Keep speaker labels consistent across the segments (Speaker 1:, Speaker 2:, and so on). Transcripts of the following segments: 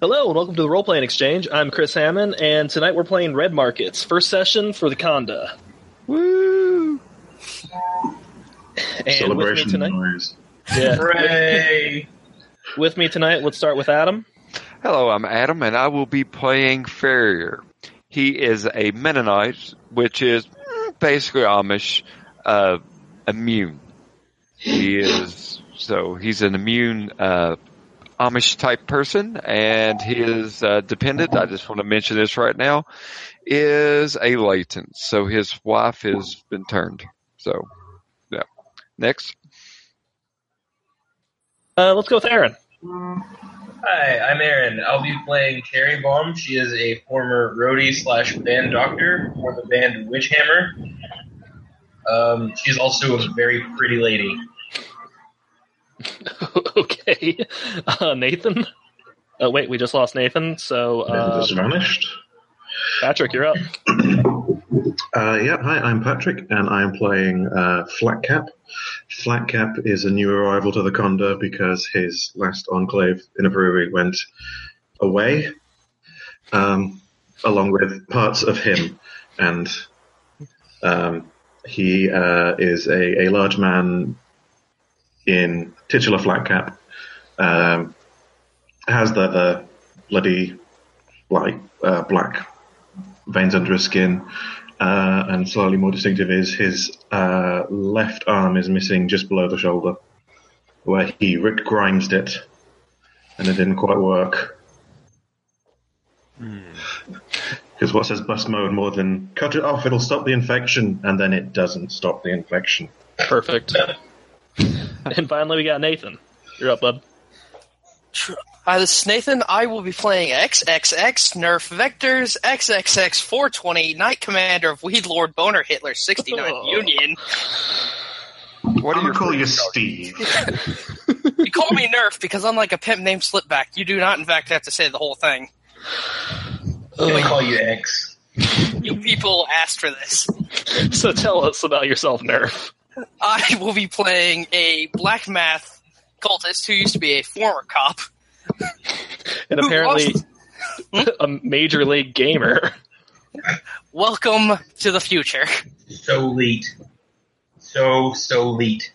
Speaker 1: Hello and welcome to the Role Playing Exchange. I'm Chris Hammond, and tonight we're playing Red Markets. First session for the Conda.
Speaker 2: Woo!
Speaker 1: And with me
Speaker 3: Celebration
Speaker 1: tonight,
Speaker 3: noise.
Speaker 1: yeah,
Speaker 4: Hooray!
Speaker 1: with me tonight, let's start with Adam.
Speaker 2: Hello, I'm Adam, and I will be playing Farrier. He is a Mennonite, which is mm, basically Amish, uh, immune. He is so he's an immune uh, Amish type person, and his uh, dependent. I just want to mention this right now is a latent. So his wife has been turned. So yeah, next.
Speaker 1: Uh, let's go with Aaron.
Speaker 4: Hi, I'm Aaron. I'll be playing Carrie Baum. She is a former roadie slash band doctor for the band Witchhammer. Um, she's also a very pretty lady.
Speaker 1: okay, uh, Nathan. Uh, wait, we just lost Nathan. So
Speaker 3: And
Speaker 1: uh,
Speaker 3: just vanished.
Speaker 1: Patrick, you're up.
Speaker 3: Uh, yeah, hi, I'm Patrick, and I'm playing uh, Flatcap. Flatcap is a new arrival to the Conda because his last enclave in a brewery went away, um, along with parts of him. And um, he uh, is a, a large man in titular Flatcap, um, has the, the bloody like, uh, black veins under his skin. Uh, and slightly more distinctive is his uh, left arm is missing just below the shoulder, where he Rick Grimes it, and it didn't quite work. Because what says bust mode more than cut it off, it'll stop the infection, and then it doesn't stop the infection.
Speaker 1: Perfect. and finally, we got Nathan. You're up, bud.
Speaker 5: Tr- Hi, Uh, this is Nathan. I will be playing XXX Nerf Vectors XXX 420 Knight Commander of Weed Lord Boner Hitler 69
Speaker 1: Oh.
Speaker 5: Union.
Speaker 2: What are your
Speaker 3: you Steve.
Speaker 5: You call me Nerf because I'm like a pimp named Slipback. You do not, in fact, have to say the whole thing.
Speaker 4: They call you X.
Speaker 5: You people asked for this.
Speaker 1: So tell us about yourself, Nerf.
Speaker 5: I will be playing a black math cultist who used to be a former cop.
Speaker 1: And
Speaker 5: Who
Speaker 1: apparently,
Speaker 5: lost-
Speaker 1: a major league gamer.
Speaker 5: Welcome to the future.
Speaker 4: So late. So, so late.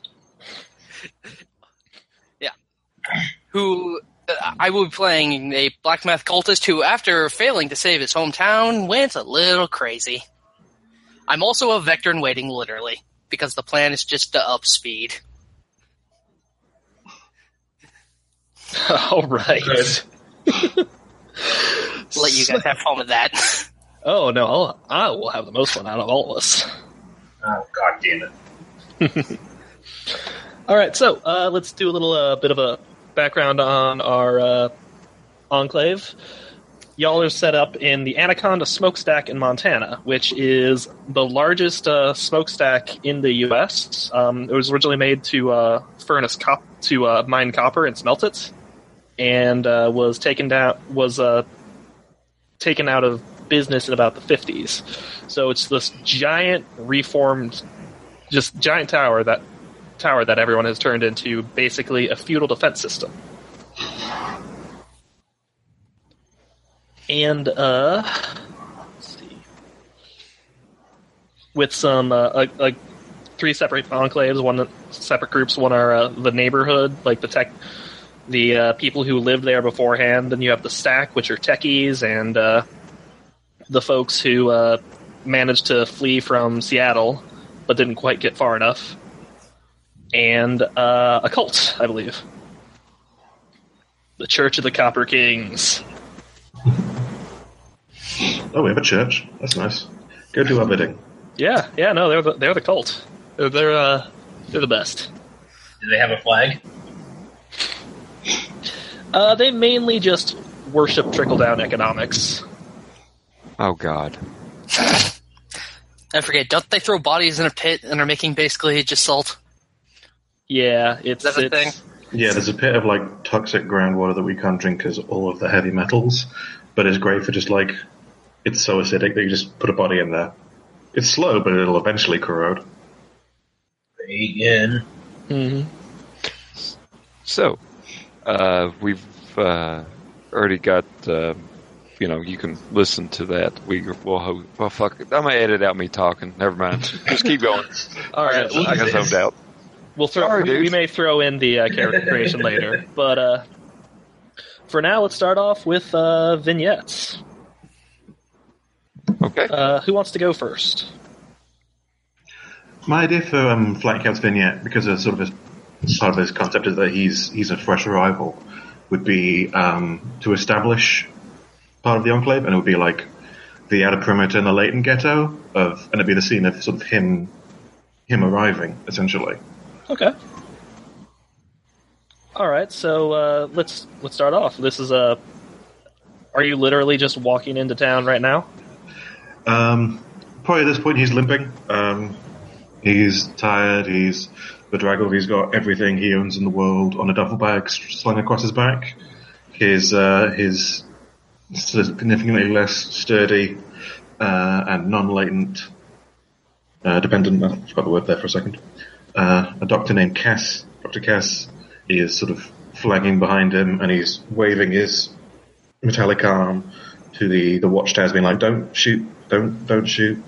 Speaker 5: who uh, I will be playing a black math cultist who, after failing to save his hometown, went a little crazy. I'm also a vector in waiting, literally, because the plan is just to up speed.
Speaker 1: All right.
Speaker 4: Good.
Speaker 5: Let you guys have fun with that.
Speaker 1: Oh no, I'll, I will have the most fun out of all of us.
Speaker 4: Oh, god damn it.
Speaker 1: All right, so uh, let's do a little uh, bit of a background on our uh, enclave. Y'all are set up in the Anaconda Smokestack in Montana, which is the largest uh, smokestack in the U.S. Um, it was originally made to uh, furnace cop to uh, mine copper and smelt it, and uh, was taken down was uh, taken out of business in about the 50s. So it's this giant reformed, just giant tower that tower that everyone has turned into basically a feudal defense system. And uh, let's see, with some uh, uh, like three separate enclaves, one separate groups. One are uh, the neighborhood, like the tech, the uh, people who lived there beforehand. Then you have the stack, which are techies and uh, the folks who uh, managed to flee from Seattle but didn't quite get far enough and uh, a cult, I believe. The Church of the Copper Kings.
Speaker 3: Oh, we have a church. That's nice. Go do our bidding.
Speaker 1: Yeah, yeah, no, they're the, they're the cult. They're they're, uh, they're the best.
Speaker 4: Do they have a flag?
Speaker 1: Uh, they mainly just worship trickle down economics.
Speaker 2: Oh God.
Speaker 5: I forget, don't they throw bodies in a pit and are making basically just salt?
Speaker 1: Yeah, it's
Speaker 5: Is that a
Speaker 1: it's-
Speaker 3: Yeah, there's a pit of like toxic groundwater that we can't drink because all of the heavy metals, but it's great for just like it's so acidic that you just put a body in there. It's slow, but it'll eventually corrode.
Speaker 4: Reagan.
Speaker 1: Mhm.
Speaker 2: So, uh, we've uh, already got. Uh, you know, you can listen to that. We will. Ho- well, fuck. It. I'm gonna edit out me talking. Never mind. Just keep going.
Speaker 1: All right,
Speaker 2: I got zoned out.
Speaker 1: We'll throw.
Speaker 2: Sorry,
Speaker 1: we,
Speaker 2: dude.
Speaker 1: we may throw in the uh, character creation later, but uh, for now, let's start off with uh, vignettes.
Speaker 2: Okay.
Speaker 1: Uh, who wants to go first?
Speaker 3: My idea for um, Flatcap's vignette, because of sort of his, sort of his concept is that he's he's a fresh arrival, would be um, to establish part of the enclave, and it would be like the outer perimeter and the latent ghetto of, and it'd be the scene of sort of him him arriving essentially.
Speaker 1: Okay. All right, so uh, let's let's start off. This is a. Are you literally just walking into town right now?
Speaker 3: Um, probably at this point he's limping. Um, he's tired. He's bedraggled. He's got everything he owns in the world on a duffel bag slung across his back. His uh, his significantly less sturdy uh, and non-latent uh, dependent. I forgot the word there for a second. Uh, a doctor named Cass, Doctor Cass, he is sort of flagging behind him, and he's waving his metallic arm to the the watchtowers, being like, "Don't shoot! Don't don't shoot!"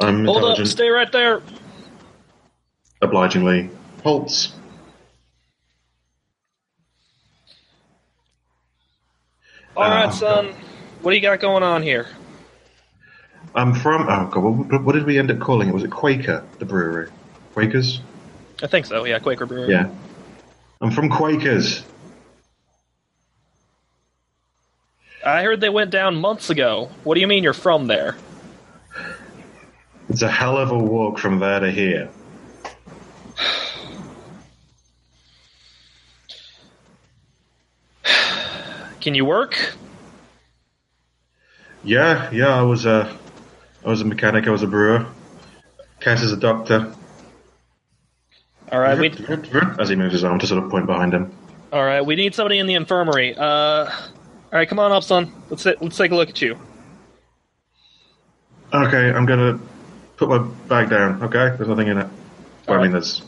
Speaker 3: I'm
Speaker 1: Hold up!
Speaker 3: intelligent,
Speaker 1: Stay right there.
Speaker 3: obligingly halts.
Speaker 1: All right,
Speaker 3: Ah.
Speaker 1: son. What do you got going on here?
Speaker 3: I'm from. Oh god, what, what did we end up calling it? Was it Quaker, the brewery? Quakers?
Speaker 1: I think so. Yeah, Quaker Brewery.
Speaker 3: Yeah. I'm from Quakers.
Speaker 1: I heard they went down months ago. What do you mean you're from there?
Speaker 3: It's a hell of a walk from there to here.
Speaker 1: Can you work?
Speaker 3: Yeah, yeah. I was a, I was a mechanic. I was a brewer. Cass is a doctor.
Speaker 1: All right, we
Speaker 3: As he moves his arm to sort of point behind him.
Speaker 1: all right. We need somebody in the infirmary. Uh, all right, come on up, son. Let's sit, let's take a look at you.
Speaker 3: Okay, I'm gonna put my bag down. Okay, there's nothing in it. Well, I mean, there's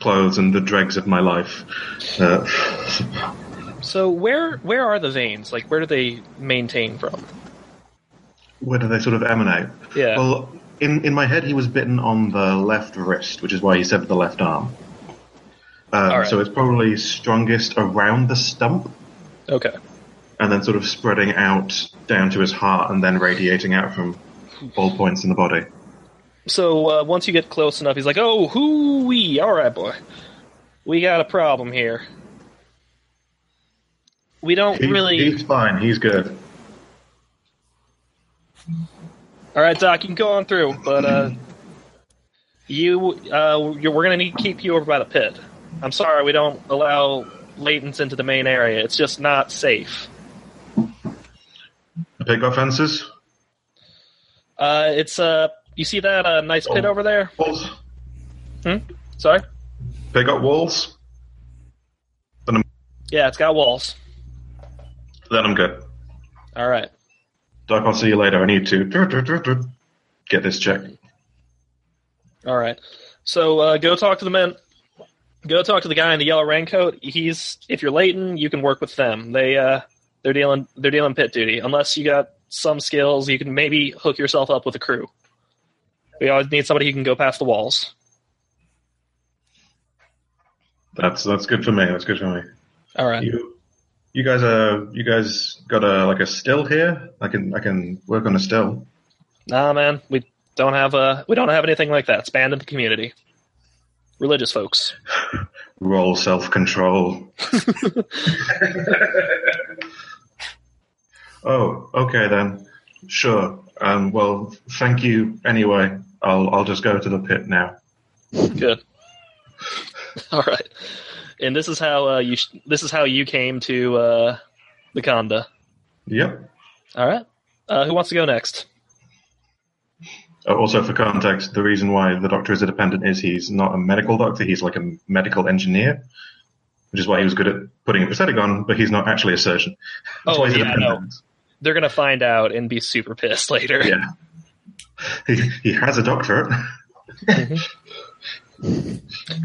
Speaker 3: clothes and the dregs of my life. Uh,
Speaker 1: So where where are the veins? Like where do they maintain from?
Speaker 3: where do they sort of emanate?
Speaker 1: Yeah.
Speaker 3: Well, in in my head, he was bitten on the left wrist, which is why he severed the left arm. Um,
Speaker 1: All right.
Speaker 3: So it's probably strongest around the stump,
Speaker 1: Okay.
Speaker 3: and then sort of spreading out down to his heart, and then radiating out from all points in the body.
Speaker 1: So uh, once you get close enough, he's like, "Oh, hoo wee! All right, boy, we got a problem here. We don't
Speaker 3: He's,
Speaker 1: really.
Speaker 3: he's fine. He's good.
Speaker 1: All right, Doc, you can go on through, but uh, you, uh, you we're gonna need to keep you over by the pit. I'm sorry, we don't allow latents into the main area. It's just not safe.
Speaker 3: Pick up fences.
Speaker 1: Uh, it's uh, you see that uh, nice pit
Speaker 3: Oh.
Speaker 1: over there?
Speaker 3: Walls.
Speaker 1: Sorry,
Speaker 3: Pick up walls.
Speaker 1: yeah, it's got walls.
Speaker 3: Then I'm good.
Speaker 1: All right,
Speaker 3: Doc, I'll see you later. I need to get this check.
Speaker 1: all right. So uh, go talk to the men. Go talk to the guy in the yellow raincoat. He's if you're latent, you can work with them. They uh, they're dealing they're dealing pit duty. Unless you got some skills, you can maybe hook yourself up with a crew. We always need somebody who can go past the walls.
Speaker 3: That's that's good for me. That's good for me.
Speaker 1: All right.
Speaker 3: You, you guys are you guys got a like a still here? I can I can work on a still.
Speaker 1: Nah, man, we don't have uh, we don't have anything like that. It's banned in the community. Religious folks.
Speaker 3: Roll self control. oh, okay then. Sure. Um, well, thank you anyway. I'll I'll just go to the pit now.
Speaker 1: Good. All right. And this is how uh, you sh- this is how you came to uh, the Conda.
Speaker 3: Yep.
Speaker 1: All right. Uh, who wants to go next?
Speaker 3: Uh, Also, for context, the reason why the doctor is a dependent is he's not a medical doctor, he's like a medical engineer, which is why he was good at putting a prosthetic on, but he's not actually a surgeon.
Speaker 1: Oh,
Speaker 3: why he's a
Speaker 1: yeah, I know.
Speaker 3: dependent.
Speaker 1: They're gonna find out and be super pissed later.
Speaker 3: Yeah. He, he has a doctorate.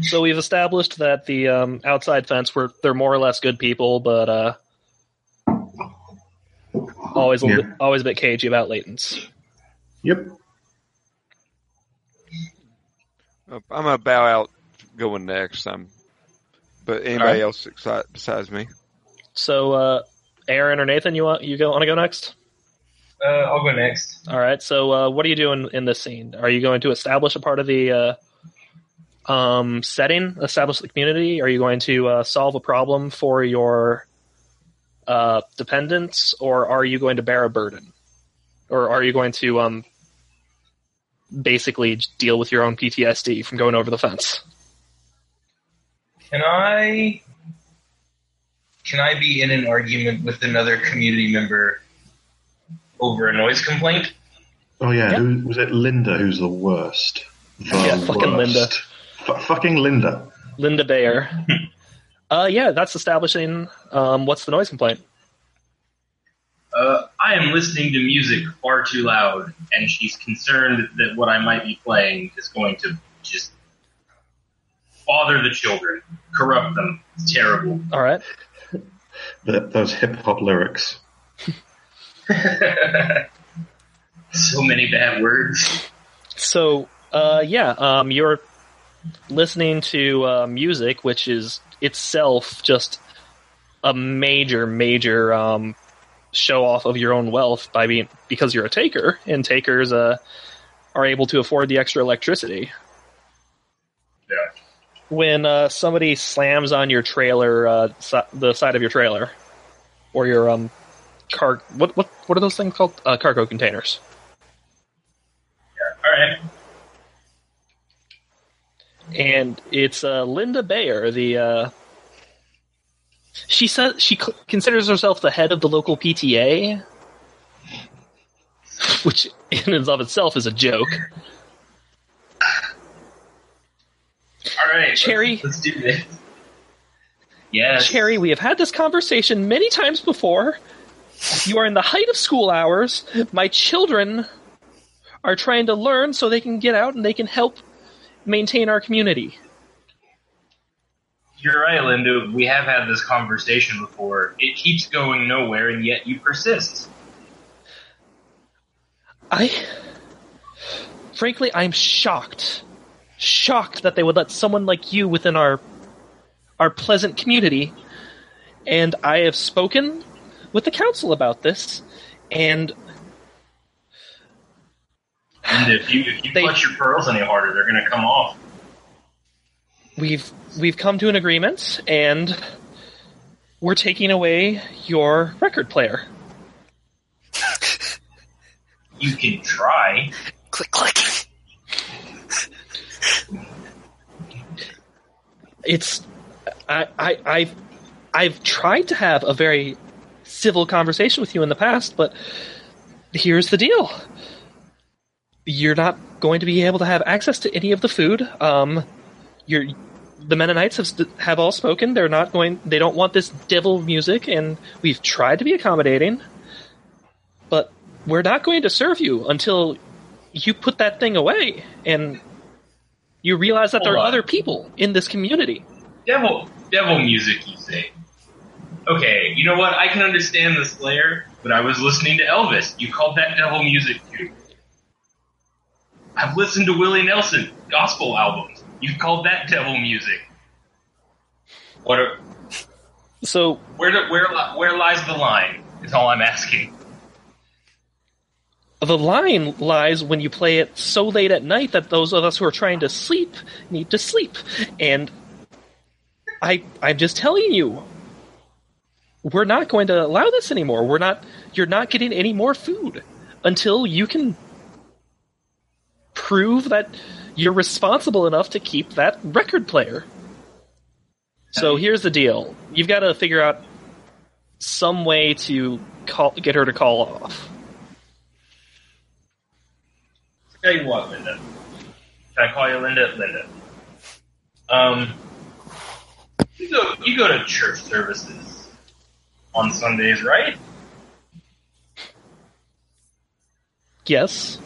Speaker 1: So we've established that the um, outside fence were they're more or less good people, but uh, always a
Speaker 3: Yeah.
Speaker 1: bit, always a bit cagey about Layton's.
Speaker 3: Yep.
Speaker 2: I'm gonna bow out going next. I'm, but anybody
Speaker 4: Alright.
Speaker 2: else exci- besides me?
Speaker 1: So uh, Aaron or Nathan, you want you go want to go next?
Speaker 4: Uh, I'll go next.
Speaker 1: All right. So uh, what are you doing in this scene? Are you going to establish a part of the uh, um, setting, establish the community? Are you going to uh, solve a problem for your uh, dependents, or are you going to bear a burden, or are you going to um, basically just deal with your own PTSD from going over the fence?
Speaker 4: Can I? Can I be in an argument with another community member over a noise complaint?
Speaker 3: Oh yeah,
Speaker 1: Yeah.
Speaker 3: Who, was it Linda who's the worst? The
Speaker 1: Yeah, fucking Linda.
Speaker 3: F- fucking Linda.
Speaker 1: Linda Bayer. uh, yeah, that's establishing. Um, what's the noise complaint?
Speaker 4: Uh, I am listening to music far too loud, and she's concerned that what I might be playing is going to just bother the children, corrupt them. It's terrible.
Speaker 1: All right.
Speaker 3: Th those hip hop lyrics.
Speaker 4: so many bad words.
Speaker 1: So, uh, yeah, um, you're listening to uh, music, which is itself just a major, major um, show off of your own wealth by being because you're a taker, and takers uh, are able to afford the extra electricity.
Speaker 4: Yeah.
Speaker 1: When uh, somebody slams on your trailer, uh, si- the side of your trailer, or your um, car, what what what are those things called? Uh, cargo containers.
Speaker 4: All right.
Speaker 1: and it's uh, Linda Bayer. The uh, she says she c- considers herself the head of the local PTA, which in and of itself is a joke.
Speaker 4: All right.
Speaker 1: Cherry.
Speaker 4: Let's, let's do this. Yes.
Speaker 1: Cherry, we have had this conversation many times before. You are in the height of school hours. My children are trying to learn so they can get out and they can help maintain our community.
Speaker 4: You're right, Linda. We have had this conversation before. It keeps going nowhere, and yet you persist.
Speaker 1: I. Frankly, I'm shocked. Shocked that they would let someone like you within our our pleasant community. And I have spoken with the council about this, and
Speaker 4: And if you if you
Speaker 1: They-
Speaker 4: clutch your pearls any harder, they're going to come off.
Speaker 1: we've we've come to an agreement, and we're taking away your record player.
Speaker 4: You can try.
Speaker 5: Click, click.
Speaker 1: It's I, I I've I've tried to have a very civil conversation with you in the past, but here's the deal. You're not going to be able to have access to any of the food. Um, you're, the Mennonites have st- have all spoken. They're not going. They don't want this devil music, and we've tried to be accommodating, but we're not going to serve you until you put that thing away and you realize that there
Speaker 4: Hold
Speaker 1: are
Speaker 4: on.
Speaker 1: other people in this community.
Speaker 4: Devil, devil music, you say? Okay, you know what? I can understand the Slayer, but I was listening to Elvis. You called that devil music too. I've listened to Willie Nelson gospel albums. You called that devil music. What? Are,
Speaker 1: So
Speaker 4: where do, where li- where lies the line? Is all I'm asking.
Speaker 1: the line lies when you play it so late at night that those of us who are trying to sleep need to sleep and i i'm just telling you we're not going to allow this anymore we're not you're not getting any more food until you can prove that you're responsible enough to keep that record player so here's the deal you've got to figure out some way to call, get her to call off
Speaker 4: Tell you what, Linda. Can I call you Linda? Linda. Um, you go you go to church services on Sundays, right?
Speaker 1: yes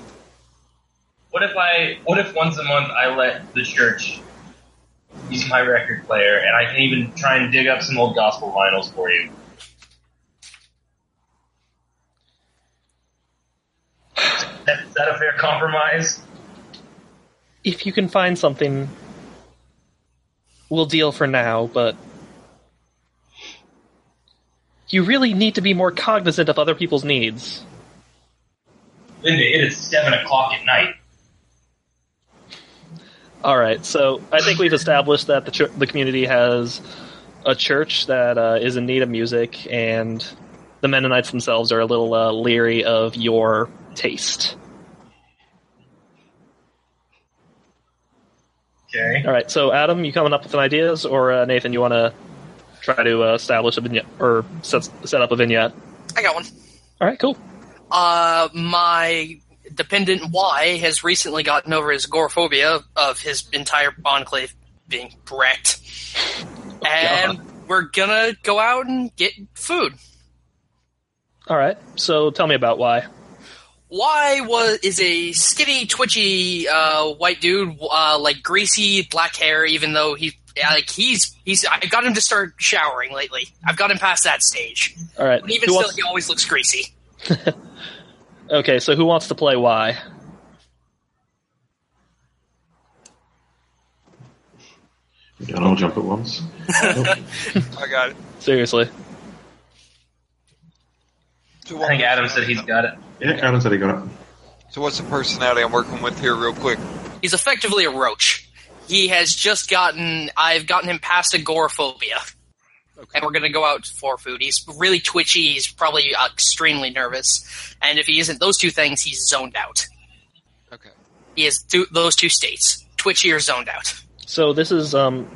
Speaker 4: What if I? What if once a month I let the church He's my record player, and I can even try and dig up some old gospel vinyls for you. That- Is that a fair compromise?
Speaker 1: If you can find something, we'll deal for now, but you really need to be more cognizant of other people's needs.
Speaker 4: Linda, it is seven o'clock at night.
Speaker 1: All right, so I think we've established that the chur the community has a church that uh, is in need of music, and the Mennonites themselves are a little uh, leery of your taste.
Speaker 4: Okay.
Speaker 1: All right, so Adam, you coming up with some ideas, or uh, Nathan, you want to try to uh, establish a vignette or set, set up a vignette?
Speaker 5: I got one.
Speaker 1: All right, cool.
Speaker 5: Uh, my dependent Y has recently gotten over his agoraphobia of his entire enclave being wrecked. And we're gonna go out and get food.
Speaker 1: All right, so tell me about why.
Speaker 5: Y was is a skinny, twitchy uh, white dude, uh, like greasy, black hair. Even though he like he's he's I got him to start showering lately. I've got him past that stage.
Speaker 1: All right,
Speaker 5: But even
Speaker 1: who
Speaker 5: still,
Speaker 1: wants-
Speaker 5: he always looks greasy.
Speaker 1: okay, so who wants to play why?
Speaker 3: You can all jump at once.
Speaker 6: I got it.
Speaker 1: Seriously,
Speaker 6: So
Speaker 4: I
Speaker 6: what
Speaker 4: think Adam said he's got it.
Speaker 3: Yeah, Adam said he got it.
Speaker 6: So what's the personality I'm working with here, real quick?
Speaker 5: He's effectively a roach. He has just gotten I've gotten him past agoraphobia. And we're gonna go out for food. He's really twitchy. He's probably uh, extremely nervous. And if he isn't those two things, he's zoned out.
Speaker 6: Okay.
Speaker 5: He has th- those two states: twitchy or zoned out.
Speaker 1: so this is um,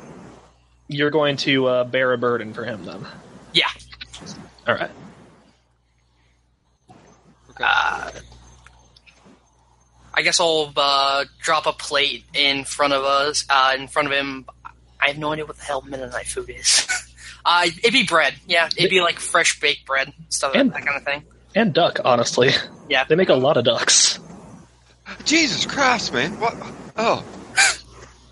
Speaker 1: you're going to uh, bear a burden for him then.
Speaker 5: Yeah.
Speaker 1: All right.
Speaker 6: Okay.
Speaker 5: Uh, I guess I'll uh, drop a plate in front of us, uh, in front of him. I have no idea what the hell Mennonite food is. uh, it'd be bread, yeah. It'd be like fresh baked bread, stuff
Speaker 1: And-
Speaker 5: that kind of thing.
Speaker 1: And duck, honestly.
Speaker 5: Yeah.
Speaker 1: They make a lot of ducks.
Speaker 6: Jesus Christ, man! What? Oh.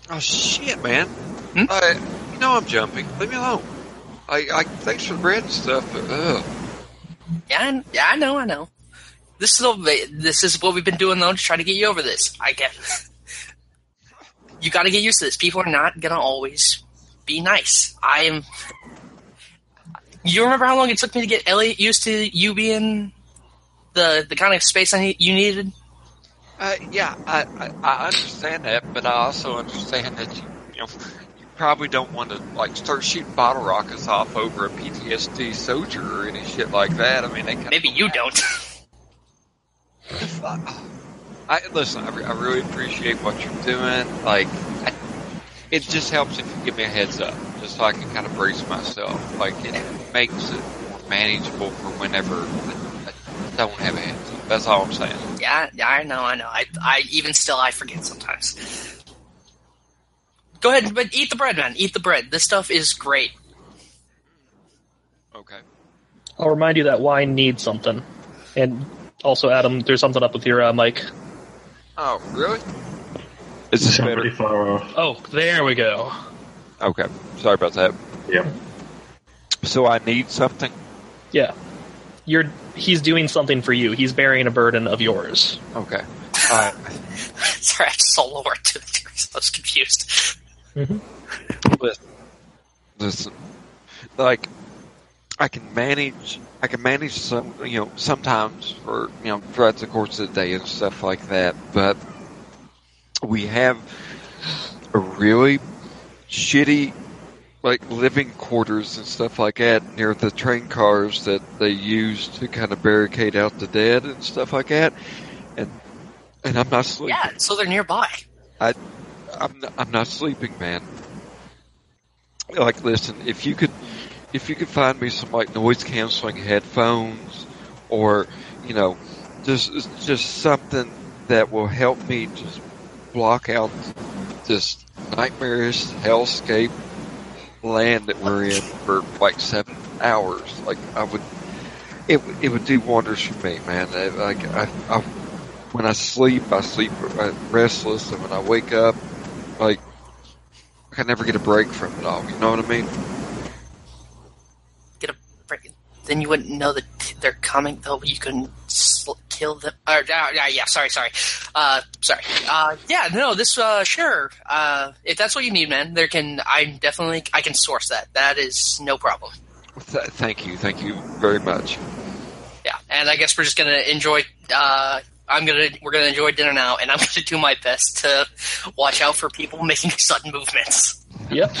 Speaker 6: Oh shit, man!
Speaker 5: Hmm?
Speaker 6: I you know I'm jumping. Leave me alone. I, I thanks for the bread and stuff, but ugh.
Speaker 5: Yeah, I, yeah, I know, I know. This is a, this is what we've been doing though to try to get you over this. I get. you got to get used to this. People are not gonna always be nice. I am. You remember how long it took me to get Elliot used to you being the the kind of space I need, you needed?
Speaker 6: Uh, yeah, I, I, I understand that, but I also understand that you, you know you probably don't want to like start shooting bottle rockets off over a PTSD soldier or any shit like that. I mean, they kinda
Speaker 5: Maybe you don't.
Speaker 6: I listen. I, re- I really appreciate what you're doing. Like, I, it just helps if you give me a heads up, just so I can kind of brace myself. Like, it makes it more manageable for whenever I I don't have a heads up. That's all I'm saying.
Speaker 5: Yeah, yeah, I know, I know. I, I even still, I forget sometimes. Go ahead, but eat the bread, man. Eat the bread. This stuff is great.
Speaker 6: Okay.
Speaker 1: I'll remind you that wine needs something. And also, Adam, there's something up with your uh, mic.
Speaker 6: Oh, really?
Speaker 3: You sound pretty far off.
Speaker 1: Oh, there we go.
Speaker 6: Okay. Sorry about that.
Speaker 3: Yep.
Speaker 6: So I need something.
Speaker 1: Yeah. You're he's doing something for you. He's bearing a burden of yours.
Speaker 6: Okay. All right.
Speaker 5: Sorry, I just saw Laura too. I was confused.
Speaker 6: Listen, listen, like I can manage. I can manage some, you know, sometimes for you know throughout the course of the day and stuff like that. But we have a really shitty, like living quarters and stuff like that near the train cars that they use to kind of barricade out the dead and stuff like that. And and I'm not sleeping.
Speaker 5: Yeah, so they're nearby.
Speaker 6: I'm not, I'm not sleeping, man. Like, listen, if you could, if you could find me some like noise canceling headphones, or you know, just just something that will help me just block out this nightmarish hellscape land that we're in for like seven hours. Like, I would, it would- it would do wonders for me, man. I- Like, I, I when I sleep, I sleep uh, restless, and when I wake up, like I never get a break from it all. You know what I mean?
Speaker 5: Get a freaking. Then you wouldn't know that they're coming, though. You couldn't sl- kill them. Or, uh, yeah, yeah, sorry, sorry, uh, sorry. Uh, yeah, no, this uh, sure. Uh, if that's what you need, man, there can. I'm definitely. I can source that. That is no problem.
Speaker 6: Th- thank you, thank you very much.
Speaker 5: Yeah, and I guess we're just gonna enjoy. Uh, I'm gonna we're gonna enjoy dinner now, and I'm gonna do my best to watch out for people making sudden movements.
Speaker 1: Yep.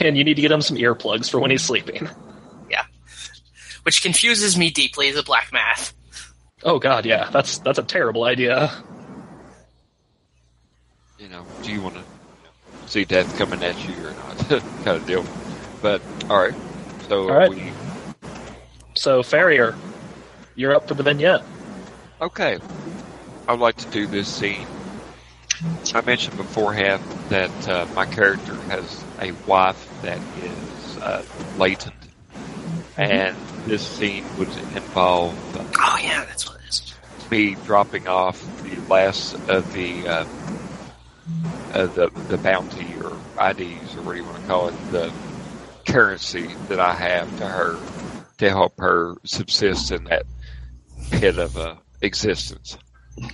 Speaker 1: and you need to get him some earplugs for when he's sleeping.
Speaker 5: Yeah, which confuses me deeply as a black math.
Speaker 1: Oh god, yeah. That's that's a terrible idea.
Speaker 6: You know, do you want to see death coming at you or not? kind of deal. But all right, so
Speaker 1: All right.
Speaker 6: we
Speaker 1: So Farrier, you're up for the vignette.
Speaker 6: Okay. I would like to do this scene. I mentioned beforehand that uh, my character has a wife that is uh, latent, and this scene would involve
Speaker 5: Oh yeah, that's what it is.
Speaker 6: me dropping off the last of the uh, uh, the the bounty or IDs or what do you want to call it, the currency that I have to her to help her subsist in that pit of uh, existence.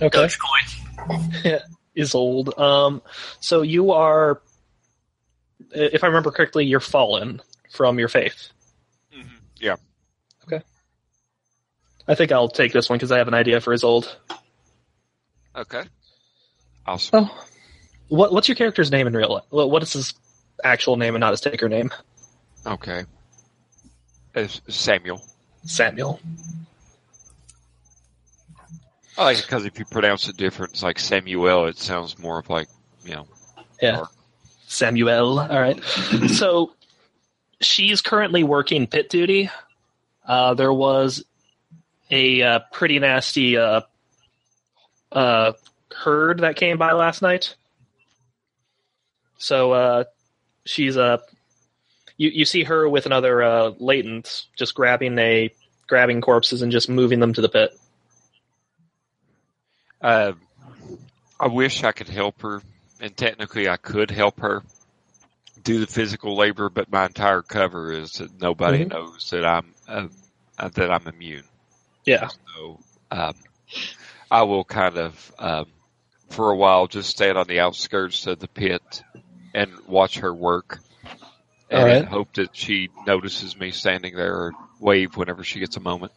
Speaker 1: Okay.
Speaker 5: Dogecoin.
Speaker 1: Is old. Um so you are if I remember correctly, you're fallen from your faith.
Speaker 6: Yeah.
Speaker 1: I think I'll take this one because I have an idea for his old.
Speaker 6: Okay. Awesome.
Speaker 1: Oh. What, what's your character's name in real life? What what is his actual name and not his taker name?
Speaker 6: Okay. It's Samuel.
Speaker 1: Samuel.
Speaker 6: I like because if you pronounce it different, it's like Samuel. It sounds more of like you know.
Speaker 1: Yeah.
Speaker 6: or-
Speaker 1: Samuel. All right. so she's currently working pit duty. Uh, there was a uh, pretty nasty uh, uh, herd that came by last night. So uh, she's Uh, you, you see her with another uh, latent just grabbing a grabbing corpses and just moving them to the pit.
Speaker 6: Uh, I wish I could help her, and technically I could help her do the physical labor, but my entire cover is that nobody
Speaker 1: Mhm.
Speaker 6: knows that I'm uh, uh, that I'm immune.
Speaker 1: Yeah.
Speaker 6: So um, I will kind of, um, for a while, just stand on the outskirts of the pit and watch her work, and
Speaker 1: All right.
Speaker 6: hope that she notices me standing there or wave whenever she gets a moment.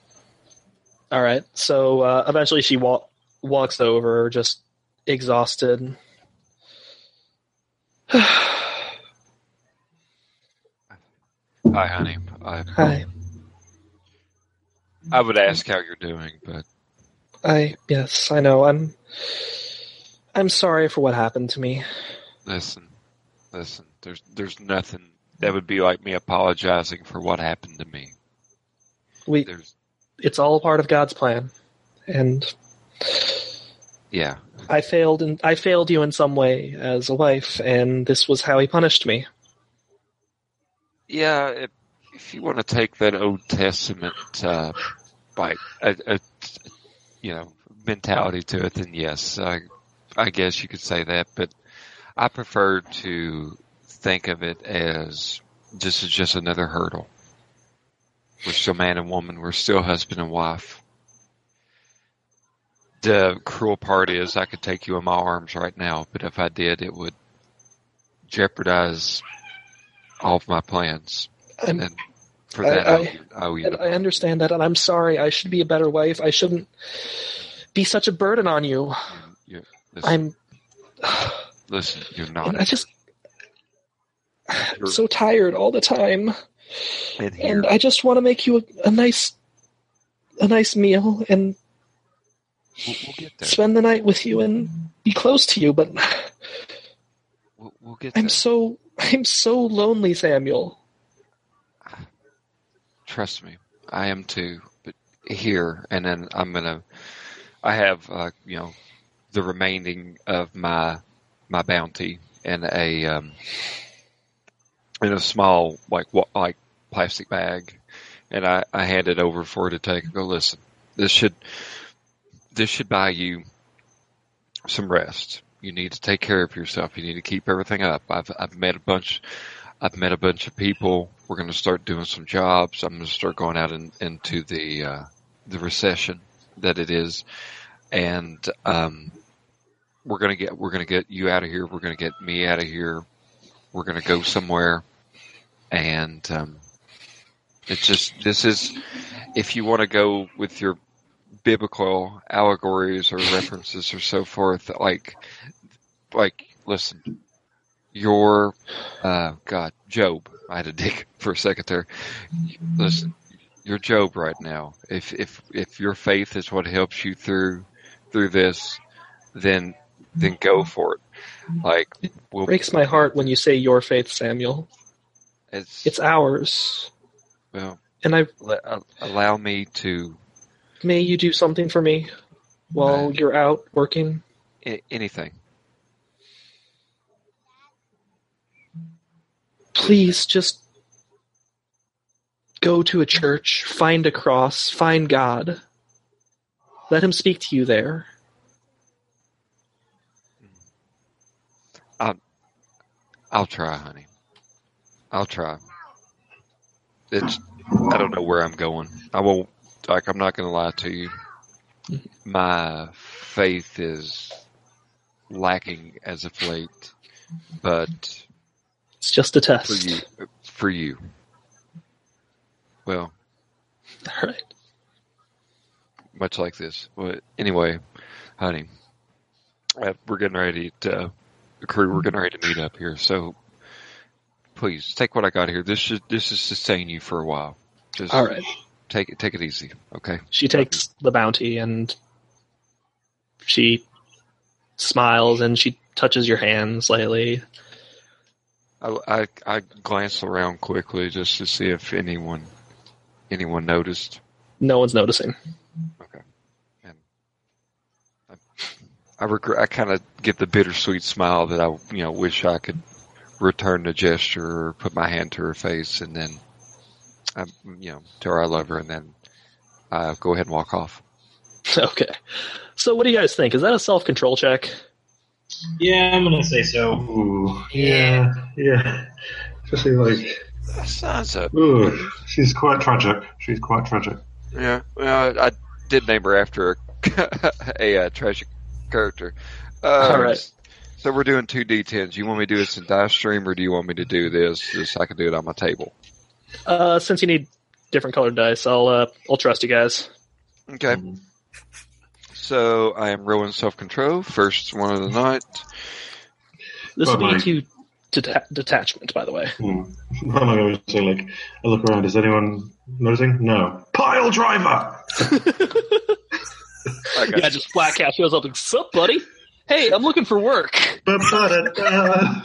Speaker 1: All right. So uh, eventually she wa- walks over, just exhausted.
Speaker 6: Hi, honey. I,
Speaker 1: Hi.
Speaker 6: I would ask how you're doing, but
Speaker 1: I yes, I know. I'm I'm sorry for what happened to me.
Speaker 6: listen, listen. There's there's nothing that would be like me apologizing for what happened to me.
Speaker 1: We
Speaker 6: There's
Speaker 1: it's all part of God's plan. And
Speaker 6: yeah.
Speaker 1: I failed in I failed you in some way as a wife and this was how he punished me.
Speaker 6: Yeah, if, if you want to take that Old Testament, uh, like a, a, you know, mentality to it, then yes, I, I guess you could say that. But I prefer to think of it as this is just another hurdle. We're still man and woman. We're still husband and wife. The cruel part is I could take you in my arms right now, but if I did, it would jeopardize all of my plans.
Speaker 1: I'm,
Speaker 6: And for
Speaker 1: I-
Speaker 6: that,
Speaker 1: I-
Speaker 6: I, owe you- I owe you.
Speaker 1: and I understand that and I'm sorry. I should be a better wife. I shouldn't be such a burden on you.
Speaker 6: you listen,
Speaker 1: I'm
Speaker 6: listen, you're
Speaker 1: and
Speaker 6: not.
Speaker 1: I just
Speaker 6: You're
Speaker 1: so tired all the time.
Speaker 6: in here.
Speaker 1: and I just want to make you a, a nice, a nice meal and
Speaker 6: we'll, we'll get there.
Speaker 1: spend the night with you and be close to you. But
Speaker 6: We'll, we'll get there.
Speaker 1: I'm so, I'm so lonely, Samuel.
Speaker 6: Trust me, I am too. But here, and then I'm gonna. I have, uh, you know, the remaining of my my bounty in a um, in a small like wa- like plastic bag, and I I hand it over for her to take. and Go listen. This should this should buy you some rest. You need to take care of yourself. You need to keep everything up. I've I've met a bunch. I've met a bunch of people. We're going to start doing some jobs. I'm going to start going out in, into the uh, the recession that it is, and um, we're going to get we're going to get you out of here. We're going to get me out of here. We're going to go somewhere, and um, it's just this is if you want to go with your biblical allegories or references or so forth, like like listen, your uh, God, Job. I had to dig for a second there. Listen, you're Job right now. If if if your faith is what helps you through through this, then then go for it. Like we'll,
Speaker 1: Breaks my heart when you say your faith, Samuel.
Speaker 6: it's,
Speaker 1: It's ours.
Speaker 6: well,
Speaker 1: And I
Speaker 6: le- uh, allow me to
Speaker 1: may you do something for me while
Speaker 6: Right.
Speaker 1: you're out working.
Speaker 6: a- anything.
Speaker 1: Please just go to a church, find a cross, find God. Let him speak to you there.
Speaker 6: I'll try, honey. I'll try. It's I don't know where I'm going. I won't like I'm not gonna lie to you. My faith is lacking as of late, but
Speaker 1: It's just a
Speaker 6: for
Speaker 1: test.
Speaker 6: you for you. Well,
Speaker 1: All right.
Speaker 6: much like this. But anyway, honey, uh, we're getting ready to, uh, the crew, we're getting ready to meet up here. So please take what I got here. This should, this is sustain you for a while. Just
Speaker 1: All right.
Speaker 6: take it, take it easy. Okay.
Speaker 1: She takes the bounty and she smiles and she touches your hand slightly.
Speaker 6: I, I, I glanced around quickly just to see if anyone, anyone noticed.
Speaker 1: No one's noticing.
Speaker 6: I regret, I kind of get the bittersweet smile that I, you know, wish I could return the gesture or put my hand to her face and then I, you know, tell her I love her and then I go ahead and walk off.
Speaker 1: Okay. So what do you guys think? Is that a self-control check?
Speaker 4: Yeah, I'm gonna say so.
Speaker 3: Ooh, yeah, yeah. Especially like,
Speaker 6: That sounds up.
Speaker 3: ooh, she's quite tragic. She's quite tragic.
Speaker 6: Yeah. Well, I did name her after a, a uh, tragic character. Uh,
Speaker 1: All right.
Speaker 6: So we're doing two D10s. You want me to do this in Dice Stream or do you want me to do this just so I can do it on my table?
Speaker 1: Uh, since you need different colored dice, I'll uh, I'll trust you guys.
Speaker 6: Okay.
Speaker 3: Mm,
Speaker 6: So I am rolling self control. First one of the night.
Speaker 1: This would
Speaker 3: Bye-bye.
Speaker 1: be to deta- detachment, by the way.
Speaker 3: Mm. I'm not going to say like, I look around. Is anyone noticing? No. Pile driver.
Speaker 6: I got
Speaker 1: Yeah, just Black Cat shows up and sup, buddy. Hey, I'm looking for work.
Speaker 3: Ba-ba-da-da.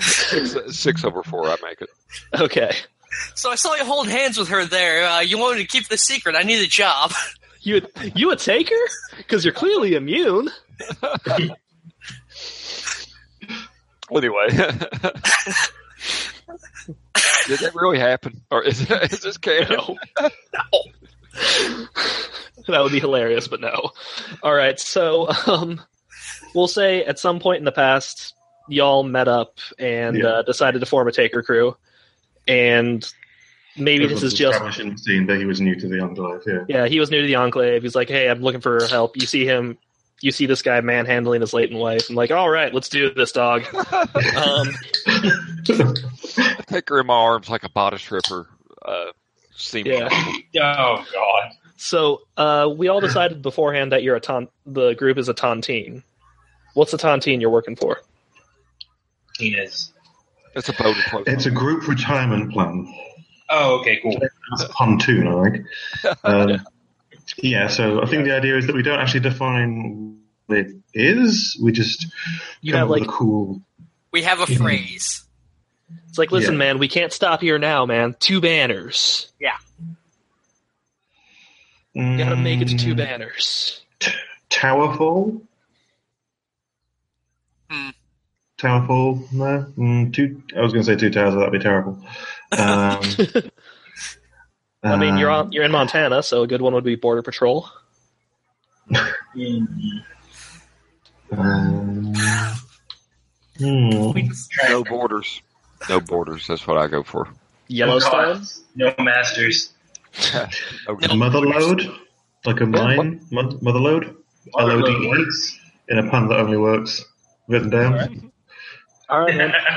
Speaker 6: six, six over four. I make it.
Speaker 1: Okay,
Speaker 5: So I saw you hold hands with her there. Uh, you wanted to keep the secret. I need a job.
Speaker 1: you you a taker? Because you're clearly immune.
Speaker 6: Anyway, did that really happen, or is, is this canon?
Speaker 1: No. no. that would be hilarious, but no. All right, so um, we'll say at some point in the past, y'all met up and
Speaker 3: Yeah.
Speaker 1: uh, decided to form a taker crew, and maybe this is just
Speaker 3: establishing the scene that he was new to the enclave. Yeah.
Speaker 1: yeah. He was new to the enclave. He's like, hey, I'm looking for help. You see him. You see this guy manhandling his latent wife. I'm like, all right, let's do this, dog. um,
Speaker 6: I take her in my arms like a bodice ripper. Uh, seam
Speaker 1: Yeah.
Speaker 4: Oh God.
Speaker 1: So uh, we all decided beforehand that you're a ton- the group is a tontine. What's the tontine you're working for?
Speaker 4: Tina's.
Speaker 6: It's a boat. of
Speaker 3: It's a group retirement plan.
Speaker 4: Oh, okay, cool.
Speaker 3: That's a pontoon, I think. Um, yeah, so I think the idea is that we don't actually define what it is. We just
Speaker 1: You
Speaker 3: come
Speaker 1: got
Speaker 3: up with
Speaker 1: like
Speaker 3: a cool.
Speaker 5: We have a
Speaker 3: Mhm.
Speaker 5: phrase.
Speaker 1: it's like, listen,
Speaker 3: yeah.
Speaker 1: man, we can't stop here now, man. Two banners. You gotta make it to two
Speaker 3: Mm,
Speaker 1: banners.
Speaker 3: Towerfall.
Speaker 5: Hmm.
Speaker 3: Towerfall. No, mm, two. I was going to say two towers. but That'd be terrible. Um,
Speaker 1: I mean, you're
Speaker 3: um,
Speaker 1: on you're in
Speaker 4: Mm-hmm.
Speaker 1: Montana, so a good one would be border patrol.
Speaker 3: Um, hmm.
Speaker 5: We just-
Speaker 6: No borders. No borders. That's what I go for.
Speaker 4: No,
Speaker 1: Yellowstone.
Speaker 4: gods, no masters.
Speaker 6: Okay.
Speaker 3: Mother load? Like a mine? Mo- Mother load? L-O-D-E?
Speaker 4: Waterloo
Speaker 3: In a pun that only works. Written down.
Speaker 1: All right, man.
Speaker 4: works.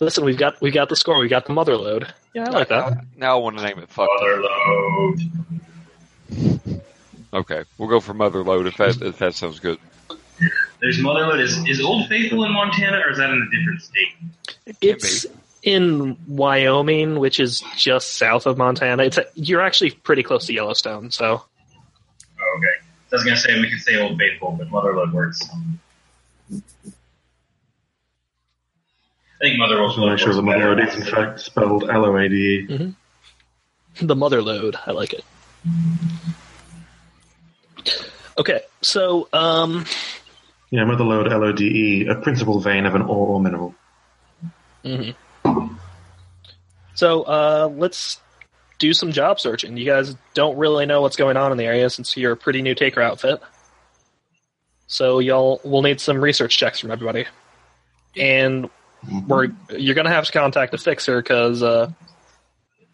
Speaker 1: Listen, we've got we got the score. We got the mother load. Yeah, I like that.
Speaker 6: Now I want to name it. Fuck.
Speaker 4: Waterloo.
Speaker 6: Okay, we'll go for Mother Load if that if that sounds good.
Speaker 4: There's Motherload. Is, is Old Faithful in Montana, or is that in a different state?
Speaker 1: It's in Wyoming, which is just south of Montana. It's a, you're actually pretty close to Yellowstone, so
Speaker 4: Oh, okay. So I was gonna say we could say Old Faithful, but Motherload works. I think Motherload
Speaker 3: I'm not
Speaker 4: works
Speaker 3: sure the mother load
Speaker 4: better.
Speaker 3: is in fact spelled L-O-A-D-E.
Speaker 1: the mother load. I like it. Okay, so um,
Speaker 3: Yeah, mother load, L-O-D-E, E, a principal vein of an ore mineral.
Speaker 1: mm-hmm. so uh, let's do some job searching. You guys don't really know what's going on in the area since you're a pretty new taker outfit. So y'all will need some research checks from everybody, and we're you're gonna have to contact a fixer because uh,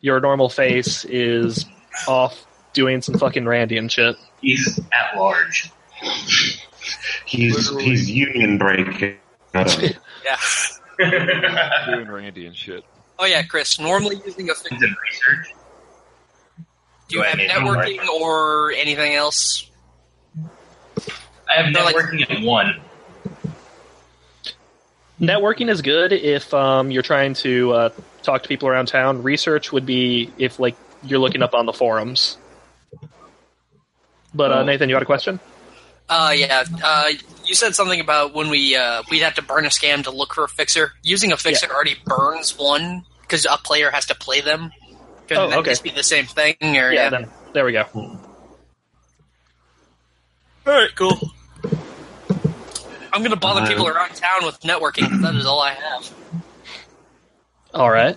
Speaker 1: your normal face is off doing some fucking Randian shit.
Speaker 4: He's at large.
Speaker 3: He's,
Speaker 6: Literally.
Speaker 3: he's union breaking. I don't know.
Speaker 5: yeah.
Speaker 6: Doing Randy and shit.
Speaker 5: Oh yeah, Chris. Normally using a
Speaker 4: He's in research.
Speaker 5: do you have networking or anything else?
Speaker 4: I have
Speaker 5: They're like-
Speaker 4: networking at one.
Speaker 1: Networking is good if um, you're trying to uh, talk to people around town. Research would be if like you're looking up on the forums. But uh, Nathan, you had a question?
Speaker 5: Uh, yeah. Uh, you said something about when we uh, we'd have to burn a scam to look for a fixer. Using a fixer already burns one because a player has to play them. Could
Speaker 1: Oh,
Speaker 5: that
Speaker 1: okay.
Speaker 5: just be the same thing? Or, yeah.
Speaker 1: Then, there we go.
Speaker 5: All right. Cool. I'm gonna bother
Speaker 3: Uh,
Speaker 5: people around town with networking. 'cause That is all I have.
Speaker 1: All right.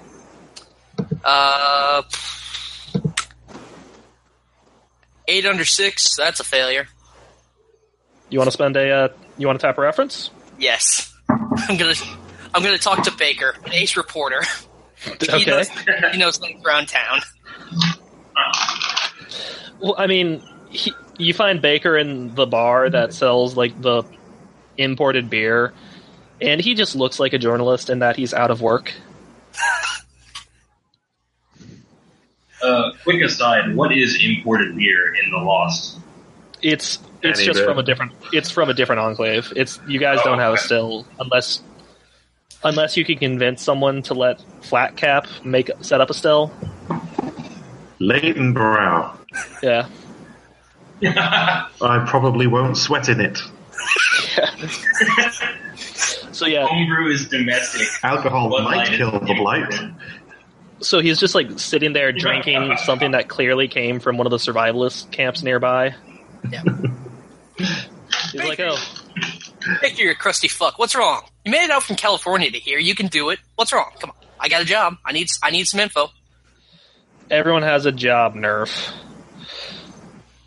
Speaker 5: Uh, eight under six. That's a failure.
Speaker 1: You want to spend a? Uh, you want to tap a reference?
Speaker 5: Yes. I'm gonna. I'm gonna talk to Baker, an ace reporter. He
Speaker 1: Okay.
Speaker 5: knows, he knows things around town.
Speaker 1: Well, I mean, he, you find Baker in the bar that sells like the imported beer, and he just looks like a journalist in that he's out of work.
Speaker 4: Uh, quick aside: What is imported beer in the Lost?
Speaker 1: It's it's
Speaker 3: Any
Speaker 1: just
Speaker 3: bit.
Speaker 1: from a different it's from a different enclave. It's you guys don't have a still unless unless you can convince someone to let Flat Cap make set up a still.
Speaker 3: Leighton Brow.
Speaker 1: Yeah.
Speaker 3: I probably won't sweat in it.
Speaker 1: So yeah,
Speaker 4: Homebrew is domestic.
Speaker 3: Alcohol
Speaker 4: Bud
Speaker 3: might
Speaker 4: Light is
Speaker 3: kill the blight.
Speaker 4: imported.
Speaker 1: so he's just like sitting there drinking something that clearly came from one of the survivalist camps nearby.
Speaker 5: Yeah.
Speaker 1: He's like, "Oh,
Speaker 5: Baker, you're a crusty fuck. What's wrong? You made it out from California to here. You can do it. What's wrong? Come on. I got a job. I need. I need some info.
Speaker 1: everyone has a job, Nerf.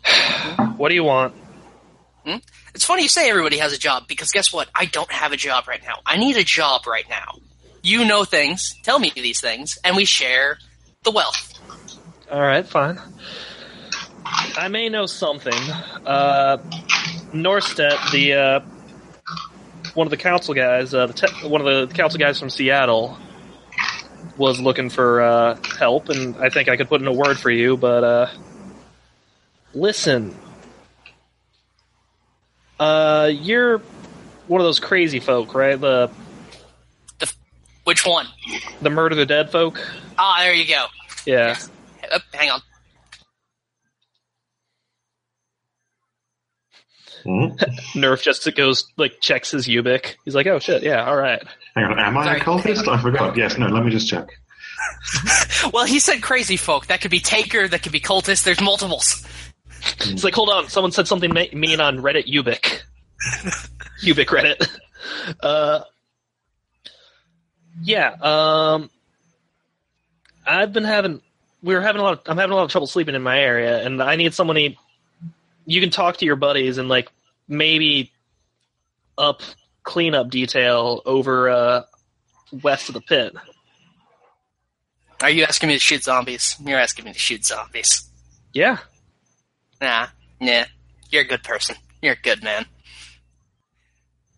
Speaker 1: What do you want?"
Speaker 5: It's funny you say everybody has a job because guess what? I don't have a job right now. I need a job right now. You know things. Tell me these things, and we share the wealth.
Speaker 1: All right, fine. I may know something. Uh, Norstedt, the uh, one of the council guys, uh, the te- one of the council guys from Seattle, was looking for uh, help, and I think I could put in a word for you. But uh, listen, uh, you're one of those crazy folk, right? The
Speaker 5: The, f- which one?
Speaker 1: the murder the dead folk.
Speaker 5: Ah, there you go.
Speaker 1: Yeah.
Speaker 5: Uh, hang on.
Speaker 3: Hmm?
Speaker 1: Nerf just goes like checks his Ubik. He's like, oh shit, yeah, all right.
Speaker 3: Hang on, am I
Speaker 5: Sorry.
Speaker 3: a cultist? I forgot. Yes, no, let me just check.
Speaker 5: Well, he said crazy folk. That could be taker. That could be cultist. There's multiples.
Speaker 1: It's like, hold on, someone said something ma- mean on Reddit Ubik. Ubik Reddit. Uh, yeah, um, I've been having, we were having a lot, of, I'm having a lot of trouble sleeping in my area, and I need somebody, you can talk to your buddies and, like, maybe up cleanup detail over uh, west of the pit.
Speaker 5: Are you asking me to shoot zombies? You're asking me to shoot zombies.
Speaker 1: Yeah,
Speaker 5: Nah, nah. You're a good person. You're a good man.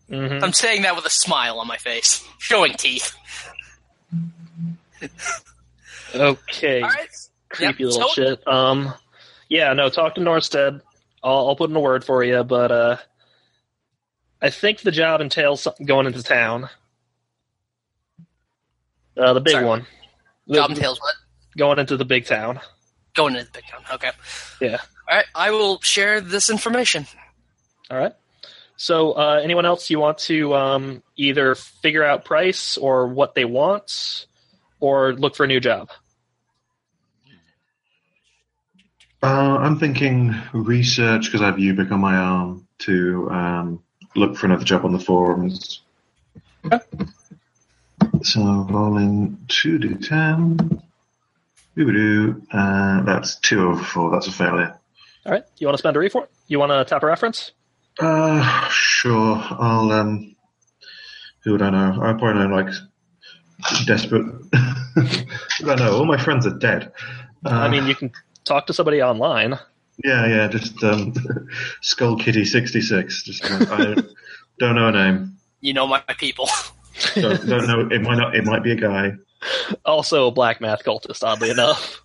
Speaker 1: hmm
Speaker 5: I'm saying that with a smile on my face, showing teeth.
Speaker 1: Okay,
Speaker 5: All right.
Speaker 1: creepy
Speaker 5: Yep,
Speaker 1: little
Speaker 5: so-
Speaker 1: shit. Um, yeah, no, talk to Norstead. I'll, I'll put in a word for you, but uh, I think the job entails something going into town. Uh, the big
Speaker 5: Sorry.
Speaker 1: one. The-
Speaker 5: Job entails what?
Speaker 1: going into the big town.
Speaker 5: Going into the big town. Okay.
Speaker 1: Yeah.
Speaker 5: All right. I will share this information.
Speaker 1: All right. So, uh, anyone else you want to um, either figure out price or what they want, or look for a new job?
Speaker 3: Uh, I'm thinking research because I have Ubik on my arm to um, look for another job on the forums. So rolling two d ten. Doo-doo. Uh, that's two over four. That's a failure.
Speaker 1: All right. You want to spend a reform? You want to tap a reference?
Speaker 3: Uh, sure. I'll. Um, who would I know? I probably know like desperate. I don't know. All my friends are dead. Uh,
Speaker 1: I mean, you can talk to somebody online.
Speaker 3: Yeah, yeah, just um, Skull Kitty sixty six. Just kind of- I don't, don't know a name.
Speaker 5: You know my people.
Speaker 3: Don't, don't know. It might not. It might be a guy.
Speaker 1: Also, a black math cultist, oddly enough.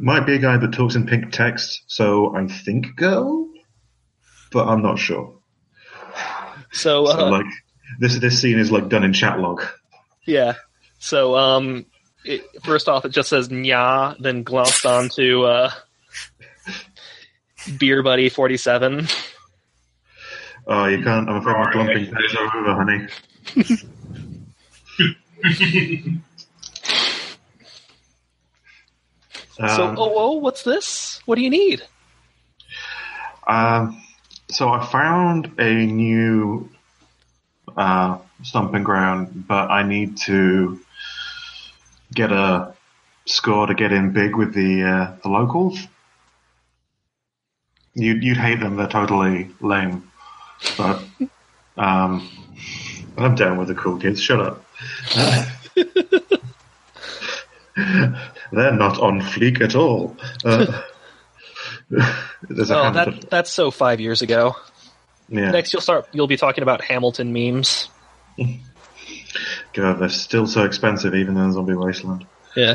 Speaker 3: Might be a guy that talks in pink text. So I think girl, but I'm not sure.
Speaker 1: So, uh,
Speaker 3: So like this this scene is like done in chat log.
Speaker 1: yeah. So, um, it, first off, it just says "nya," then glossed onto uh, Beer Buddy Forty Seven.
Speaker 3: Oh, you can't. I'm afraid my glumping days are over, honey.
Speaker 1: so,
Speaker 3: Um,
Speaker 1: oh, oh, what's this? What do you need?
Speaker 3: Um, so I found a new uh, stomping ground, but I need to get a score to get in big with the uh, the locals. You'd you'd hate them; they're totally lame. But um, I'm down with the cool kids. Shut up. they're not on fleek at all. Uh, there's a
Speaker 1: Oh,
Speaker 3: kind of-
Speaker 1: that that's so five years ago.
Speaker 3: yeah.
Speaker 1: Next, you'll start. You'll be talking about Hamilton memes.
Speaker 3: God, they're still so expensive, even in Zombie Wasteland. Uh,
Speaker 1: Yeah.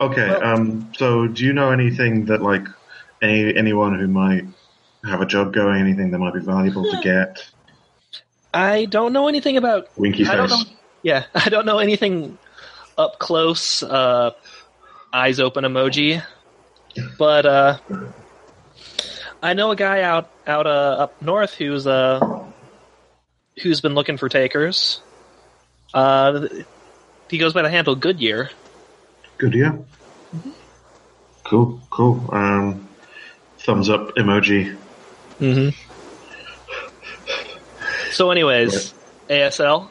Speaker 3: Okay,
Speaker 1: Well-
Speaker 3: um, so do you know anything that like any anyone who might have a job going, anything that might be valuable
Speaker 1: Hmm.
Speaker 3: to get?
Speaker 1: I don't know anything about.
Speaker 3: Winky
Speaker 1: I don't
Speaker 3: face.
Speaker 1: know. Yeah, I don't know anything up close. Uh, eyes open emoji, but uh, I know a guy out out uh, up north who's uh who's been looking for takers. Uh, he goes by the handle Goodyear.
Speaker 3: Good, yeah.
Speaker 1: Mm-hmm.
Speaker 3: Cool, cool. Um, thumbs up emoji.
Speaker 1: Mm-hmm. So, anyways, ASL.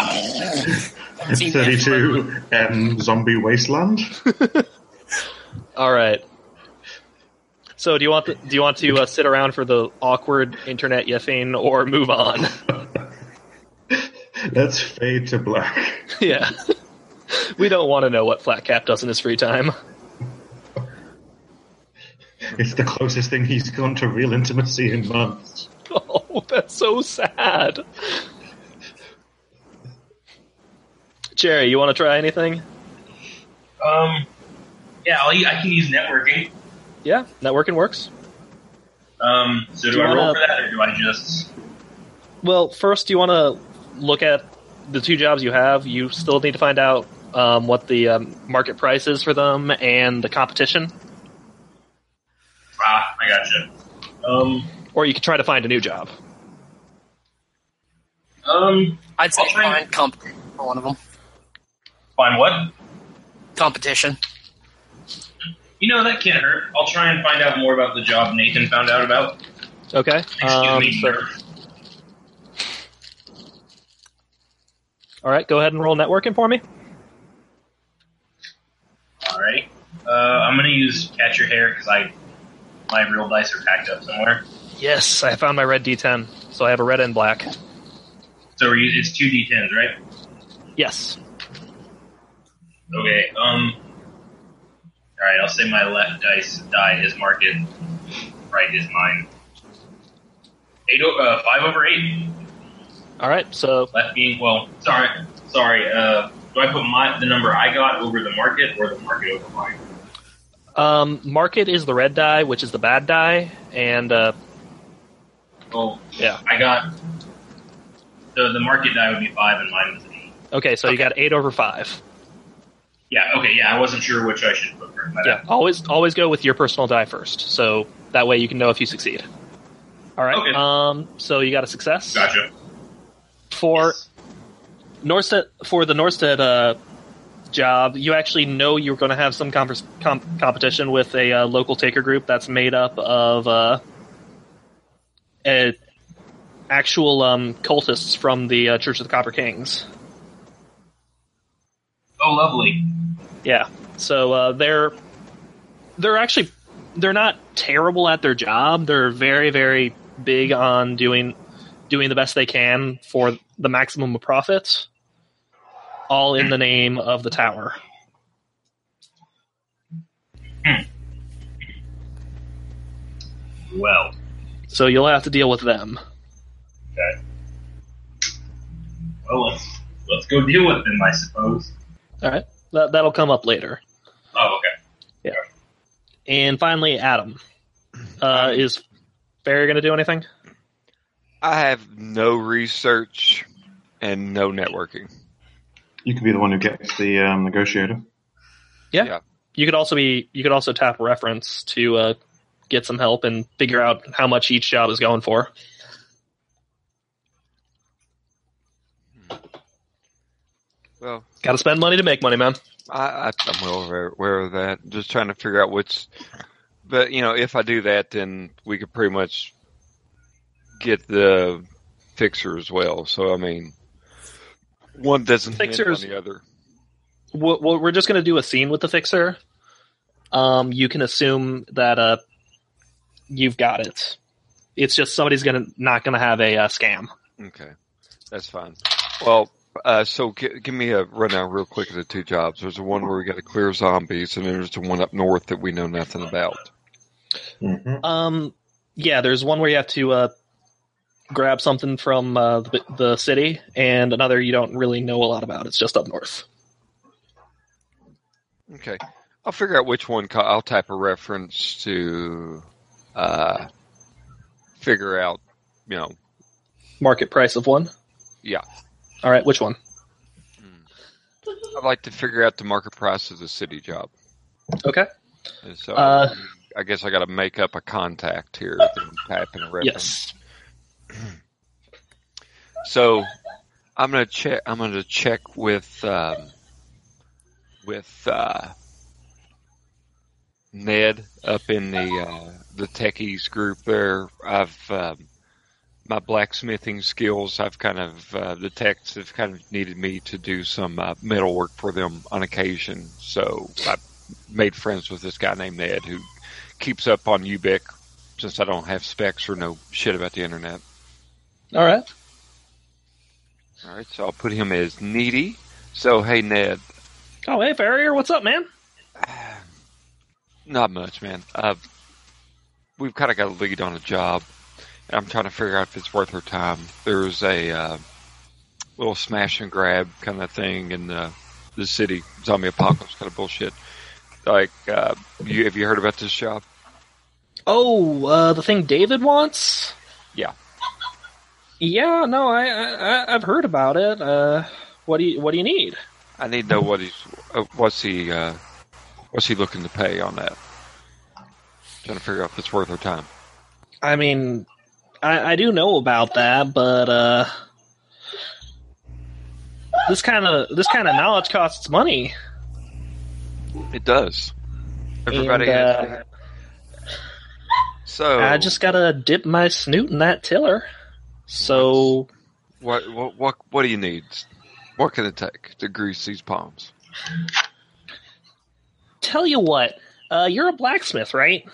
Speaker 5: I've seen that.
Speaker 3: Thirty-two M Zombie Wasteland.
Speaker 1: All right. So do you want the, do you want to uh, sit around for the awkward internet yiffing or move on?
Speaker 3: Let's fade to black.
Speaker 1: yeah. We don't want to know what Flatcap does in his free time.
Speaker 3: It's the closest thing he's gone to real intimacy in months.
Speaker 1: Oh, that's so sad. Jerry, you want to try anything?
Speaker 4: Um, yeah, I'll, u- I can use networking.
Speaker 1: Yeah, networking works.
Speaker 4: Um, so do,
Speaker 1: Do you
Speaker 4: I roll
Speaker 1: wanna-
Speaker 4: for that, or do I just?
Speaker 1: Well, first, do you want to look at the two jobs you have? You still need to find out um, what the um, market price is for them and the competition,
Speaker 4: Ah, I gotcha. Um,
Speaker 1: or you can try to find a new job.
Speaker 4: um,
Speaker 5: I'd say
Speaker 4: I'll find-
Speaker 5: find comp for one of them.
Speaker 4: find what?
Speaker 5: Competition.
Speaker 4: You know that can't hurt. I'll try and find out more about the job Nathan found out about.
Speaker 1: Okay.
Speaker 4: Excuse
Speaker 1: Um,
Speaker 4: me.
Speaker 1: so- all right, go ahead and roll networking for me.
Speaker 4: All right. Uh, I'm gonna use catch your hair because I my real dice are packed up somewhere.
Speaker 1: Yes, I found my red D10. So I have a red and black.
Speaker 4: So we're using, it's two d10s, right?
Speaker 1: Yes.
Speaker 4: Okay. Um. All right. I'll say my left dice die is marked. in. Right is mine. Eight. o- Uh, five over eight.
Speaker 1: All right. So
Speaker 4: Left being well. Sorry. Sorry. Uh, do I put my the number I got over the market or the market over mine?
Speaker 1: um, market is the red die, which is the bad die, and uh,
Speaker 4: Well,
Speaker 1: yeah.
Speaker 4: I got the the market die would be five and mine was an eight.
Speaker 1: Okay, so you got eight over five.
Speaker 4: Yeah. Okay. Yeah. I wasn't sure which I should put first. my
Speaker 1: Yeah.
Speaker 4: bad.
Speaker 1: Always always go with your personal die first. So that way you can know if you succeed. All right.
Speaker 4: Okay.
Speaker 1: Um. So you got a success
Speaker 4: Gotcha.
Speaker 1: for
Speaker 4: Yes.
Speaker 1: Norstead for the Norstead uh, job, you actually know you're going to have some convers com- competition with a uh, local taker group that's made up of uh, uh actual um, cultists from the uh, Church of the Copper Kings.
Speaker 4: Oh, lovely.
Speaker 1: Yeah, so uh, they're they're actually they're not terrible at their job. They're very very big on doing doing the best they can for the maximum of profits, all in the name of the tower.
Speaker 4: Well.
Speaker 1: So you'll have to deal with them.
Speaker 4: Okay. Well, let's let's go deal with them, I suppose.
Speaker 1: All right, that, that'll come up later.
Speaker 4: Oh, okay.
Speaker 1: And finally, Adam uh, is Barry going to do anything?
Speaker 6: I have no research and no networking.
Speaker 3: You could be the one who gets the um, negotiator.
Speaker 1: You could also be you could also tap reference to uh, get some help and figure out how much each job is going for.
Speaker 6: Well,
Speaker 1: Got to spend money to make money, man.
Speaker 6: I, I, I'm well aware, aware of that. Just trying to figure out what's. But you know, if I do that, then we could pretty much get the fixer as well. So I mean, one doesn't hinge on
Speaker 1: Fixers-
Speaker 6: the other.
Speaker 1: We'll, we'll- we're just going to do a scene with the fixer. Um, you can assume that uh, you've got it. It's just somebody's going to not going to have a uh, scam.
Speaker 6: Okay, that's fine. Well, uh, so g- give me a rundown real quick of the two jobs. There's the one where we got to clear zombies, and then there's the one up north that we know nothing about.
Speaker 3: Mm-hmm.
Speaker 1: Um, yeah, there's one where you have to uh, grab something from uh, the, the city, and another you don't really know a lot about. It's just up north.
Speaker 6: Okay, I'll figure out which one. co- I'll type a reference to uh, figure out. You know,
Speaker 1: Market price of one.
Speaker 6: Yeah.
Speaker 1: All right, which one?
Speaker 6: I'd like to figure out the market price of the city job.
Speaker 1: Okay.
Speaker 6: And so
Speaker 1: Uh,
Speaker 6: I guess I got to make up a contact here. and Type in a reference.
Speaker 1: yes.
Speaker 6: So I'm gonna check. I'm gonna check with um, with uh, Ned up in the uh, the techies group there. I've um, my blacksmithing skills. I've kind of uh, the techs have kind of needed me to do some uh, metal work for them on occasion. So I made friends with this guy named Ned who keeps up on Ubic since I don't have specs or know shit about the internet.
Speaker 1: All right.
Speaker 6: All right, so I'll put him as needy. So, hey, Ned,
Speaker 1: Oh, hey, Farrier, what's up, man?
Speaker 6: not much, man. Uh, we've kind of got a lead on a job, and I'm trying to figure out if it's worth our time. There's a uh, little smash and grab kind of thing in the, the city, zombie apocalypse kind of bullshit. Like, uh, you, have you heard about this job?
Speaker 1: Oh, uh, the thing David wants.
Speaker 6: Yeah.
Speaker 1: Yeah. No, I, I I- I've heard about it. Uh, what do you What do you need?
Speaker 6: I need to know what he's, uh, what's he, uh, what's he looking to pay on that? Trying to figure out if it's worth our time.
Speaker 1: I mean, I, I do know about that, but uh, this kind of this kind of knowledge costs money.
Speaker 6: It does. Everybody
Speaker 1: and,
Speaker 6: has.
Speaker 1: uh,
Speaker 6: So
Speaker 1: I just gotta dip my snoot in that tiller. So
Speaker 6: what, what what what do you need? What can it take to grease these palms?
Speaker 1: tell you what, uh, you're a blacksmith, right?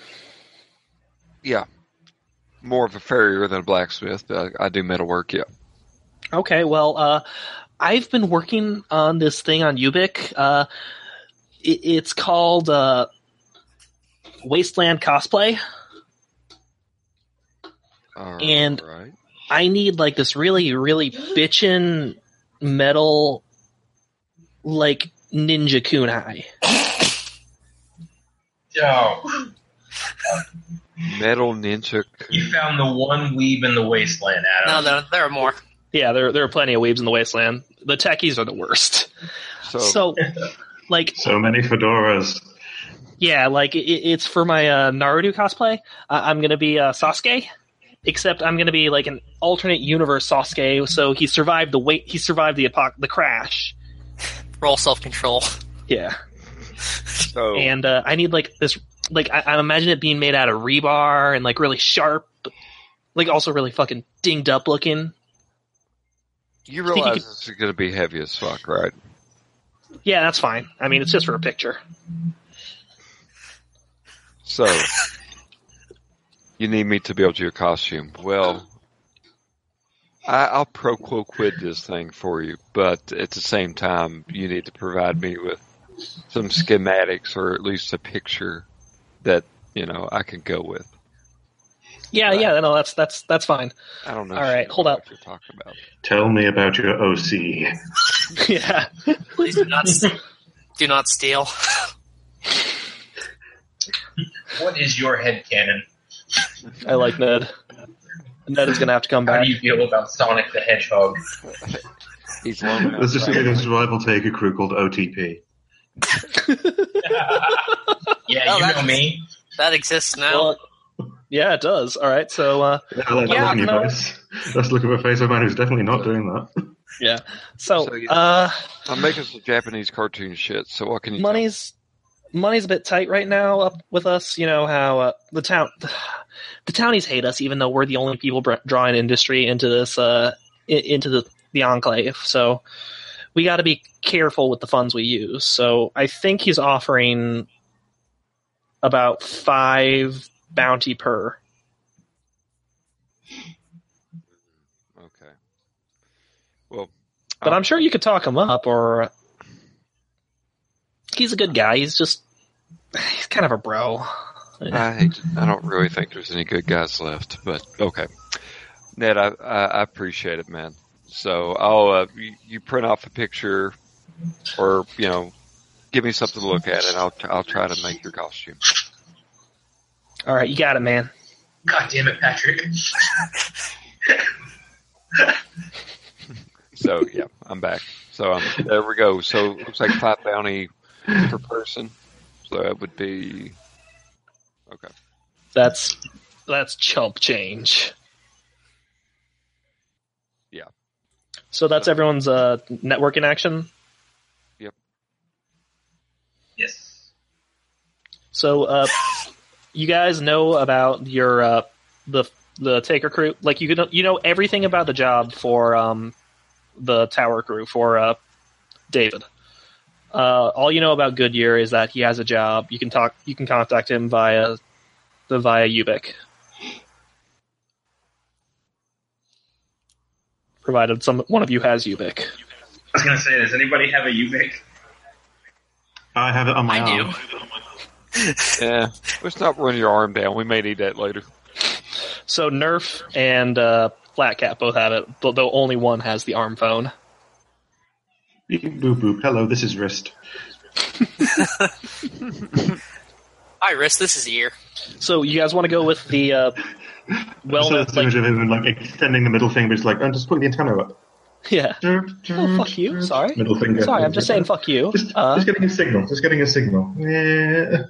Speaker 6: yeah, more of a farrier than a blacksmith, but I, I do metal work. Yeah.
Speaker 1: Okay, well, uh, I've been working on this thing on Ubik. Uh, it, it's called uh, Wasteland Cosplay.
Speaker 6: All
Speaker 1: And-
Speaker 6: right.
Speaker 1: I need like this really, really bitchin' metal, like ninja kunai.
Speaker 4: Oh,
Speaker 6: metal ninja.
Speaker 4: you found the one weeb in the wasteland,
Speaker 5: No,
Speaker 4: Adam.
Speaker 5: there, there are more.
Speaker 1: Yeah, there there are plenty of weebs in the wasteland. The techies are the worst.
Speaker 6: So,
Speaker 1: So, like,
Speaker 3: So many fedoras.
Speaker 1: yeah, like it, it's for my uh, Naruto cosplay. I I'm gonna be uh, Sasuke, except I'm gonna be like an alternate universe Sasuke. So he survived the wait. He survived the apoc- the crash.
Speaker 5: Roll self control.
Speaker 1: Yeah,
Speaker 6: so
Speaker 1: and uh, I need like this. Like I, I imagine it being made out of rebar and like really sharp, like also really fucking dinged up looking.
Speaker 6: you
Speaker 1: think you
Speaker 6: realize
Speaker 1: could-
Speaker 6: this is going to be heavy as fuck, right?
Speaker 1: Yeah, that's fine. I mean, it's just for a picture.
Speaker 6: So, you need me to build your costume. Well, I, I'll pro quo quid this thing for you, but at the same time, you need to provide me with some schematics or at least a picture that you know I can go with.
Speaker 1: Yeah,
Speaker 6: Right.
Speaker 1: yeah, no, that's that's that's fine.
Speaker 6: I don't know.
Speaker 1: All
Speaker 6: shit
Speaker 1: right,
Speaker 6: about
Speaker 1: hold up.
Speaker 6: What you're talking about?
Speaker 3: Tell me about your OC.
Speaker 1: yeah,
Speaker 5: Please do not, s- do not steal.
Speaker 4: What is your head cannon?
Speaker 1: I like Ned. Ned is gonna have to come
Speaker 4: How
Speaker 1: back.
Speaker 4: do you feel about Sonic the Hedgehog?
Speaker 6: He's long
Speaker 3: There's just
Speaker 6: outside.
Speaker 3: a survival taker crew called OTP.
Speaker 4: yeah,
Speaker 5: Oh,
Speaker 4: you know
Speaker 5: that's-
Speaker 4: me.
Speaker 5: That exists now.
Speaker 1: Well, yeah, it does. All right, so uh,
Speaker 3: Yeah, I like that
Speaker 1: Yeah,
Speaker 3: look on your
Speaker 1: no.
Speaker 3: face. That's the look of a face of a man who's definitely not doing that.
Speaker 1: yeah, so,
Speaker 6: So, yeah.
Speaker 1: uh,
Speaker 6: I'm making some Japanese cartoon shit. So what can you?
Speaker 1: money's money's a bit tight right now up with us. You know how uh, the town the townies hate us, even though we're the only people br- drawing industry into this uh, i- into the the enclave. So we got to be careful with the funds we use. So I think he's offering about five bounty per.
Speaker 6: tell? Okay. Well,
Speaker 1: But I'm sure you could talk him up, or he's a good guy. He's just he's kind of a bro.
Speaker 6: I hate- I don't really think there's any good guys left, but okay. Ned, I, I, I appreciate it, man. So I'll uh, you, you print off a picture, or you know, give me something to look at, and I'll I'll try to make your costume.
Speaker 1: All right, you got it, man.
Speaker 4: God damn it, Patrick.
Speaker 6: So yeah, I'm back. So um, there we go. So it looks like five bounty per person. So that would be okay.
Speaker 1: That's that's chump change.
Speaker 6: Yeah.
Speaker 1: So that's everyone's uh, networking action.
Speaker 4: Yes.
Speaker 1: So uh, you guys know about your uh, the the taker crew. Like you could you know everything about the job for um, the tower crew for uh, David. Uh, all you know about Goodyear is that he has a job. You can talk. You can contact him via the via Ubik. Provided some one of you has Ubik.
Speaker 4: I was gonna say, does anybody have a UBIC?
Speaker 3: I have it on my
Speaker 5: I do.
Speaker 3: arm.
Speaker 6: Yeah, let's not run your arm down. We may need that later.
Speaker 1: So Nerf and uh, Flat Cat both have it, but though only one has the arm phone.
Speaker 3: Beep, boop, boop. Hello, this is wrist.
Speaker 5: Iris, this is ear.
Speaker 1: So you guys want to go with the uh,
Speaker 3: Well, so
Speaker 1: wellness?
Speaker 3: that's the
Speaker 1: like,
Speaker 3: image of him like extending the middle finger, just like I'm just putting the antenna up.
Speaker 1: yeah. Oh, fuck you. Sorry.
Speaker 3: Middle finger.
Speaker 1: Sorry, I'm just saying fuck you.
Speaker 3: Just,
Speaker 1: Uh,
Speaker 3: just getting a signal. Just getting a signal. Yeah.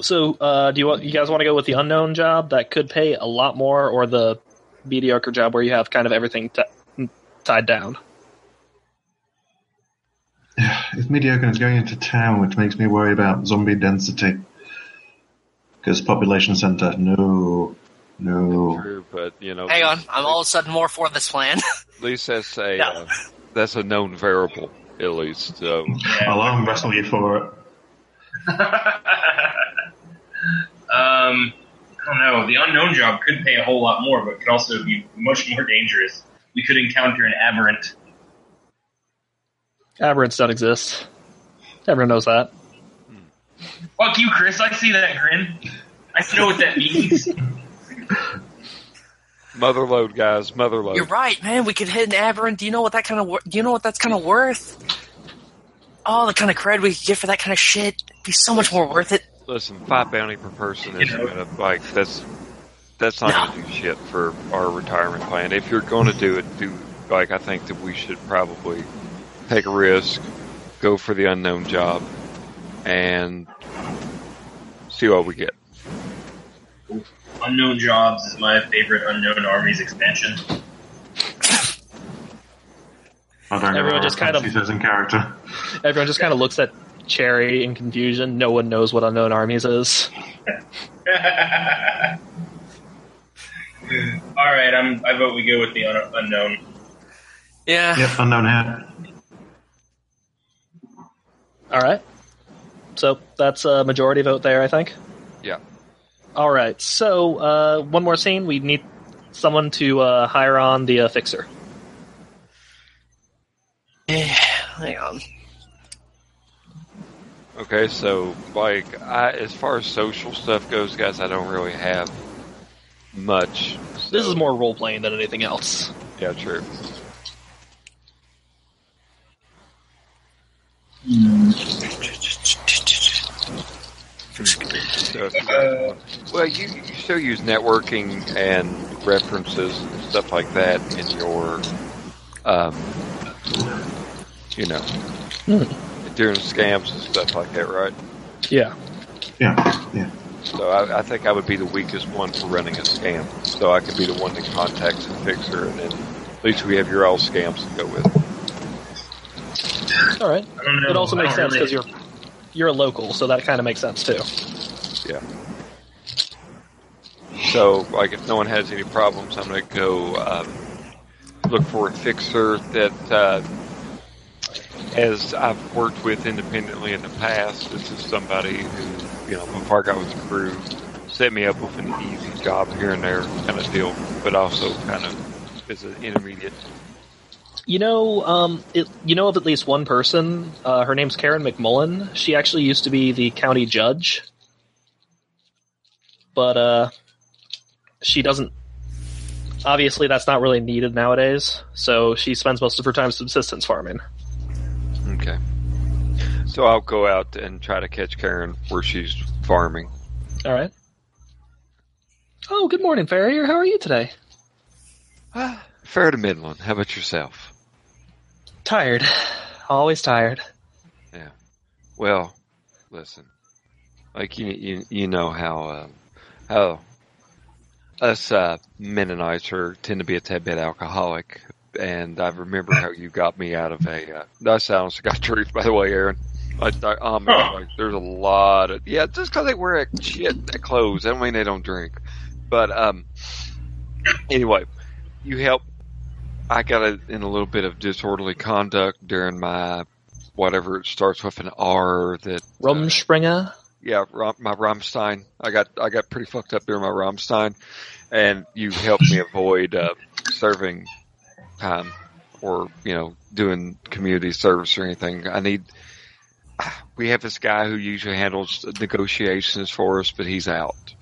Speaker 1: so uh, do you want, you guys want to go with the unknown job that could pay a lot more, or the mediocre job where you have kind of everything t- tied down?
Speaker 3: It's mediocre and it's going into town, which makes me worry about zombie density. Because population centre, no, no.
Speaker 6: True, but you know,
Speaker 5: Hang on, I'm all of a sudden more for this plan.
Speaker 6: At least that's a
Speaker 5: Yeah.
Speaker 6: uh, that's a known variable. At
Speaker 3: Oh.
Speaker 6: least, so
Speaker 3: um, I'll arm wrestle you for it.
Speaker 4: Um, I don't know. The unknown job could pay a whole lot more, but could also be much more dangerous. We could encounter an aberrant.
Speaker 1: Aberrants don't exist. Everyone knows that.
Speaker 4: Fuck you, Chris. I see that grin. I know what that means.
Speaker 6: Motherload, guys, motherload.
Speaker 5: You're right, man. We could hit an aberrant. Do you know what that kind of wor- do you know what that's kind of worth? All the kind of cred we could get for that kind of shit It'd be so much more worth it.
Speaker 6: Listen, five bounty per person isn't
Speaker 4: You know.
Speaker 6: gonna like that's that's not gonna do shit for our retirement plan. If you're gonna do it, do like I think that we should probably take a risk, go for the unknown job, and see what we get.
Speaker 4: unknown jobs is my favorite unknown armies expansion.
Speaker 3: I don't know.
Speaker 1: Everyone
Speaker 3: what
Speaker 1: just kind of-
Speaker 3: reference he says in character.
Speaker 1: Everyone just kind of looks at Cherry in confusion. No one knows what Unknown Armies is.
Speaker 4: All right, I'm. I vote we go with the un- unknown.
Speaker 5: Yeah.
Speaker 3: Yep, unknown hat.
Speaker 1: All right. So that's a majority vote there, I think.
Speaker 6: Yeah.
Speaker 1: All right. So uh, one more scene. We need someone to uh, hire on the uh, fixer.
Speaker 5: Yeah, Hang on.
Speaker 6: Okay, so like I, as far as social stuff goes, guys, I don't really have much.
Speaker 1: This
Speaker 6: so-
Speaker 1: is more role playing than anything else.
Speaker 6: yeah, true. So if you guys
Speaker 1: Uh,
Speaker 6: want- well, you, you still use networking and references and stuff like that in your, um, you know, during scams and stuff like that, right?
Speaker 1: Yeah.
Speaker 3: Yeah, yeah.
Speaker 6: So I, I think I would be the weakest one for running a scam. So I could be the one that contacts the fixer, and then at least we have your all scams to go with.
Speaker 1: All right.
Speaker 4: I don't know.
Speaker 1: It also
Speaker 4: Um, I
Speaker 1: makes
Speaker 4: don't
Speaker 1: sense because
Speaker 4: really-
Speaker 1: you're you're a local, so that kind of makes sense too.
Speaker 6: So like, if no one has any problems, I'm going to go um, look for a fixer that, uh, as I've worked with independently in the past, this is somebody who, you know, before I got with the crew, set me up with an easy job here and there kind of deal, but also kind of is an intermediate.
Speaker 1: You know, um, it, you know of at least one person. Uh, her name's Karen McMullen. She actually used to be the county judge, but uh, she doesn't. Obviously, that's not really needed nowadays. So she spends most of her time subsistence farming.
Speaker 6: Okay. So I'll go out and try to catch Karen where she's farming.
Speaker 1: All right. Oh, good morning, Farrier. How are you today?
Speaker 6: Fair to Midland. How about yourself?
Speaker 1: Tired. Always tired.
Speaker 6: Well, listen. Like you, you, you know how, uh, how us uh, Mennonites are tend to be a tad bit alcoholic, and I remember how you got me out of a. Uh, that sounds got truth, by the way, Aaron. Like, I, um,
Speaker 4: Huh.
Speaker 6: like there's a lot of yeah, just because they wear a shit that clothes, I mean they don't drink. But um, anyway, you help. I got a, in a little bit of disorderly conduct during my whatever it starts with an R that uh,
Speaker 1: Rumspringer.
Speaker 6: yeah, Rom, my Rammstein. I got I got pretty fucked up during my Rammstein, and you helped me avoid uh, serving time or you know doing community service or anything. I need. We have this guy who usually handles negotiations for us, but he's out.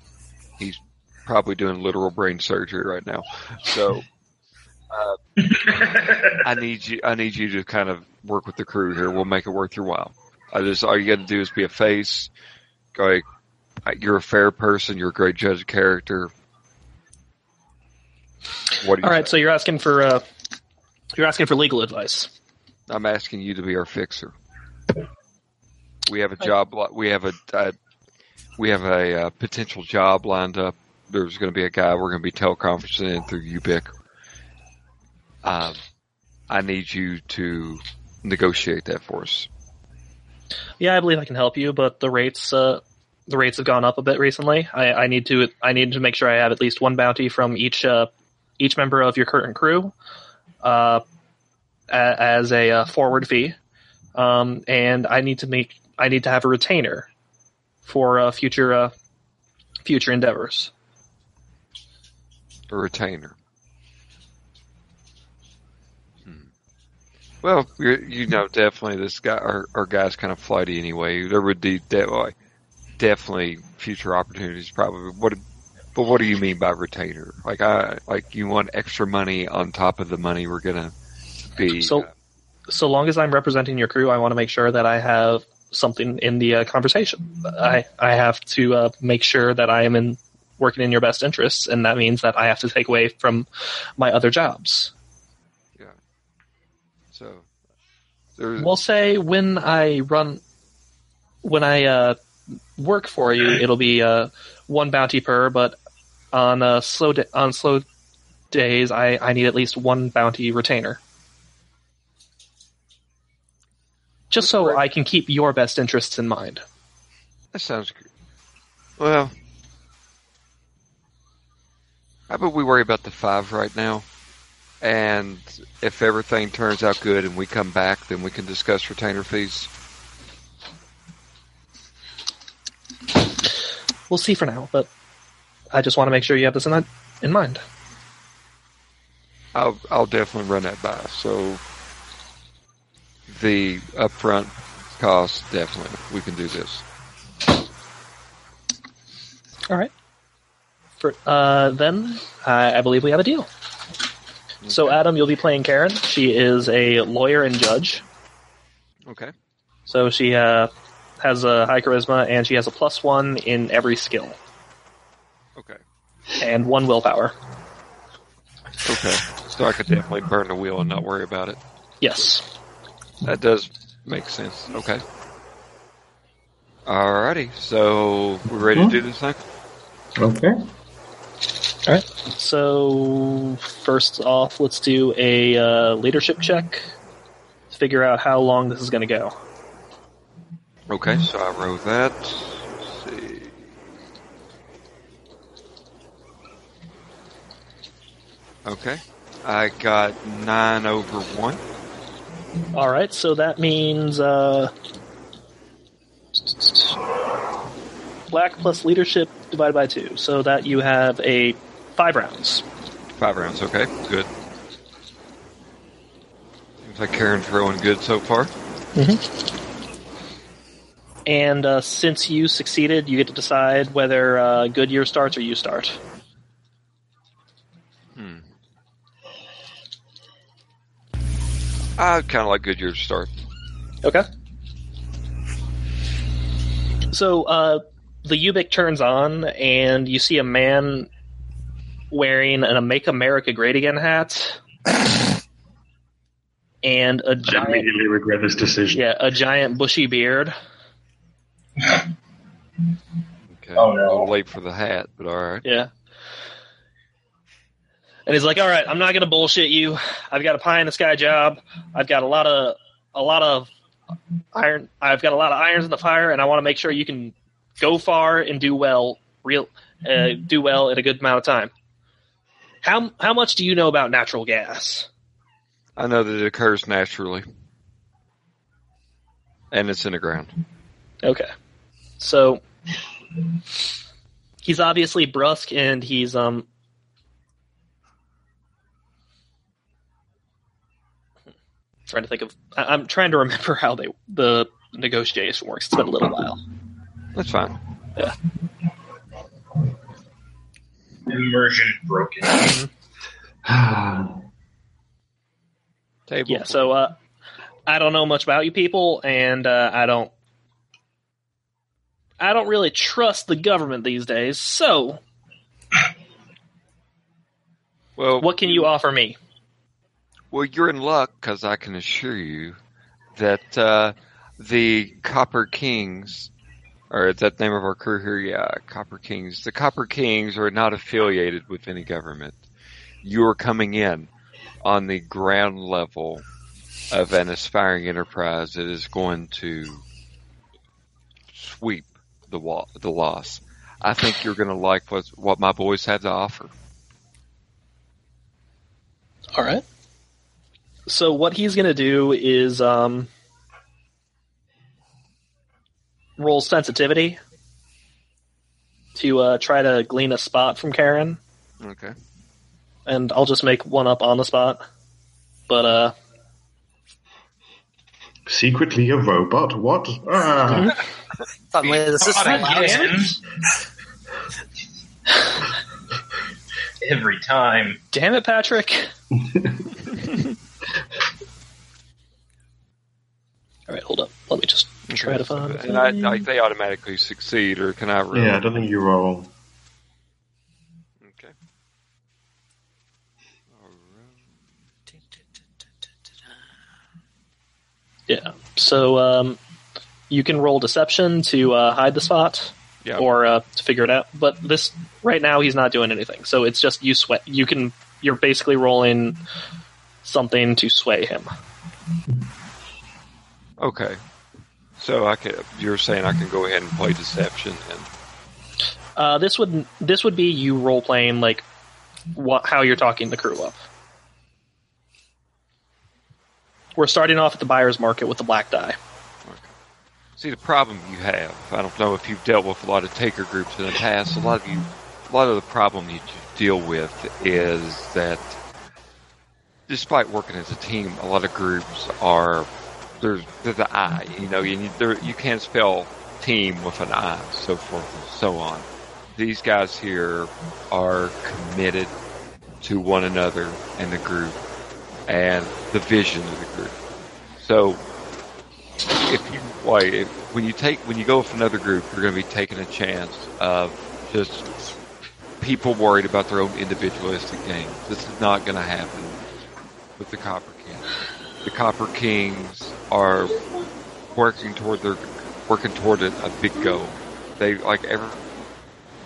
Speaker 6: He's probably doing literal brain surgery right now. So uh, I need you. I need you to kind of work with the crew here. We'll make it worth your while. I just all you got to do is be a face. Like you're a fair person. You're a great judge of character. What? Do you
Speaker 1: All right.
Speaker 6: say?
Speaker 1: So you're asking for uh, you're asking for legal advice.
Speaker 6: I'm asking you to be our fixer. We have a job. Li- we have a, uh we have a, uh potential job lined up. There's going to be a guy we're going to be teleconferencing in through UBIC. Um, I need you to negotiate that for us.
Speaker 1: Yeah, I believe I can help you, but the rates uh, the rates have gone up a bit recently. I, I need to I need to make sure I have at least one bounty from each uh, each member of your current crew, uh, a- as a uh, forward fee, um, and I need to make I need to have a retainer for uh, future uh, future endeavors.
Speaker 6: a retainer. Hmm. Well, you you know, definitely this guy, our, our guy's kind of flighty anyway. There would be de- definitely future opportunities, probably. What? But what do you mean by retainer? Like, I like you want extra money on top of the money we're gonna be. uh,
Speaker 1: So- So long as I'm representing your crew, I want to make sure that I have something in the uh, conversation. I I have to uh, make sure that I am in working in your best interests, and that means that I have to take away from my other jobs.
Speaker 6: so there's
Speaker 1: We'll say when I run, when I uh, work for you, it'll be uh, one bounty per. But on uh, slow da- on slow days, I, I need at least one bounty retainer, just so I can keep your best interests in mind.
Speaker 6: that sounds good. Well, how about we worry about the five right now? And if everything turns out good and we come back, then we can discuss retainer fees.
Speaker 1: We'll see for now, but I just want to make sure you have this in, in mind.
Speaker 6: I'll I'll definitely run that by. So the upfront cost definitely we can do this.
Speaker 1: All right. For uh, then, I, I believe we have a deal. So, Adam, you'll be playing Karen. She is a lawyer and judge.
Speaker 6: Okay.
Speaker 1: So she uh, has a high charisma, and she has a plus one in every skill
Speaker 6: Okay.
Speaker 1: and one willpower.
Speaker 6: Okay. So I could definitely burn the wheel and not worry about it.
Speaker 1: Yes.
Speaker 6: That does make sense. Okay. Alrighty. So we're ready to do this thing.
Speaker 3: Okay.
Speaker 1: So first off, let's do a uh, leadership check to figure out how long this is going to go.
Speaker 6: Okay. So I wrote that. Let's see. Okay. I got nine over one.
Speaker 1: All right. So that means uh, black plus leadership divided by two, so that you have a five rounds.
Speaker 6: Five rounds, okay. Good. Seems like Karen's rolling good so far.
Speaker 1: And uh, since you succeeded, you get to decide whether uh, Goodyear starts or you start.
Speaker 6: I kind of like Goodyear to start.
Speaker 1: Okay. So uh, the Ubik turns on, and you see a man wearing an "Make America Great Again" hat and a
Speaker 3: I
Speaker 1: giant,
Speaker 3: immediately regret this decision.
Speaker 1: yeah, a giant bushy beard.
Speaker 6: Okay.
Speaker 4: Oh,
Speaker 6: A
Speaker 4: no.
Speaker 6: little late for the hat, but alright.
Speaker 1: Yeah. And he's like, "All right, I'm not gonna bullshit you. I've got a pie in the sky job. I've got a lot of a lot of iron. I've got a lot of irons in the fire, and I want to make sure you can go far and do well. Real uh, do well in a good amount of time. How how much do you know about natural gas?
Speaker 6: I know that it occurs naturally. And it's in the ground.
Speaker 1: Okay, so he's obviously brusque, and he's um trying to think of. I- I'm trying to remember how they the negotiation works. It's been a little while.
Speaker 6: That's fine.
Speaker 4: Immersion broken.
Speaker 6: Table.
Speaker 1: Yeah. So uh, I don't know much about you people, and uh, I don't. I don't really trust the government these days. So,
Speaker 6: Well,
Speaker 1: what can you offer me?
Speaker 6: well, you're in luck because I can assure you that uh, the Copper Kings, or is that the name of our crew here? Yeah, Copper Kings. The Copper Kings are not affiliated with any government. You are coming in on the ground level of an aspiring enterprise that is going to sweep the wa- the loss. I think you're going to like what what my boys have to offer.
Speaker 1: All right. So what he's going to do is um, roll sensitivity to uh, try to glean a spot from Karen,
Speaker 6: Okay.
Speaker 1: and I'll just make one up on the spot. But uh,
Speaker 3: Secretly a robot? What? Ah.
Speaker 5: Suddenly, this is
Speaker 4: God,
Speaker 5: loud.
Speaker 4: again? Every time.
Speaker 1: damn it, Patrick! All right, hold up. Let me just try to find.
Speaker 6: And I, like they automatically succeed, or can I roll?
Speaker 3: yeah, I don't think you roll.
Speaker 6: Okay.
Speaker 1: Yeah. So um, you can roll deception to uh, hide the spot
Speaker 6: Yeah.
Speaker 1: or uh, to figure it out. But this right now, he's not doing anything. So it's just you sweat. You can. You're basically rolling something to sway him.
Speaker 6: Okay. So I could. You're saying I can go ahead and play deception, and
Speaker 1: Uh, this would this would be you role playing like what how you're talking the crew up. We're starting off at the buyer's market with the black die.
Speaker 6: see the problem you have. I don't know if you've dealt with a lot of taker groups in the past. A lot of you, a lot of the problem you deal with is that, despite working as a team, a lot of groups are there's there's the I. You know, you need, there, you can't spell team with an I, so forth and so on. These guys here are committed to one another and the group and the vision of the group. So if you like, if, when you take when you go with another group, you're going to be taking a chance of just people worried about their own individualistic games. This is not going to happen with the Copper Kings. The Copper Kings are working toward their working toward a, a big goal. They like every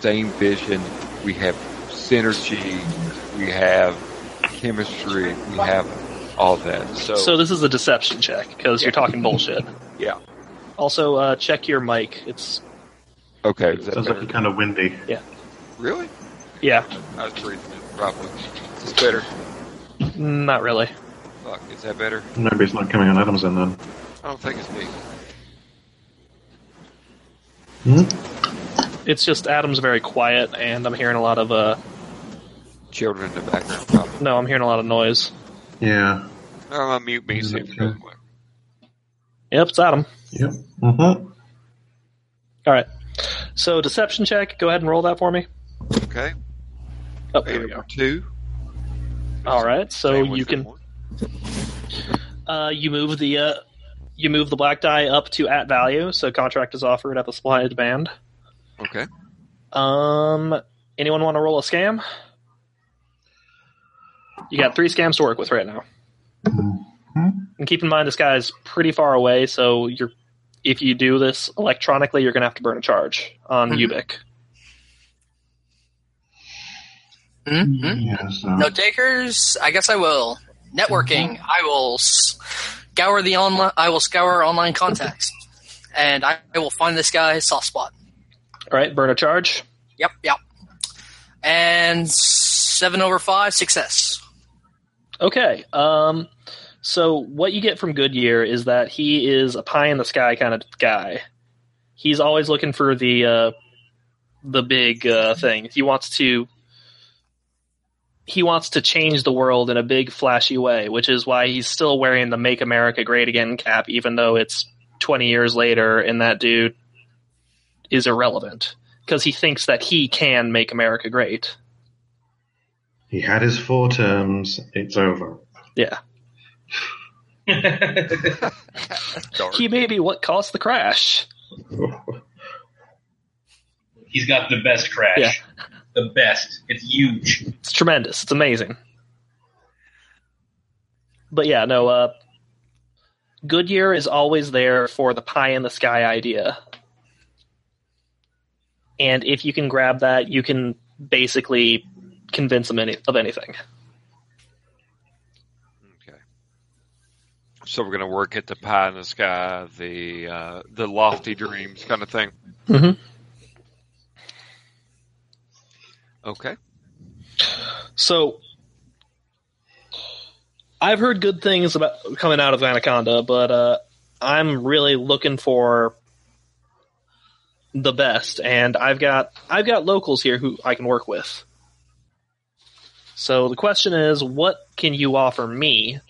Speaker 6: same vision. We have synergy. We have chemistry. We have all that. So,
Speaker 1: So this is a deception check because you're talking bullshit.
Speaker 6: yeah.
Speaker 1: Also, uh, check your mic. It's
Speaker 6: Okay. is that
Speaker 3: Sounds
Speaker 6: better?
Speaker 3: like you're kind of windy.
Speaker 6: Really?
Speaker 1: yeah,
Speaker 6: I was reading it properly. It's better.
Speaker 1: not really.
Speaker 6: Fuck, is that better?
Speaker 3: Maybe it's not coming on Adam's end then.
Speaker 6: I don't think it's me.
Speaker 3: Hmm?
Speaker 1: It's just Adam's very quiet, and I'm hearing a lot of uh.
Speaker 6: Children in the background, probably.
Speaker 1: No, I'm hearing a lot of noise.
Speaker 3: Yeah.
Speaker 6: Oh, I'll mute me. See if it goes away.
Speaker 1: Yep, it's Adam.
Speaker 3: Yep. Mm-hmm.
Speaker 1: All right. So deception check. Go ahead and roll that for me.
Speaker 6: Okay.
Speaker 1: Oh,
Speaker 6: Hey,
Speaker 1: here we go.
Speaker 6: number two.
Speaker 1: All right. So
Speaker 6: Same with
Speaker 1: you
Speaker 6: the
Speaker 1: can
Speaker 6: one.
Speaker 1: uh, you move the uh, you move the black die up to at value. So contract is offered at the supply and demand.
Speaker 6: Okay.
Speaker 1: Um, anyone want to roll a scam? You got three scams to work with right now. And keep in mind, this guy's pretty far away, so you're if you do this electronically, you're going to have to burn a charge on
Speaker 6: Mm-hmm.
Speaker 1: Ubik. Hmm?
Speaker 5: Mhm.
Speaker 3: Yeah, so.
Speaker 5: No takers. I guess I will. Networking. I will s- scour the online. I will scour online contacts, and I, I will find this guy's soft spot.
Speaker 1: All right, burn a charge.
Speaker 5: Yep, yep. And seven over five success.
Speaker 1: Okay. Um, so what you get from Goodyear is that he is a pie in the sky kind of guy. He's always looking for the uh, the big uh, thing. He wants to he wants to change the world in a big flashy way, which is why he's still wearing the "Make America Great Again" cap, even though it's twenty years later and that dude is irrelevant because he thinks that he can make America great.
Speaker 3: He had his four terms. It's over.
Speaker 1: Yeah,
Speaker 6: Dark.
Speaker 1: he may be what caused the crash.
Speaker 4: He's got the best crash.
Speaker 1: Yeah.
Speaker 4: The best. It's huge.
Speaker 1: It's tremendous. It's amazing. But yeah, no, uh, Goodyear is always there for the pie in the sky idea. And if you can grab that, you can basically convince them any- of anything.
Speaker 6: Okay. So we're gonna work at the pie in the sky, the uh, the lofty dreams kind of thing.
Speaker 1: Mhm.
Speaker 6: Okay.
Speaker 1: So I've heard good things about coming out of Anaconda, but uh, I'm really looking for the best, and I've got I've got locals here who I can work with. So the question is, what can you offer me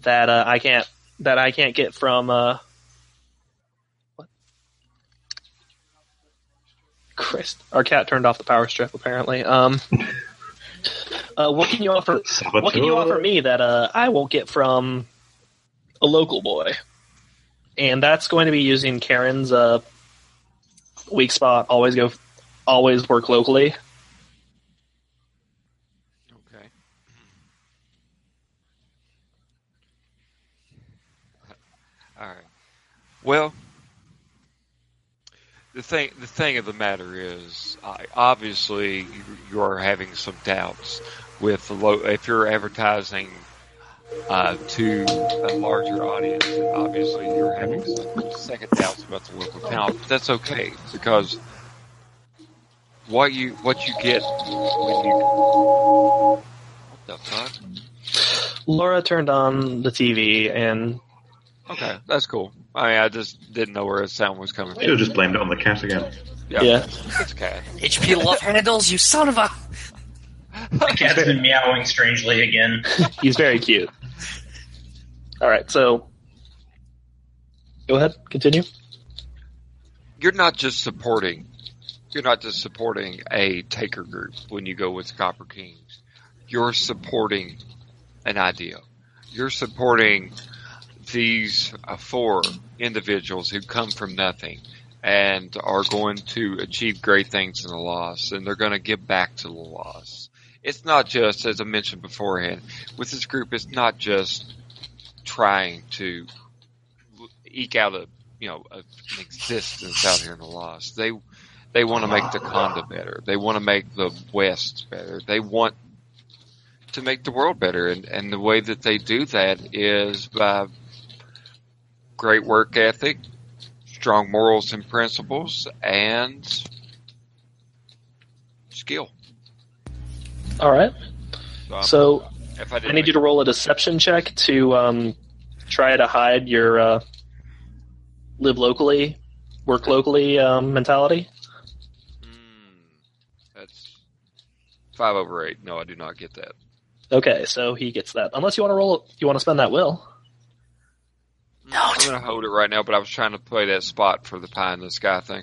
Speaker 1: that uh, I can't that I can't get from uh, what? Christ, our cat turned off the power strip. Apparently, um, uh, what can you offer? What can you offer me that uh, I won't get from a local boy? And that's going to be using Karen's uh, weak spot. Always go, always work locally.
Speaker 6: Okay. All right. Well, the thing the thing of the matter is, I, obviously you, you are having some doubts with the low. If you're advertising uh, to a larger audience, then obviously you're having some second doubts about the local talent. But that's okay because what you what you get when you what the fuck?
Speaker 1: Laura turned on the TV, and
Speaker 6: Okay, that's cool. I mean, I just didn't know where the sound was coming
Speaker 3: Should
Speaker 6: from.
Speaker 3: have just blamed it on the cat again.
Speaker 6: Yeah,
Speaker 1: Yeah.
Speaker 6: it's okay.
Speaker 5: HP love handles, you son of a.
Speaker 4: The cat's been meowing strangely again.
Speaker 1: he's very cute. All right, so go ahead, continue.
Speaker 6: you're not just supporting you're not just supporting a taker group when you go with Copper Kings. You're supporting an idea. You're supporting these uh, four individuals who come from nothing and are going to achieve great things in the loss and they're going to give back to the loss. It's not just, as I mentioned beforehand, with this group, it's not just trying to eke out a you know a, an existence out here in the lost. They they want to make the Conda better. They want to make the West better. They want to make the world better, and and the way that they do that is by great work ethic, strong morals and principles, and skill.
Speaker 1: All right,
Speaker 6: I'm-
Speaker 1: so
Speaker 6: if I,
Speaker 1: I need you to roll a deception check to um, try to hide your uh, live locally, work locally um, mentality.
Speaker 6: hmm, that's five over eight. No, I do not get that.
Speaker 1: Okay, so he gets that. Unless you want to roll, you want to spend that will.
Speaker 5: No,
Speaker 6: I'm gonna hold it right now, but I was trying to play that spot for the pie in the sky thing.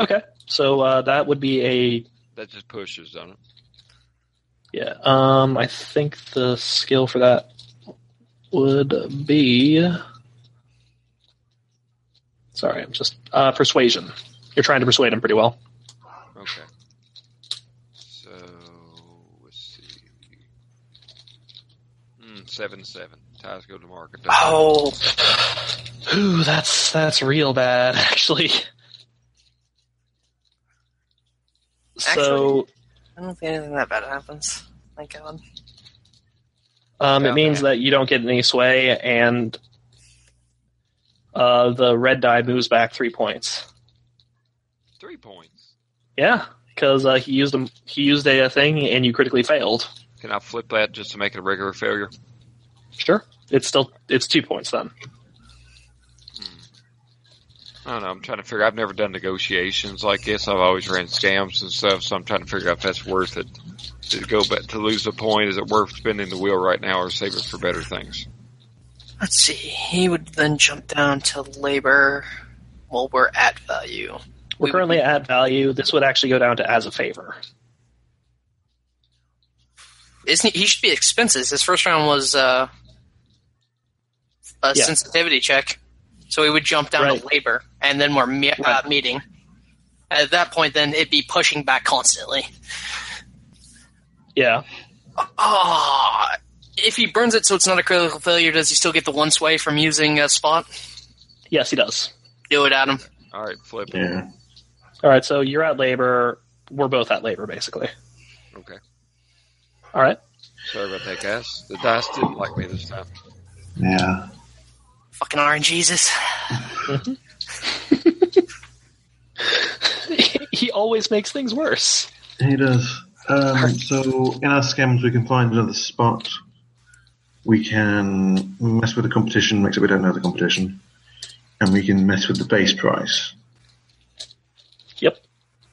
Speaker 1: Okay, so uh, that would be a
Speaker 6: That just pushes, don't it?
Speaker 1: yeah. Um, I think the skill for that would be. Sorry, I'm just uh, persuasion. You're trying to persuade him pretty well.
Speaker 6: Okay. So let's see. Mm, seven seven. Ties go to market.
Speaker 5: Oh,
Speaker 1: Ooh, that's that's real bad, actually. So
Speaker 5: Actually- I don't think anything that bad happens. Thank God.
Speaker 1: um, it
Speaker 6: Okay.
Speaker 1: means that you don't get any sway, and uh, the red die moves back three points.
Speaker 6: Three points.
Speaker 1: Yeah, because uh, he used a he used a, uh, thing, and you critically failed.
Speaker 6: Can I flip that just to make it a regular failure?
Speaker 1: Sure, it's still it's two points then.
Speaker 6: I don't know. I'm trying to figure. I've never done negotiations like this. I've always ran scams and stuff, so I'm trying to figure out if that's worth it. To go back to lose a point, is it worth spinning the wheel right now, or save it for better things?
Speaker 5: Let's see. He would then jump down to labor. Well, we're at value.
Speaker 1: We're
Speaker 5: We-
Speaker 1: currently at value. This would actually go down to as a favor.
Speaker 5: Isn't he, he should be expenses? His first round was uh, a
Speaker 1: Yeah.
Speaker 5: sensitivity check, so he would jump down
Speaker 1: Right.
Speaker 5: to labor, and then we're me- uh, meeting. At that point, then it'd be pushing back constantly.
Speaker 1: Yeah,
Speaker 5: Ah, if he burns it, so it's not a critical failure, does he still get the one sway from using a spot?
Speaker 1: yes, he does.
Speaker 5: Do it, Adam.
Speaker 6: All right, flip. it.
Speaker 3: Yeah.
Speaker 1: All right, so you're at labor. We're both at labor, basically.
Speaker 6: Okay.
Speaker 1: All right.
Speaker 6: Sorry about that, guys. The dice didn't like me this time.
Speaker 3: Yeah.
Speaker 5: Fucking RNGesus.
Speaker 1: he always makes things worse.
Speaker 3: He does. Um, so in our schemes, we can find another spot. We can mess with the competition, except we don't know the competition, and we can mess with the base price.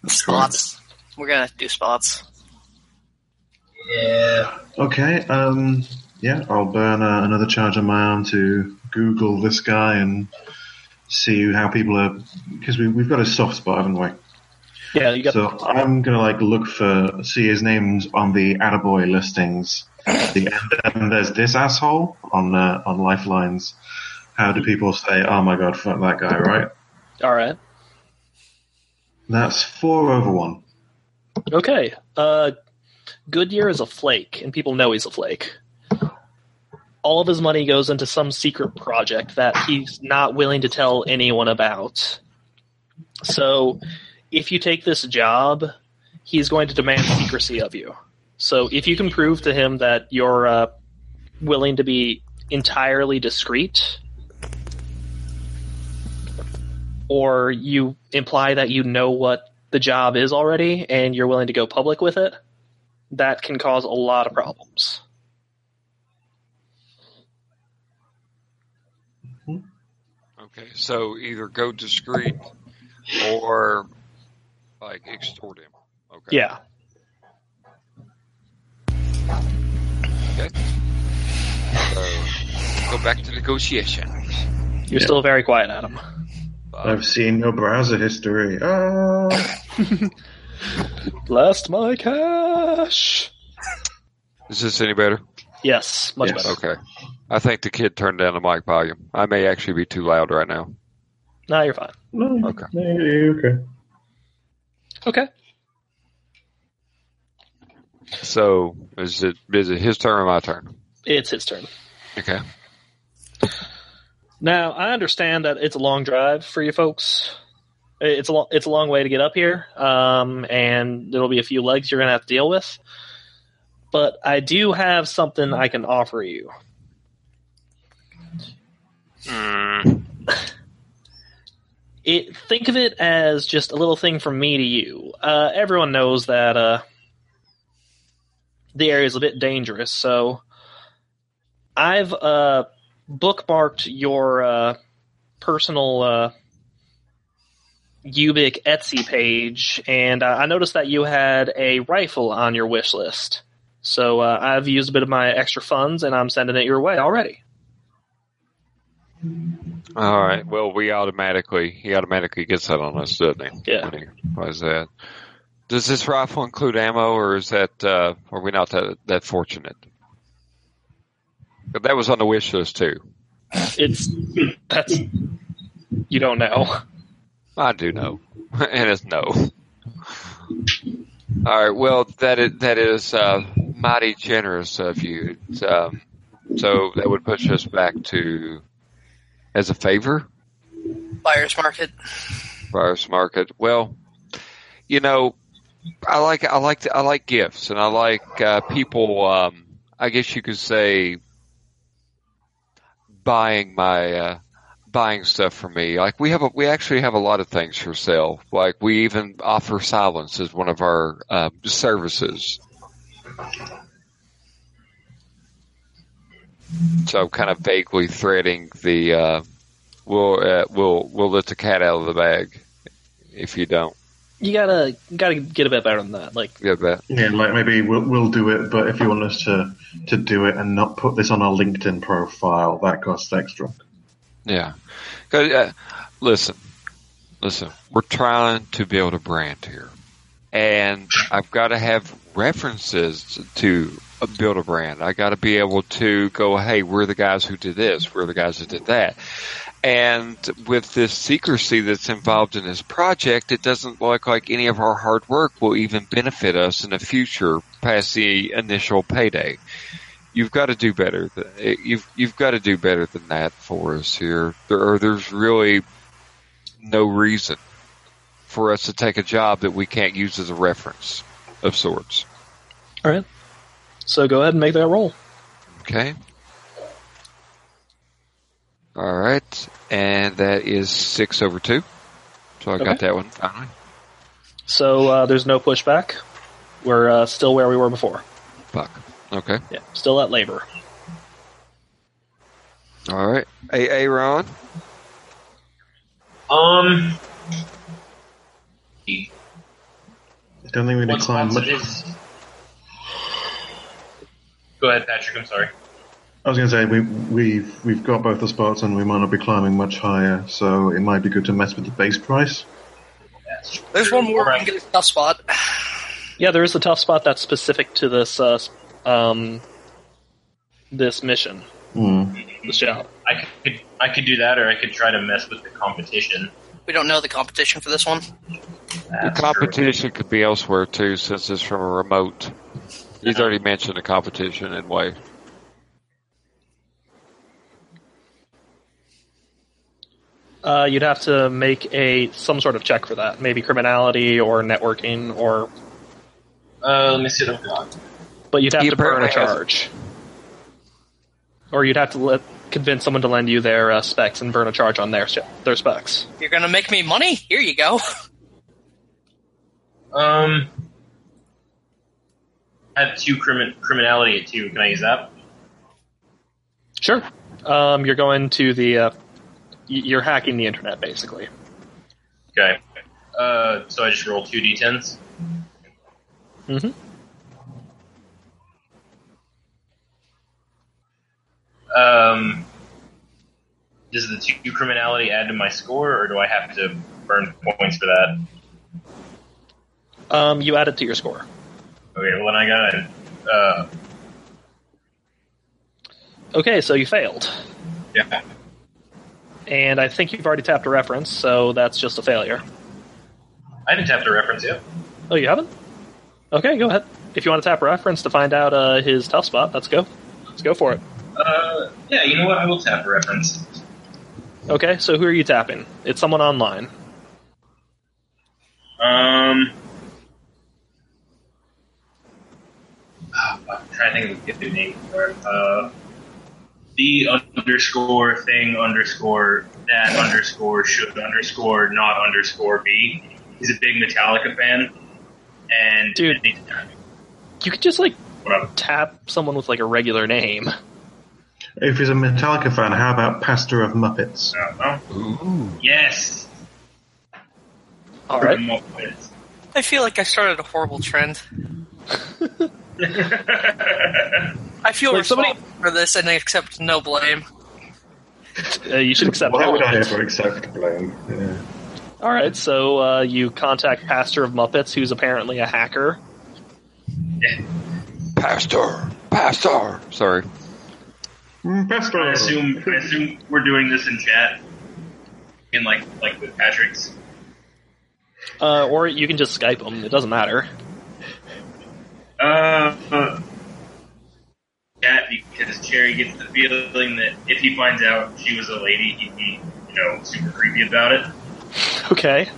Speaker 5: spots. We're gonna do spots.
Speaker 4: Yeah.
Speaker 3: Okay, um, yeah, I'll burn uh, another charge on my arm to Google this guy and see how people are. Because we, we've got a soft spot, haven't we?
Speaker 1: Yeah, you got
Speaker 3: So I'm gonna like look for see his names on the Attaboy listings. the, and, and there's this asshole on uh, on Lifelines. How do people say, "Oh my god, fuck that guy"? Right?
Speaker 1: all right.
Speaker 3: That's four over one.
Speaker 1: Okay. Uh, Goodyear is a flake, and people know he's a flake. All of his money goes into some secret project that he's not willing to tell anyone about. So, if you take this job, he's going to demand secrecy of you. So, if you can prove to him that you're uh, willing to be entirely discreet, or you imply that you know what the job is already and you're willing to go public with it, that can cause a lot of problems.
Speaker 6: Okay, so either go discreet or like extort him. Okay.
Speaker 1: Yeah.
Speaker 6: So go back to negotiation.
Speaker 1: You're still very quiet, Adam.
Speaker 3: I've seen no browser history. Ah.
Speaker 1: Blast my cash.
Speaker 6: Is this any better?
Speaker 1: Yes, much
Speaker 3: Yes.
Speaker 1: better.
Speaker 6: Okay. I think the kid turned down the mic volume. I may actually be too loud right now.
Speaker 1: No, you're fine.
Speaker 3: No,
Speaker 6: Okay.
Speaker 3: no, you're okay.
Speaker 1: Okay.
Speaker 6: So is it is it his turn or my turn?
Speaker 1: It's his turn.
Speaker 6: Okay.
Speaker 1: Now, I understand that it's a long drive for you folks. It's a long, it's a long way to get up here, um, and there'll be a few legs you're gonna have to deal with. But I do have something I can offer you.
Speaker 6: Mm.
Speaker 1: It think of it as just a little thing from me to you. Uh, everyone knows that uh, the area's a bit dangerous, so I've uh bookmarked your uh, personal uh, Ubik Etsy page, and uh, I noticed that you had a rifle on your wish list. So uh, I've used a bit of my extra funds, and I'm sending it your way already.
Speaker 6: All right. Well, we automatically he automatically gets that on us, doesn't he?
Speaker 1: Yeah.
Speaker 6: When he buys that? Does this rifle include ammo, or is that uh, are we not that, that fortunate? But that was on the wish list too.
Speaker 1: It's that's you don't know.
Speaker 6: I do know, and it's no. All right. Well, that is, that is uh, mighty generous of you. It's, Um, so that would push us back to as a favor.
Speaker 5: Buyer's market.
Speaker 6: Buyers market. Well, you know, I like I like I like gifts, and I like uh, people. Um, I guess you could say buying my uh, buying stuff for me. Like we have a, we actually have a lot of things for sale. Like we even offer silence as one of our uh, services. So kind of vaguely threading the uh, we'll uh, we'll we'll let the cat out of the bag if you don't
Speaker 1: You gotta gotta get a bit better than that. Like
Speaker 6: get that.
Speaker 3: Yeah, like maybe we'll we'll do it, but if you want us to to do it and not put this on our LinkedIn profile, that costs extra.
Speaker 6: Yeah. 'Cause, uh, listen, listen, we're trying to build a brand here. And I've got to have references to uh, build a brand. I got to be able to go, hey, we're the guys who did this, we're the guys that did that. And with this secrecy that's involved in this project, it doesn't look like any of our hard work will even benefit us in the future past the initial payday you've got to do better. Th- You've you've got to do better than that for us here. There are, there's really no reason for us to take a job that we can't use as a reference of sorts.
Speaker 1: all right, so go ahead and make that roll.
Speaker 6: Okay. All right, and that is six over two. So I got
Speaker 1: Okay.
Speaker 6: that one finally.
Speaker 1: So uh, there's no pushback. We're uh, still where we were before.
Speaker 6: Fuck. Okay.
Speaker 1: Yeah, still at labor.
Speaker 6: All right. A Aaron.
Speaker 4: Um.
Speaker 3: Don't think we need
Speaker 4: What
Speaker 3: to climb
Speaker 4: spots
Speaker 3: much.
Speaker 4: it is. Go ahead, Patrick. I'm sorry.
Speaker 3: I was going to say we we've we've got both the spots, and we might not be climbing much higher, so it might be good to mess with the base price.
Speaker 5: There's one more.
Speaker 4: Alright.
Speaker 5: I can get a tough spot.
Speaker 1: Yeah, there is a tough spot that's specific to this uh, s- um, this mission,
Speaker 3: Hmm.
Speaker 1: this job.
Speaker 4: I could I could do that, or I could try to mess with the competition.
Speaker 5: We don't know the competition for this one.
Speaker 4: That's
Speaker 2: The
Speaker 4: true.
Speaker 2: competition could be elsewhere too, since it's from a remote. He's already mentioned the competition in way.
Speaker 1: Uh, you'd have to make a some sort of check for that, maybe criminality or networking, or
Speaker 4: Uh, let me see what I've got.
Speaker 1: but you'd have
Speaker 2: He
Speaker 1: to burn a
Speaker 2: apparently has-
Speaker 1: charge, or you'd have to let, convince someone to lend you their uh, specs and burn a charge on their their specs.
Speaker 5: You're gonna make me money? Here you go.
Speaker 4: Um, I have two crimin- criminality at two. Can I use that?
Speaker 1: Sure. Um, you're going to the uh, y- you're hacking the internet basically.
Speaker 4: Okay. Uh, so I just roll two d10s.
Speaker 1: hmm
Speaker 4: Um, does the two criminality add to my score, or do I have to burn points for that?
Speaker 1: Um, you add it to your score.
Speaker 4: Okay, well then I got a. Uh,
Speaker 1: Okay, so you failed,
Speaker 4: yeah.
Speaker 1: and I think you've already tapped a reference, so that's just a failure.
Speaker 4: I didn't have to reference it.
Speaker 1: Oh, you haven't? Okay, go ahead. If you want to tap reference to find out uh, his tough spot, let's go. Let's go for it.
Speaker 4: Uh, yeah, you know what? I will tap a reference.
Speaker 1: Okay, so who are you tapping? It's someone online.
Speaker 4: Um. ah, fuck, I'm trying to think of a good name for it. Uh, the underscore thing underscore that underscore should underscore not underscore be. He's a big Metallica fan, and
Speaker 1: Dude. You could just like
Speaker 4: What up?
Speaker 1: tap someone with like a regular name.
Speaker 3: If he's a Metallica fan, how about Pastor of Muppets?
Speaker 4: Uh, oh, yes.
Speaker 1: All right.
Speaker 5: I feel like I started a horrible trend. I feel
Speaker 1: Wait, somebody-
Speaker 5: responsible for this and I accept no blame.
Speaker 1: Uh, you should accept
Speaker 3: Why
Speaker 1: that.
Speaker 3: would
Speaker 1: one.
Speaker 3: I ever accept blame? Yeah.
Speaker 1: All right, so uh, you contact Pastor of Muppets, who's apparently a hacker.
Speaker 6: Pastor, pastor.
Speaker 2: Sorry.
Speaker 3: Mm, Pastor.
Speaker 4: I assume I assume we're doing this in chat, in like like with Patrick's.
Speaker 1: Uh, or you can just Skype him. It doesn't matter.
Speaker 4: Uh, uh, that because Cherry gets the feeling that if he finds out she was a lady, he'd be, you know, super creepy about it.
Speaker 1: Okay.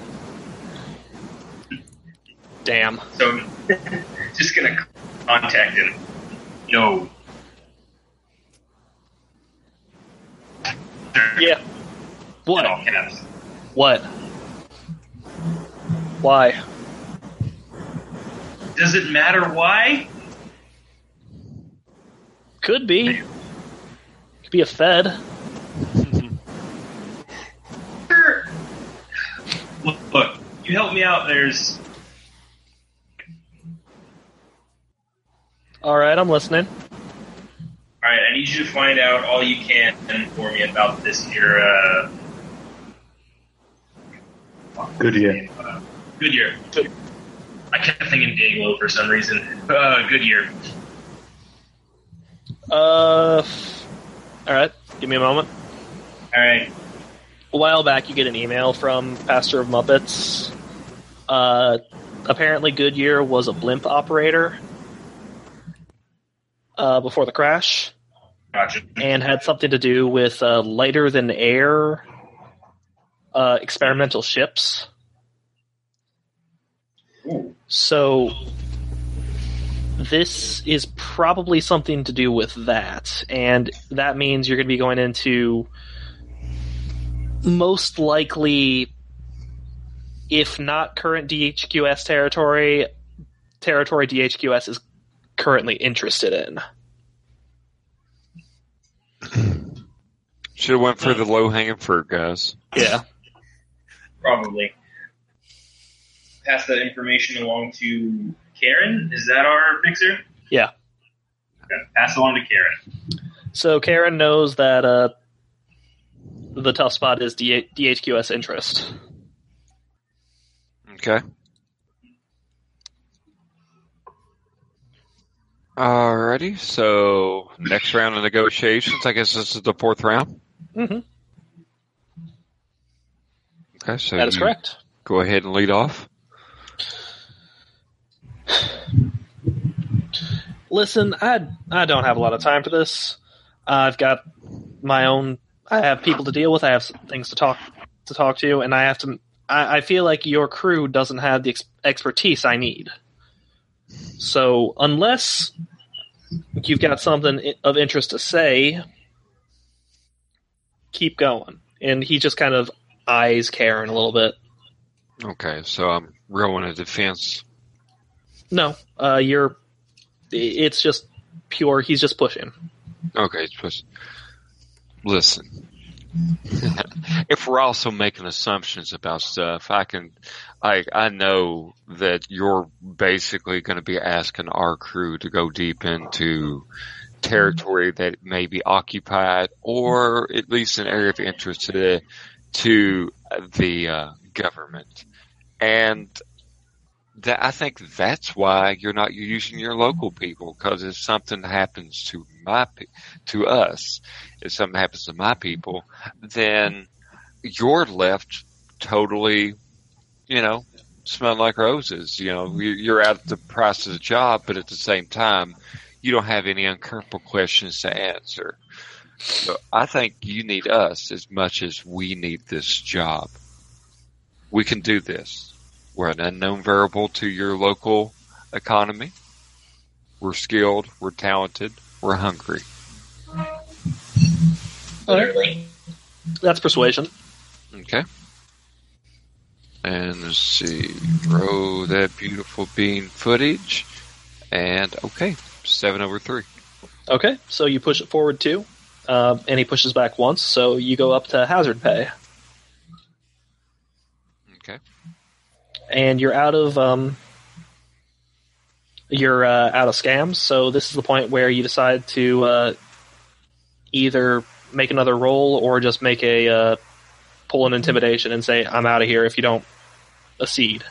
Speaker 1: Damn.
Speaker 4: So, just gonna contact him. No.
Speaker 1: Yeah.
Speaker 4: In
Speaker 1: What?
Speaker 4: all caps.
Speaker 1: What? Why?
Speaker 4: Does it matter why?
Speaker 1: Could be. Could be a Fed.
Speaker 4: Sure. Look, look, you help me out. There's
Speaker 1: All right, I'm listening.
Speaker 4: All right, I need you to find out all you can for me about this here. Uh,
Speaker 3: Goodyear.
Speaker 4: uh, Goodyear. I kept thinking Dayglow for some reason. Uh, Goodyear.
Speaker 1: Uh, f- all right. Give me a moment.
Speaker 4: All right.
Speaker 1: A while back, you get an email from Pastor of Muppets. Uh, apparently, Goodyear was a blimp operator uh, before the crash.
Speaker 4: Gotcha.
Speaker 1: and had something to do with uh, lighter than air uh, experimental ships. So this is probably something to do with that, and that means you're going to be going into most likely, if not current DHQS territory, territory DHQS is currently interested in.
Speaker 2: Should have went for the low hanging fruit, guys.
Speaker 1: Yeah.
Speaker 4: Probably. pass that information along to Karen. Is that our fixer?
Speaker 1: Yeah.
Speaker 4: Okay, pass along to Karen.
Speaker 1: So Karen knows that uh, the tough spot is D- DHQS interest.
Speaker 6: Okay. Alrighty, so next round of negotiations. I guess this is the fourth round.
Speaker 1: Mhm.
Speaker 6: Okay, so
Speaker 1: That is
Speaker 6: you
Speaker 1: correct.
Speaker 6: Go ahead and lead off.
Speaker 1: Listen, I I don't have a lot of time for this. I've got my own. I have people to deal with. I have s- things to talk to talk to, and I have to. I, I feel like your crew doesn't have the ex- expertise I need. So unless you've got something i- of interest to say, keep going. And he just kind of eyes Karen a little bit.
Speaker 6: Okay, so I'm rolling a defense.
Speaker 1: No, uh, you're. i- It's just pure. He's just pushing.
Speaker 6: Okay, it's just listen. if we're also making assumptions about stuff, I can, I I know that you're basically going to be asking our crew to go deep into territory that may be occupied or at least an area of interest to the, to the uh, government, and. That, I think that's why you're not using your local people because if something happens to my pe- to us, if something happens to my people, then you're left totally, you know, smelling like roses. You know, You- you're out at the price of the job, but at the same time, you don't have any uncomfortable questions to answer. So I think you need us as much as we need this job. We can do this. We're an unknown variable to your local economy. We're skilled. We're talented. We're hungry.
Speaker 4: Literally.
Speaker 1: That's persuasion.
Speaker 6: Okay. And let's see. Throw that beautiful bean footage. And okay, seven over three.
Speaker 1: Okay, so you push it forward two, uh, and he pushes back once, so you go up to hazard pay,
Speaker 6: Okay.
Speaker 1: and you're out of um, you're uh, out of scams. So this is the point where you decide to uh, either make another roll or just make a uh, pull an intimidation and say, "I'm out of here if you don't accede."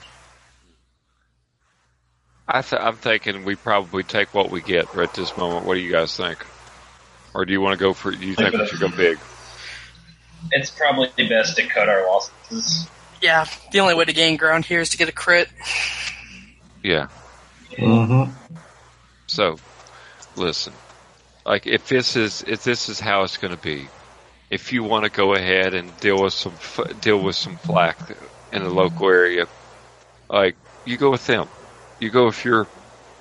Speaker 6: I th- I'm thinking we probably take what we get right this moment. What do you guys think? Or do you want to go for? Do you think we should go big?
Speaker 4: It's probably best to cut our losses.
Speaker 5: Yeah, the only way to gain ground here is to get a crit.
Speaker 6: Yeah.
Speaker 3: Mhm.
Speaker 6: So, listen, like if this is if this is how it's going to be, if you want to go ahead and deal with some f- deal with some flack in the local area, like you go with them, you go with your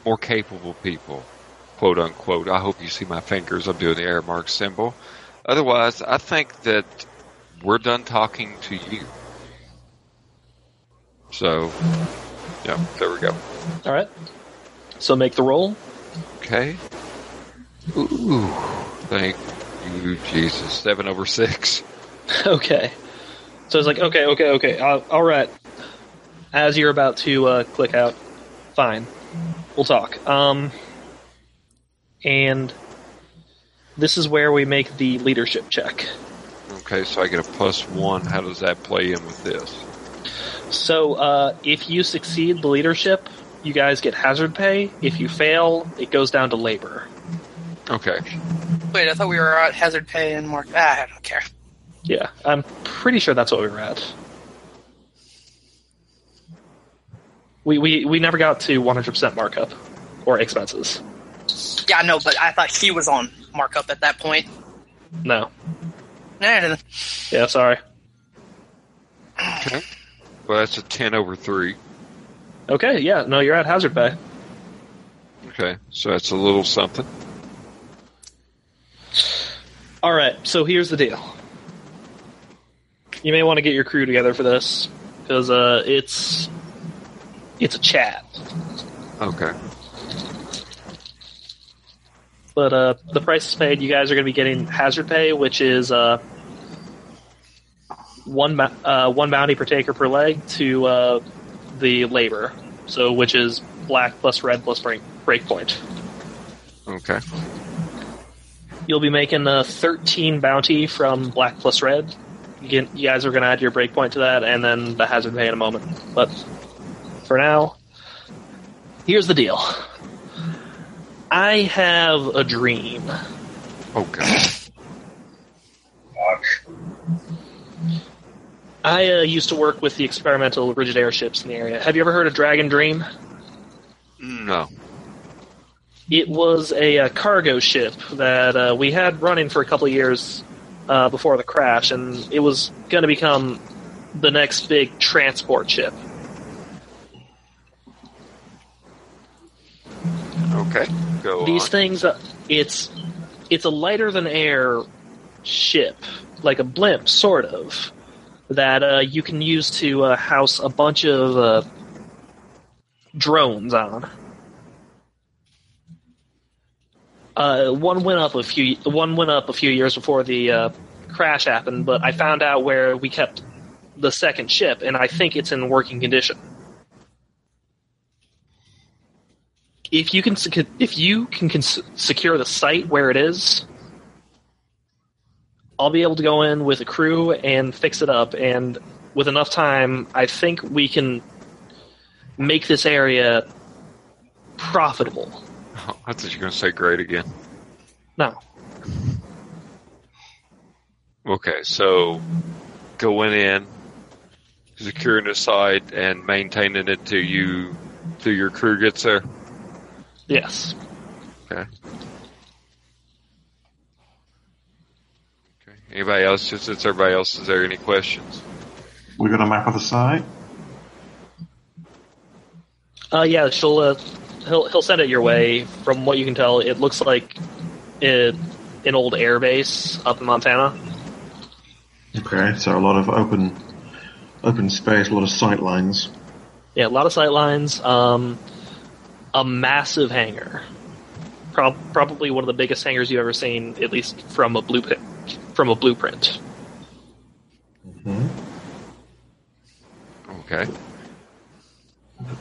Speaker 6: more capable people, quote unquote. I hope you see my fingers. I'm doing the air mark symbol. Otherwise, I think that we're done talking to you. So, yeah, there we go.
Speaker 1: All right, so make the roll.
Speaker 6: Okay. Ooh, thank you, Jesus. Seven over six.
Speaker 1: Okay. So it's like, okay, okay, okay. Uh, all right. As you're about to uh, click out, fine. We'll talk. Um, and this is where we make the leadership check.
Speaker 6: Okay, so I get a plus one. How does that play in with this?
Speaker 1: So uh, if you succeed the leadership, you guys get hazard pay. If you fail, it goes down to labor.
Speaker 6: Okay.
Speaker 5: Wait, I thought we were at hazard pay and mark. Ah, I don't care.
Speaker 1: Yeah, I'm pretty sure that's what we were at. We, we, we never got to 100% markup or expenses.
Speaker 5: Yeah, no, but I thought he was on markup at that point.
Speaker 1: No.
Speaker 5: Nah, nah, nah.
Speaker 1: Yeah, sorry.
Speaker 6: Okay. Well, that's a ten over three.
Speaker 1: Okay, yeah, no, you're at Hazard Bay.
Speaker 6: Okay, so that's a little something.
Speaker 1: All right, so here's the deal. You may want to get your crew together for this because uh, it's it's a chat.
Speaker 6: Okay.
Speaker 1: But uh, the price is paid. You guys are going to be getting Hazard Pay, which is uh, one bou- uh, one bounty per taker per leg to uh, the labor, so which is black plus red plus break breakpoint.
Speaker 6: Okay.
Speaker 1: You'll be making a 13 bounty from black plus red. You, can, you guys are going to add your breakpoint to that, and then the hazard pay in a moment. But for now, here's the deal. I have a dream.
Speaker 6: Oh god.
Speaker 4: Fuck.
Speaker 1: I uh, used to work with the experimental rigid airships in the area. Have you ever heard of Dragon Dream?
Speaker 6: No.
Speaker 1: It was a, uh cargo ship that uh, we had running for a couple of years uh, before the crash, and it was going to become the next big transport ship.
Speaker 6: Okay. Go
Speaker 1: These
Speaker 6: on.
Speaker 1: things, uh, it's it's a lighter than air ship, like a blimp, sort of, that uh, you can use to uh, house a bunch of uh, drones on. Uh, one went up a few. One went up a few years before the uh, crash happened, but I found out where we kept the second ship, and I think it's in working condition. if you can sec- if you can cons- secure the site where it is, I'll be able to go in with a crew and fix it up. And with enough time, I think we can make this area profitable.
Speaker 6: Oh, I thought you were going to say great again.
Speaker 1: No,
Speaker 6: Okay, so going in, securing the site, and maintaining it till you till your crew gets there.
Speaker 1: yes,
Speaker 6: Okay. Okay. Anybody else? Just since everybody else is there, any questions?
Speaker 3: We've got a map of the site.
Speaker 1: uh, yeah, she'll uh, he'll he'll send it your way. From what you can tell, it looks like it, an old air base up in Montana.
Speaker 3: Okay, so a lot of open open space, a lot of sight lines.
Speaker 1: Yeah, a lot of sight lines. Um, a massive hangar, Prob- probably one of the biggest hangars you've ever seen, at least from a blueprint. From a blueprint.
Speaker 6: Okay.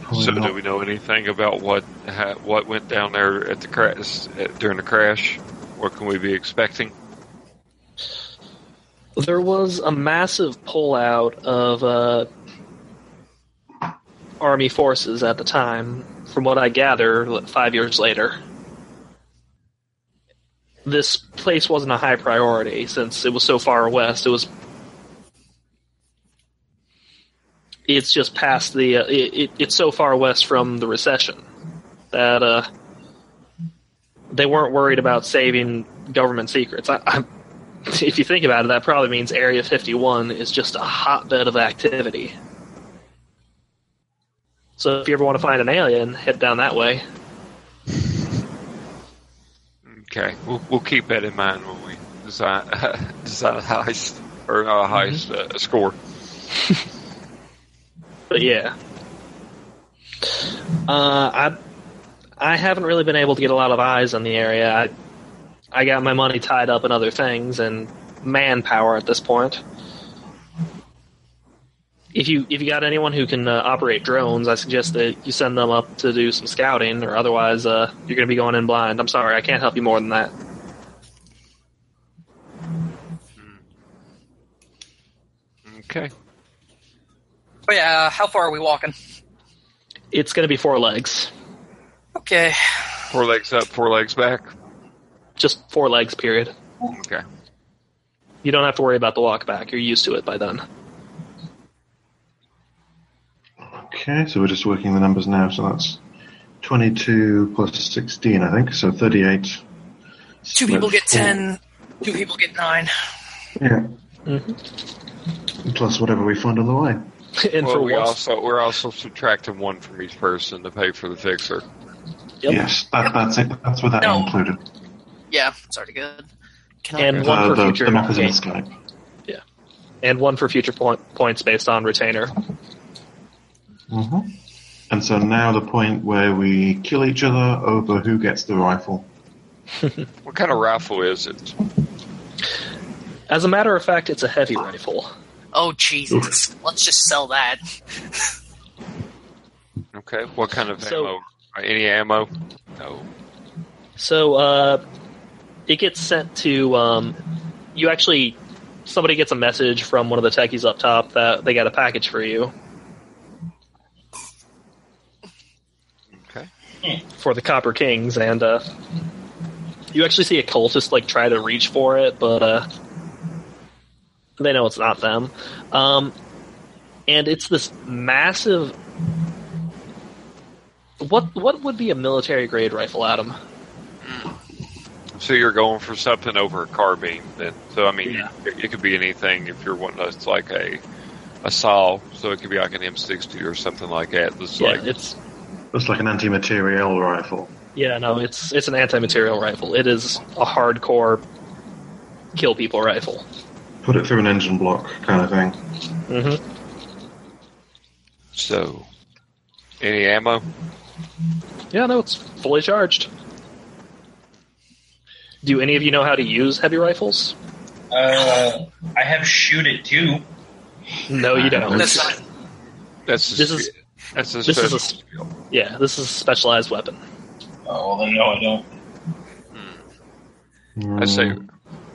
Speaker 3: Probably
Speaker 6: so,
Speaker 3: not-
Speaker 6: do we know anything about what ha, what went down there at the crash at, during the crash? What can we be expecting?
Speaker 1: There was a massive pullout of uh, army forces at the time, from what I gather, li- five years later. This place wasn't a high priority since it was so far west. It was. It's just past the. Uh, it, it, it's so far west from the recession that uh, they weren't worried about saving government secrets. I, I'm if you think about it, that probably means Area 51 is just a hotbed of activity. So if you ever want to find an alien, head down that way.
Speaker 6: Okay, we'll, we'll keep that in mind when we design design a heist or not a
Speaker 1: Mm-hmm.
Speaker 6: heist uh, a score.
Speaker 1: But yeah, uh, I I haven't really been able to get a lot of eyes on the area. I I got my money tied up in other things and manpower at this point. If you if you got anyone who can uh, operate drones, I suggest that you send them up to do some scouting, or otherwise uh, you're going to be going in blind. I'm sorry, I can't help you more than that.
Speaker 6: Okay,
Speaker 5: Oh yeah, how far are we walking?
Speaker 1: It's going to be four legs,
Speaker 5: Okay.
Speaker 6: four legs up, four legs back.
Speaker 1: just four legs. Period.
Speaker 6: Okay,
Speaker 1: You don't have to worry about the walk back. You're used to it by then.
Speaker 3: Okay, so we're just working the numbers now. So that's 22 plus 16, I think. So 38.
Speaker 5: Two
Speaker 3: split
Speaker 5: people get
Speaker 3: four.
Speaker 5: ten. Two people get nine.
Speaker 3: Yeah.
Speaker 1: Mm-hmm.
Speaker 3: Plus whatever we find on the way.
Speaker 1: and
Speaker 6: well,
Speaker 1: for
Speaker 6: we
Speaker 1: once,
Speaker 6: also we're also subtracting one from each person to pay for the fixer.
Speaker 1: Yep.
Speaker 3: Yes, that, that's it. That's what that
Speaker 5: No.
Speaker 3: included.
Speaker 5: Yeah, it's already good. Can I?
Speaker 1: And- One
Speaker 3: Uh,
Speaker 1: for
Speaker 3: the,
Speaker 1: future
Speaker 3: the map is in
Speaker 1: game.
Speaker 3: Skype.
Speaker 1: and one for future point, points based on retainer.
Speaker 3: hmm And so now the point where we kill each other over who gets the rifle.
Speaker 6: What kind of rifle is it?
Speaker 1: As a matter of fact, it's a heavy rifle.
Speaker 5: oh Jesus! Let's just sell that.
Speaker 6: Okay. What kind of
Speaker 1: So-
Speaker 6: ammo? Any ammo? No.
Speaker 1: So uh, it gets sent to um, you. Actually, somebody gets a message from one of the techies up top that they got a package for you
Speaker 6: Okay.
Speaker 1: for the Copper Kings, and uh, you actually see a cultist like try to reach for it, but uh, they know it's not them. Um, and it's this massive. What what would be a military grade rifle, Adam?
Speaker 6: So you're going for something over a carbine, then. So I mean,
Speaker 1: Yeah.
Speaker 6: it, it could be anything. If you're wanting, it's like a a saw, so it could be like an M60 or something like that. That's
Speaker 1: Yeah,
Speaker 6: like
Speaker 1: it's
Speaker 3: Looks like an anti-materiel rifle.
Speaker 1: Yeah, no, it's it's an anti-material rifle. It is a hardcore kill people rifle.
Speaker 3: Put it through an engine block kind of thing.
Speaker 1: Mm-hmm.
Speaker 6: so. Any ammo?
Speaker 1: Yeah, no, it's fully charged. Do any of you know how to use heavy rifles?
Speaker 4: Uh, I have shoot it too.
Speaker 1: No, you don't.
Speaker 5: That's not,
Speaker 6: That's a
Speaker 1: This
Speaker 6: spe-
Speaker 1: is-
Speaker 6: that's a
Speaker 1: this is a
Speaker 6: special
Speaker 1: s-
Speaker 6: skill.
Speaker 1: Yeah, this is a specialized weapon.
Speaker 4: Oh, well, then no, I don't.
Speaker 3: Mm-hmm.
Speaker 6: I say,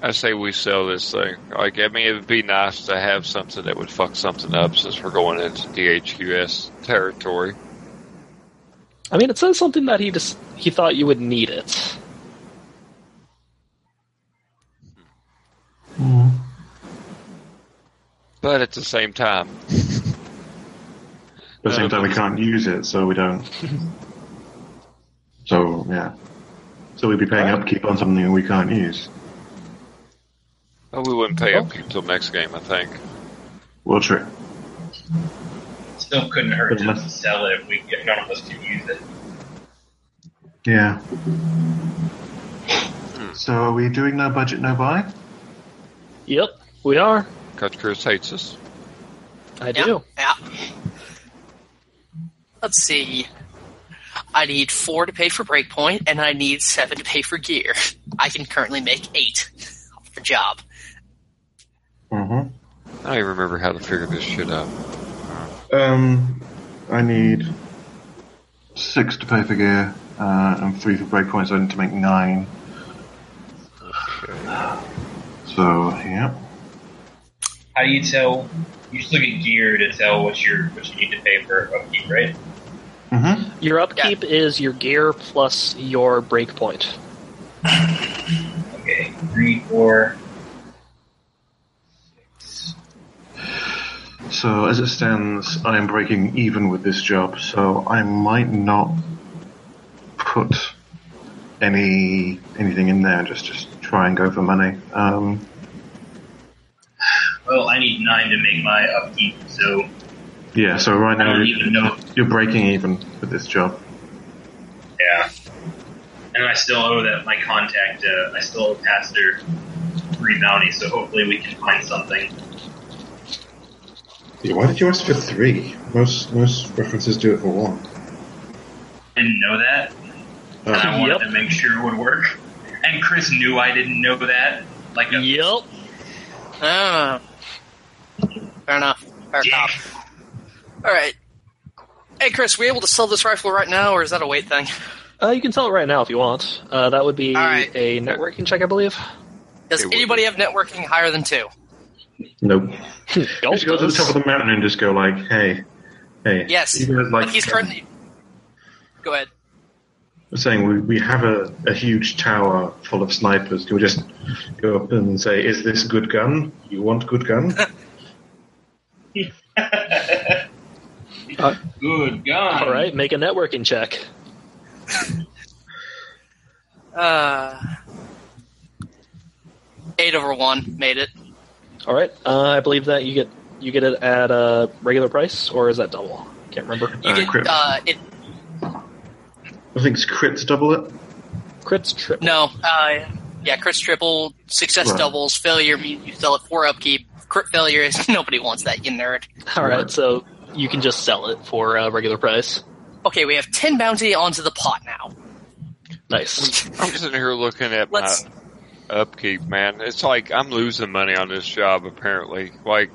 Speaker 6: I say we sell this thing. Like, I mean, it would be nice to have something that would fuck something up since we're going into DHQS territory.
Speaker 1: I mean, it says something that he just he thought you would need it.
Speaker 6: But at the same time,
Speaker 3: But at the same
Speaker 1: Uh,
Speaker 3: time, we can't use it, so we don't. so yeah, so we'd be paying upkeep on something we can't use.
Speaker 6: well, we wouldn't pay up until next game, I think.
Speaker 3: Well, true.
Speaker 4: Still couldn't hurt just to sell it if we if none of us could use it.
Speaker 3: Yeah. So are we doing no budget, no buy?
Speaker 1: Yep, we are.
Speaker 6: Because Chris hates us.
Speaker 1: I
Speaker 5: Yeah.
Speaker 1: do.
Speaker 5: Yeah. Let's see. I need four to pay for breakpoint, and I need seven to pay for gear. I can currently make eight off the job.
Speaker 3: Mm-hmm.
Speaker 6: I don't even remember how to figure this shit out.
Speaker 3: Um, I need six to pay for gear uh, and three for breakpoints. I need to make nine. So yeah,
Speaker 4: How do you tell? You just look at gear to tell what you what you need to pay for upkeep, right?
Speaker 3: mm-hmm.
Speaker 1: Your upkeep is your gear plus your breakpoint.
Speaker 4: Okay, three, four. six.
Speaker 3: So as it stands, I am breaking even with this job, so I might not put any anything in there. Just just try and go for money. Um,
Speaker 4: Well, I need nine to make my upkeep, so
Speaker 3: yeah. So right
Speaker 4: I
Speaker 3: now
Speaker 4: don't
Speaker 3: you're,
Speaker 4: even know.
Speaker 3: you're breaking even with this job.
Speaker 4: Yeah, and I still owe that my contact. Uh, I still owe Pastor three bounty, so hopefully we can find something.
Speaker 3: Why did you ask for three? Most most references do it for one.
Speaker 4: Didn't know that, and I wanted
Speaker 1: Yep.
Speaker 4: to make sure it would work. And Chris knew I didn't know that. Like a
Speaker 1: Yep.
Speaker 5: Ah. Fair enough. Fair
Speaker 4: dick.
Speaker 5: cop. All right. Hey, Chris, we able to sell this rifle right now, or is that a wait thing?
Speaker 1: Uh, you can tell it right now if you want. Uh, that would be
Speaker 5: All right.
Speaker 1: a networking check, I believe.
Speaker 5: Does
Speaker 6: It would
Speaker 5: anybody have networking higher than two?
Speaker 3: Nope.
Speaker 1: Gold
Speaker 3: just go to the
Speaker 1: does.
Speaker 3: top of the mountain and just go like, hey, hey.
Speaker 5: Yes.
Speaker 3: You guys,
Speaker 5: Like he's currently. Go ahead.
Speaker 3: saying we, we have a, a huge tower full of snipers. Can we just go up and say, is this good gun? You want good gun?
Speaker 4: Good God!
Speaker 1: All right, make a networking check.
Speaker 5: Uh, eight over one made it.
Speaker 1: All right, uh, I believe that you get you get it at a regular price, or is that double? Can't remember.
Speaker 5: You
Speaker 3: Uh,
Speaker 5: get
Speaker 3: crit.
Speaker 5: uh, it.
Speaker 3: I think it's crits double it.
Speaker 1: Crits triple.
Speaker 5: No, uh, yeah, Chris triple success
Speaker 3: Right.
Speaker 5: doubles failure means you sell it for upkeep. Crit failure is nobody wants that, you nerd.
Speaker 1: All right, so you can just sell it for a regular price.
Speaker 5: Okay, we have ten bounty onto the pot now.
Speaker 1: Nice.
Speaker 6: I'm sitting here looking at
Speaker 5: Let's-
Speaker 6: my upkeep, man. It's like I'm losing money on this job, apparently. Like,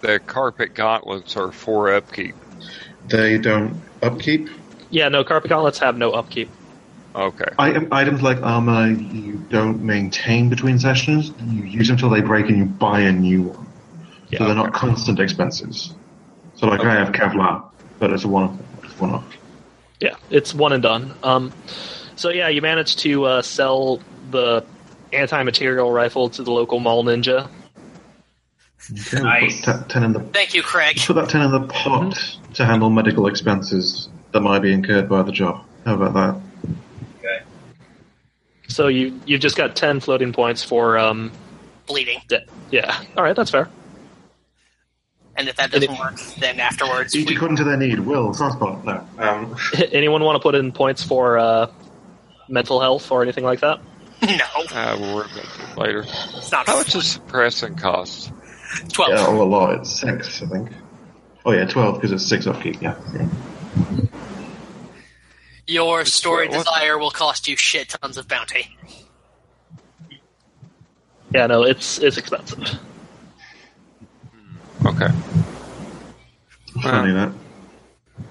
Speaker 6: the carpet gauntlets are for upkeep.
Speaker 3: They don't upkeep.
Speaker 1: Yeah, no, carpet gauntlets have no upkeep.
Speaker 6: Okay.
Speaker 3: Item, items like armor you don't maintain between sessions. You use them till they break, and you buy a new one.
Speaker 1: Yeah,
Speaker 3: so they're not constant expenses. So like I have Kevlar, but it's a one it's one off.
Speaker 1: Yeah, it's one and done. Um, so yeah, you managed to uh, sell the anti-material rifle to the local mall ninja.
Speaker 3: Okay,
Speaker 4: Nice.
Speaker 3: Put, t- ten in the,
Speaker 5: Thank you, Craig.
Speaker 3: put that ten in the pot to handle medical expenses that might be incurred by the job. How about that?
Speaker 1: So you you've just got ten floating points for um,
Speaker 5: Bleeding.
Speaker 1: de- yeah. All right, that's fair.
Speaker 5: And if that
Speaker 1: And
Speaker 5: doesn't work, then afterwards.
Speaker 3: Each
Speaker 5: we-
Speaker 3: according to their need. Will sunspot. No. Um,
Speaker 1: Anyone want to put in points for uh, mental health or anything like that?
Speaker 5: no,
Speaker 6: Uh, we'll worry about that later.
Speaker 5: it's not.
Speaker 6: How much does suppressing cost?
Speaker 5: 12.
Speaker 3: yeah, oh a lot. It's six, I think. Oh yeah, twelve because it's six upkeep. Yeah.
Speaker 5: Your story
Speaker 6: what- what-
Speaker 5: desire will cost you shit tons of bounty.
Speaker 1: Yeah, no, it's it's expensive.
Speaker 6: Okay.
Speaker 3: Funny that.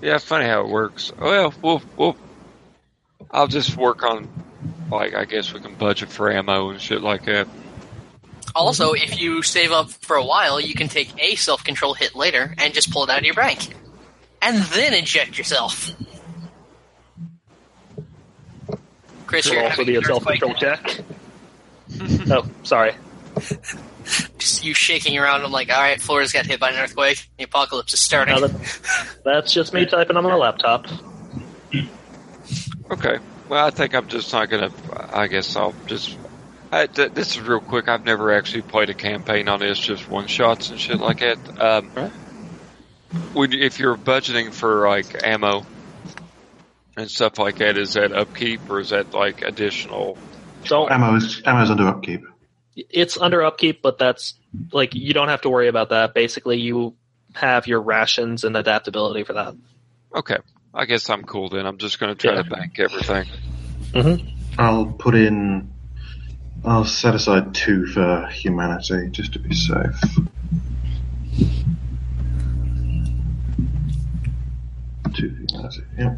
Speaker 6: Yeah, it's funny how it works. Well, we'll, we'll I'll just work on, like, I guess we can budget for ammo and shit like that.
Speaker 5: Also, if you save up for a while, you can take a self control hit later and just pull it out of your bank. And then inject yourself. Chris,
Speaker 1: It'll
Speaker 5: you're
Speaker 1: also
Speaker 5: having
Speaker 1: be a
Speaker 5: an earthquake.
Speaker 1: self-control check. oh, sorry.
Speaker 5: Just you shaking around. I'm like, all right, Florida's got hit by an earthquake. The apocalypse is starting.
Speaker 1: No, that- that's just me typing on my laptop.
Speaker 6: Okay. Well, I think I'm just not gonna. I guess I'll just. I, th- this is real quick. I've never actually played a campaign on this, just one shots and shit like that. Um,
Speaker 1: Right.
Speaker 6: would if you're budgeting for like ammo and stuff like that, is that upkeep or is that like additional?
Speaker 1: Don't
Speaker 3: Ammo is ammo's under upkeep.
Speaker 1: it's under upkeep, but that's like you don't have to worry about that. Basically, you have your rations and adaptability for that.
Speaker 6: Okay, I guess I'm cool then. I'm just gonna try
Speaker 1: Yeah.
Speaker 6: to bank everything.
Speaker 3: I'll put in. I'll set aside two for humanity just to be safe. Two for humanity. Yep.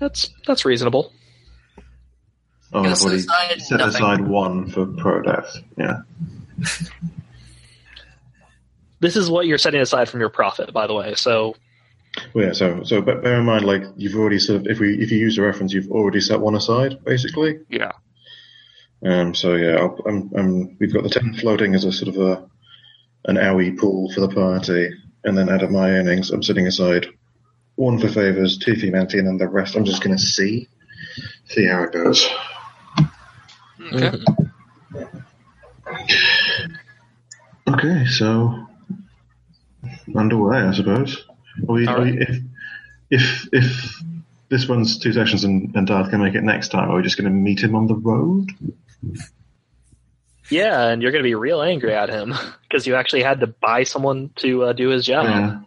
Speaker 1: That's that's reasonable.
Speaker 3: Oh,
Speaker 5: You'll
Speaker 3: I've already
Speaker 5: set aside
Speaker 3: set
Speaker 5: nothing.
Speaker 3: aside one for pro death. Yeah.
Speaker 1: This is what you're setting aside from your profit, by the way. So
Speaker 3: Well, yeah. So, so, but bear in mind, like you've already sort of, if we, if you use the reference, you've already set one aside, basically.
Speaker 6: Yeah.
Speaker 3: Um. So yeah, I'll, I'm, I'm. We've got the ten floating as a sort of a, an owie pool for the party, and then out of my earnings, I'm setting aside one for favors, two for humanity, and then the rest I'm just going to see, see how it goes.
Speaker 6: Okay.
Speaker 3: Okay, so underway, I suppose. Are we, are we- if, if if this one's two sessions and, and Darth can make it next time, are we just going to meet him on the road?
Speaker 1: yeah, and you're going to be real angry at him because you actually had to buy someone to uh, do his job.
Speaker 3: Yeah.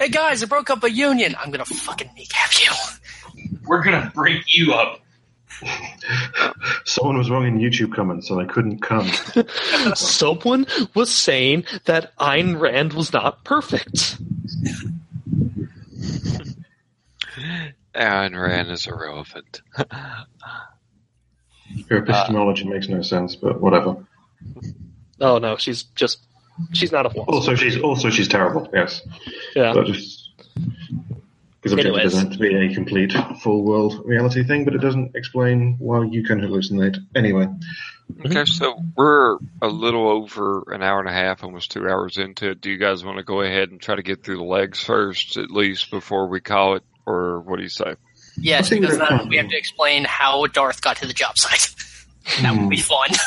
Speaker 5: Hey guys, I broke up a union. I'm gonna fucking kneecap you.
Speaker 4: We're gonna break you up.
Speaker 3: Someone was wrong in YouTube comments, so I couldn't come.
Speaker 1: Someone was saying that Ayn Rand was not perfect.
Speaker 6: Ayn Rand is irrelevant.
Speaker 3: Her epistemology makes no sense, but whatever.
Speaker 1: Oh no, she's just she's not a flaw.
Speaker 3: Also, she's also she's terrible. Yes,
Speaker 1: Yeah.
Speaker 3: but just because objective
Speaker 1: Anyways.
Speaker 3: doesn't have to be a complete full world reality thing, but it doesn't explain why you can hallucinate. Anyway,
Speaker 6: Okay, so we're a little over an hour and a half, almost two hours into it. Do you guys want to go ahead and try to get through the legs first, at least before we call it, or what do you say?
Speaker 5: Yes,
Speaker 3: I think
Speaker 5: because
Speaker 3: that's
Speaker 5: then
Speaker 3: fine.
Speaker 5: we have to explain how Darth got to the job site. that would
Speaker 3: Hmm.
Speaker 5: be
Speaker 1: Hmm.
Speaker 5: fun.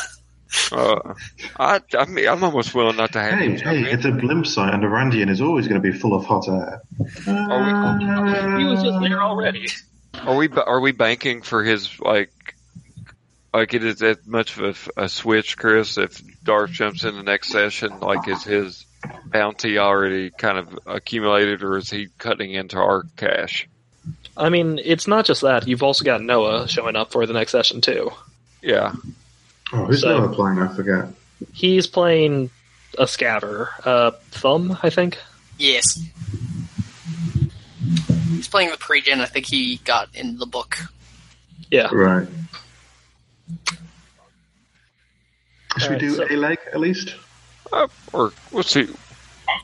Speaker 6: Uh, I, I mean, I'm almost willing not to have
Speaker 3: Hey,
Speaker 6: you. jump
Speaker 3: hey,
Speaker 6: in.
Speaker 3: it's a blimp site, and a Randian is always going to be full of hot air.
Speaker 6: Are
Speaker 1: Oh, He was just there already.
Speaker 6: Are we ba- are we banking for his like? Like it is that much of a, a switch, Chris. If Darth jumps in the next session, like is his bounty already kind of accumulated, or is he cutting into our cash?
Speaker 1: I mean, it's not just that. You've also got Noah showing up for the next session too.
Speaker 6: Yeah.
Speaker 3: Oh, who's
Speaker 1: So-
Speaker 3: the other playing? I forget.
Speaker 1: He's playing a scatter, uh, thumb, I think.
Speaker 5: yes. He's playing the pregen. I think he got in the book.
Speaker 1: Yeah.
Speaker 3: Right. Should
Speaker 1: Alright,
Speaker 3: we do
Speaker 1: so-
Speaker 3: a leg at least?
Speaker 6: Uh, or we'll see.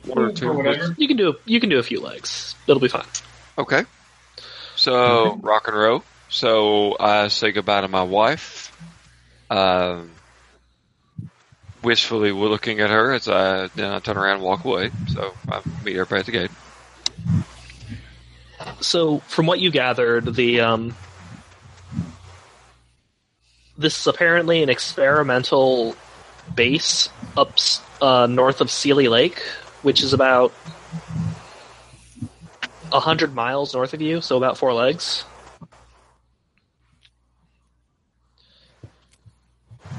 Speaker 6: One or two.
Speaker 4: Or whatever.
Speaker 1: You can do a, you can do a few legs. It'll be fine.
Speaker 6: Okay. So rock and roll. So I say goodbye to my wife. Um, wistfully looking at her as I then I turn around and walk away. So I meet everybody at the gate.
Speaker 1: So, from what you gathered, the um, this is apparently an experimental base up s- uh, north of Sealy Lake, which is about hundred miles north of you, so about four legs.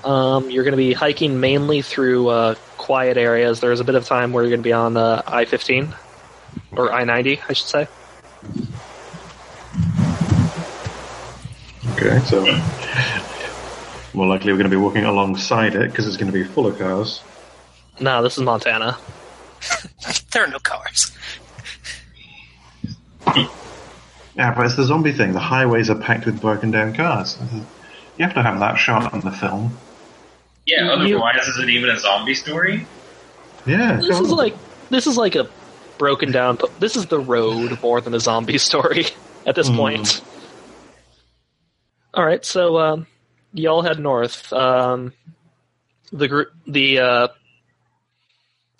Speaker 1: Um, you're going to be hiking mainly through uh, quiet areas. There's a bit of time where you're going to be on uh, I-15 or I-90, I should say.
Speaker 3: Okay, so more likely we're going to be walking alongside it because it's going to be full of cars.
Speaker 1: No, this is Montana.
Speaker 5: There are no cars.
Speaker 3: Yeah, but it's the zombie thing. The highways are packed with broken down cars. You have to have that shot in the film.
Speaker 4: Yeah,
Speaker 1: You-
Speaker 4: otherwise, is it even a zombie story?
Speaker 3: Yeah,
Speaker 1: This
Speaker 3: go
Speaker 1: is
Speaker 3: on.
Speaker 1: like this is like a broken down. po- This is the road more than a zombie story at this
Speaker 3: Mm.
Speaker 1: point. All right, so um, y'all head north. Um, the group, the uh,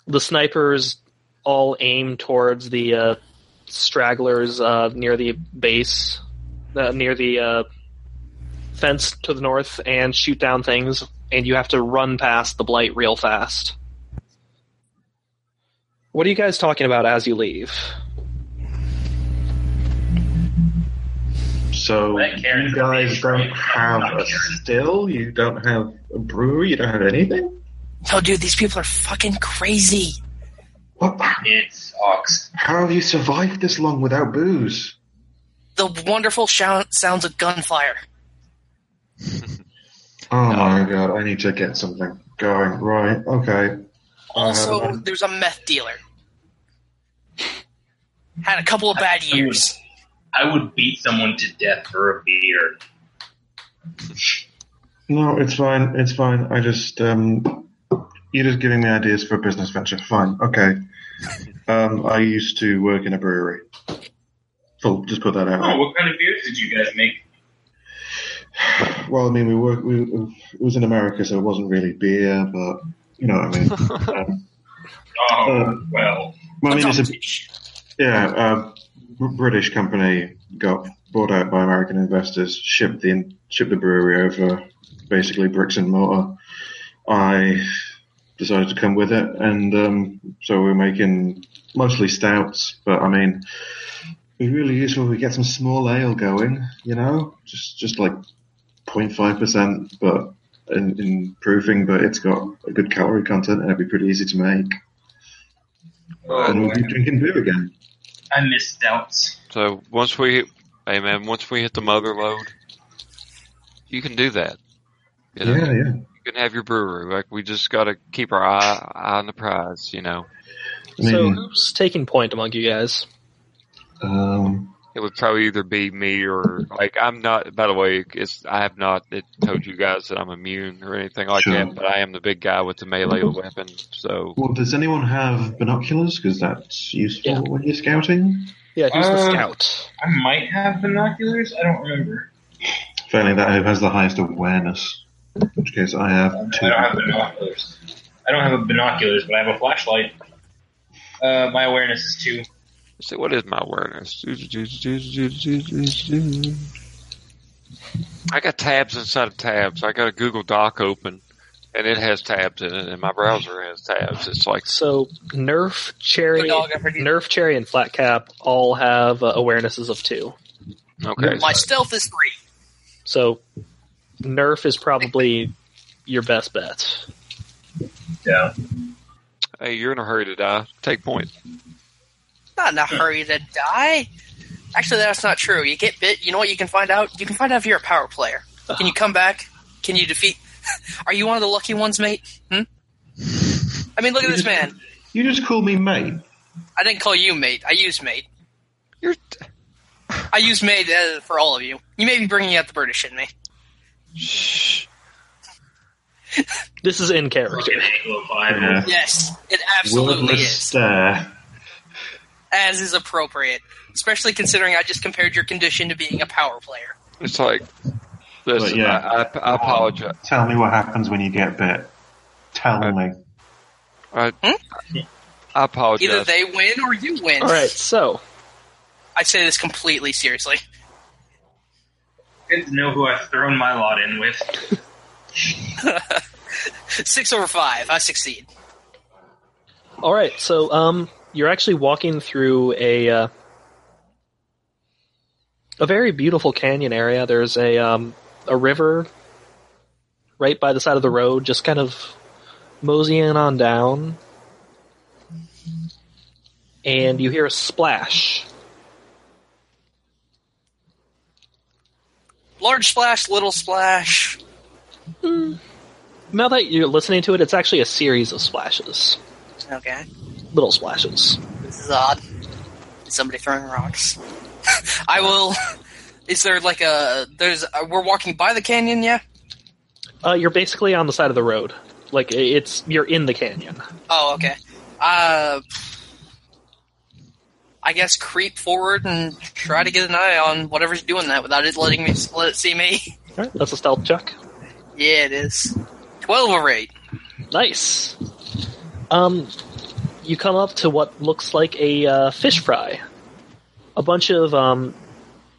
Speaker 1: the snipers all aim towards the uh, stragglers uh, near the base, uh, near the uh, fence to the north, and shoot down things. And you have to run past the blight real fast. What are you guys talking about as you leave?
Speaker 3: So
Speaker 4: That Karen's
Speaker 3: you guys
Speaker 4: amazing.
Speaker 3: don't have a still. You don't have a brewery. You don't have anything.
Speaker 5: No, Oh, dude, these people are fucking crazy.
Speaker 3: What? the-
Speaker 4: It sucks.
Speaker 3: How have you survived this long without booze?
Speaker 5: The wonderful shout sounds of gunfire.
Speaker 3: Oh my god! I need to get something going. Right? Okay.
Speaker 5: Also,
Speaker 3: Um,
Speaker 5: there's a meth dealer. Had a couple of bad years.
Speaker 4: I would beat someone to death for a beer.
Speaker 3: No, it's fine. It's fine. I just um, you're just giving me ideas for a business venture. Fine. Okay. Um, I used to work in a brewery. So just put that
Speaker 4: Oh,
Speaker 3: out.
Speaker 4: what kind of beers did you guys make?
Speaker 3: Well, I mean, we work. We, it was in America, so it wasn't really beer, but you know what I mean. um,
Speaker 4: Oh,
Speaker 3: Uh,
Speaker 4: well.
Speaker 3: well, I mean, it's a
Speaker 5: Adopted.
Speaker 3: Yeah, uh, Br- British company got bought out by American investors, shipped the shipped the brewery over, basically bricks and mortar. I decided to come with it, and um, so we're making mostly stouts. But I mean, it'd be really useful if we get some small ale going, you know, just just like 0.5 percent, but in, in proofing, but it's got a good calorie content, and it'd be pretty easy to make. And we'll be drinking beer again.
Speaker 4: Oh, I miss stouts.
Speaker 6: So once we, hit- hey man, once we hit the mother load, you can do that. You know,
Speaker 3: Yeah, yeah.
Speaker 6: you can have your brewery. Like we just got to keep our eye, eye on the prize. You know,
Speaker 3: I mean,
Speaker 1: so, who's taking point among you guys?
Speaker 3: um,
Speaker 6: it would probably either be me or like I'm not. By the way, it's I have not it told you guys that I'm immune or anything like
Speaker 3: Sure.
Speaker 6: that. But I am the big guy with the melee weapon. So
Speaker 3: well, does anyone have binoculars? Because that's useful
Speaker 1: Yeah.
Speaker 3: when you're scouting.
Speaker 1: Yeah, who's the
Speaker 4: Uh,
Speaker 1: scout?
Speaker 4: I might have binoculars. I don't remember.
Speaker 3: Failing that, who has the highest awareness? In which case, I have
Speaker 4: I
Speaker 3: two.
Speaker 4: don't have binoculars. I don't have binoculars, but I have a flashlight. Uh, my awareness is two.
Speaker 6: let's see, what is my awareness? I got tabs inside of tabs. I got a Google Doc open, and it has tabs in it, and my browser has tabs. It's like
Speaker 1: So, Nerf, Cherry,
Speaker 5: Good dog, I forget.
Speaker 1: Nerf, Cherry, and Flat Cap all have uh, awarenesses of two.
Speaker 6: okay,
Speaker 5: My stealth is three.
Speaker 1: So, Nerf is probably your best bet.
Speaker 4: Yeah.
Speaker 6: hey, you're in a hurry to die. Take point.
Speaker 5: Not in a hurry to die. Actually, that's not true. You get bit. You know what? You can find out. You can find out if you're a power player. Can you come back? Can you defeat? Are you one of the lucky ones, mate? Hmm. I mean, look at this man.
Speaker 3: You just call me mate.
Speaker 5: I didn't call you mate. I used mate.
Speaker 6: You're
Speaker 5: I use made uh, for all of you. You may be bringing out the British in me.
Speaker 1: This is in
Speaker 4: Like
Speaker 1: character.
Speaker 4: an Anglo vibe.
Speaker 3: Yeah.
Speaker 5: Yes, it absolutely
Speaker 3: Wordless
Speaker 5: is,
Speaker 3: stare.
Speaker 5: as is appropriate, especially considering I just compared your condition to being a power player.
Speaker 6: It's like, listen,
Speaker 3: yeah.
Speaker 6: I, I, I apologize.
Speaker 3: Tell me what happens when you get bit. Tell
Speaker 6: Uh,
Speaker 3: me.
Speaker 6: I,
Speaker 5: Hmm?
Speaker 6: I apologize.
Speaker 5: Either they win or you win.
Speaker 1: All right, so
Speaker 5: I say this completely seriously.
Speaker 4: Good to know who I've thrown my lot in with.
Speaker 5: Six over five, I succeed.
Speaker 1: all right, so um, you're actually walking through a uh, a very beautiful canyon area. There's a um, a river right by the side of the road, just kind of moseying on down, and you hear a splash.
Speaker 5: Large splash, little splash.
Speaker 1: Now that you're listening to it, it's actually a series of splashes,
Speaker 5: Okay,
Speaker 1: little splashes.
Speaker 5: this is odd. Is somebody throwing rocks? I will. Is there like a there's uh, we're walking by the canyon? Yeah.
Speaker 1: Uh, you're basically on the side of the road, like i- it's you're in the canyon.
Speaker 5: Oh, okay. Uh, I guess creep forward and try to get an eye on whatever's doing that without it letting me let it see me.
Speaker 1: All right, that's a stealth check.
Speaker 5: yeah, it is. Twelve over eight.
Speaker 1: Nice. Um, you come up to what looks like a uh, fish fry. A bunch of um,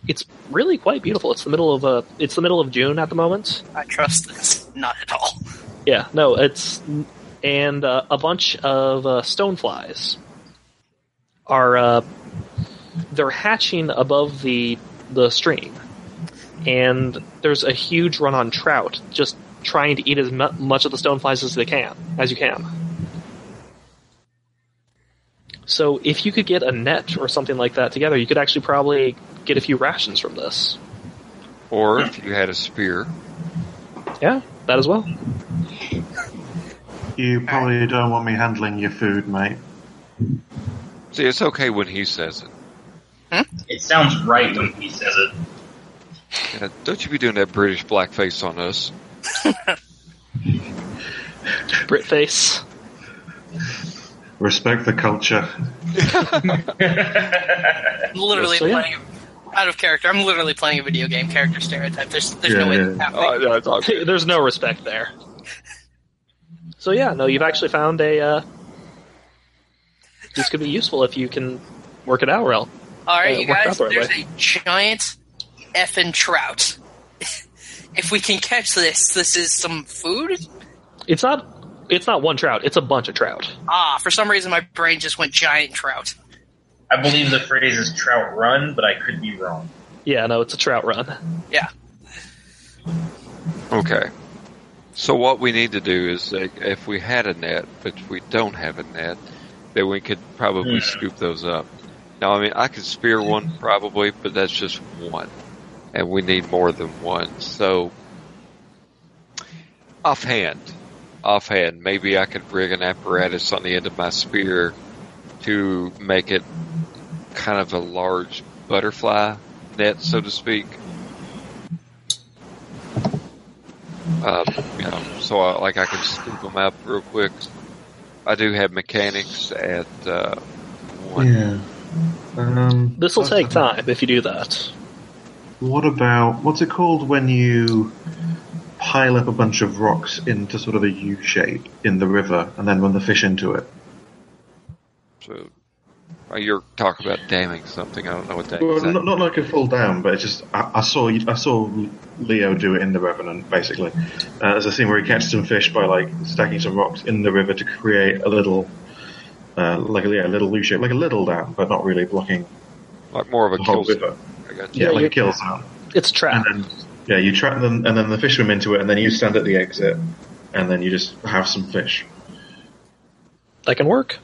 Speaker 1: it's really quite beautiful. It's the middle of uh, it's the middle of June at the moment.
Speaker 5: I trust this. Not at all.
Speaker 1: Yeah, no, it's and uh, a bunch of uh, stoneflies are uh, they're hatching above the the stream, and there's a huge run on trout, just trying to eat as mu- much of the stoneflies as they can, as you can. So if you could get a net or something like that together, you could actually probably get a few rations from this.
Speaker 6: or if you had a spear,
Speaker 1: Yeah, that as well.
Speaker 3: You probably don't want me handling your food, mate.
Speaker 6: see, it's okay when he says it.
Speaker 4: It sounds right when he says it.
Speaker 6: Yeah, don't you be doing that British blackface on us?
Speaker 1: Brit face.
Speaker 3: Respect the culture.
Speaker 5: I'm literally
Speaker 1: So, yeah.
Speaker 5: playing a- out of character. I'm literally playing a video game character stereotype. There's there's
Speaker 3: Yeah,
Speaker 5: no way
Speaker 3: yeah.
Speaker 5: that's happening.
Speaker 6: Oh, no, it's all good.
Speaker 1: There's no respect there. So yeah, no, you've actually found a. Uh, this could be useful if you can work it out, Rel.
Speaker 3: Oh,
Speaker 5: all right,
Speaker 1: yeah,
Speaker 5: you
Speaker 1: it worked
Speaker 5: guys.
Speaker 1: out the right
Speaker 5: There's a giant effing trout. if we can catch this, this is some food.
Speaker 1: It's not. It's not one trout. It's a bunch of trout.
Speaker 5: Ah, for some reason my brain just went giant trout.
Speaker 4: I believe the phrase is trout run, but I could be wrong.
Speaker 1: Yeah, no, it's a trout run.
Speaker 5: Yeah.
Speaker 6: Okay. So what we need to do is, like, if we had a net, but we don't have a net, then we could probably
Speaker 4: Yeah.
Speaker 6: scoop those up. Now, I mean, I could spear one probably, but that's just one, and we need more than one. So, offhand, offhand, maybe I could rig an apparatus on the end of my spear to make it kind of a large butterfly net, so to speak. Um, you know, so I, like I can scoop them up real quick. I do have mechanics at uh, one.
Speaker 3: Yeah. Um,
Speaker 1: This will
Speaker 3: that's-
Speaker 1: take time if you do that.
Speaker 3: What about what's it called when you pile up a bunch of rocks into sort of a U shape in the river and then run the fish into it?
Speaker 6: So uh, you're talking about damming something. I don't know what that
Speaker 3: Well,
Speaker 6: is.
Speaker 3: not, not like a full down, but it's just I, I saw I saw Leo do it in the Revenant. Basically, uh, there's a scene where he catches some fish by like stacking some rocks in the river to create a little, uh, like a, yeah, a little U shape, like a little down, but not really blocking
Speaker 6: like more of a
Speaker 3: the whole
Speaker 6: kill.
Speaker 3: river.
Speaker 6: I got you.
Speaker 3: Oh, Yeah,
Speaker 1: Yeah,
Speaker 3: like
Speaker 1: you-
Speaker 3: a kill zone.
Speaker 1: It's a trap.
Speaker 3: And then, yeah, you trap them, and then the fish swim into it, and then you stand at the exit, and then you just have some fish.
Speaker 1: That can work.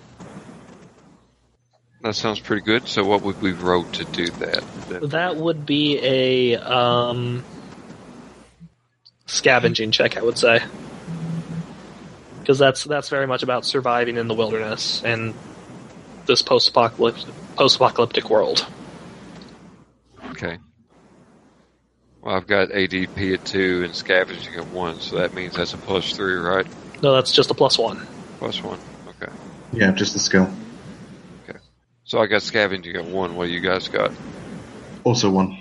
Speaker 6: That sounds pretty good. So what would we roll to do that? That-
Speaker 1: That would be a um, scavenging check, I would say, because that's that's very much about surviving in the wilderness and this post-apocalyptic post-apocalyptic world.
Speaker 6: okay. Okay. Well, I've got ADP at two and scavenging at one, so that means that's a plus three, right?
Speaker 1: No, that's just a plus one.
Speaker 6: Plus one. Okay.
Speaker 3: Yeah, just the skill.
Speaker 6: So I got scavenging at one. What do you guys got?
Speaker 3: Also one.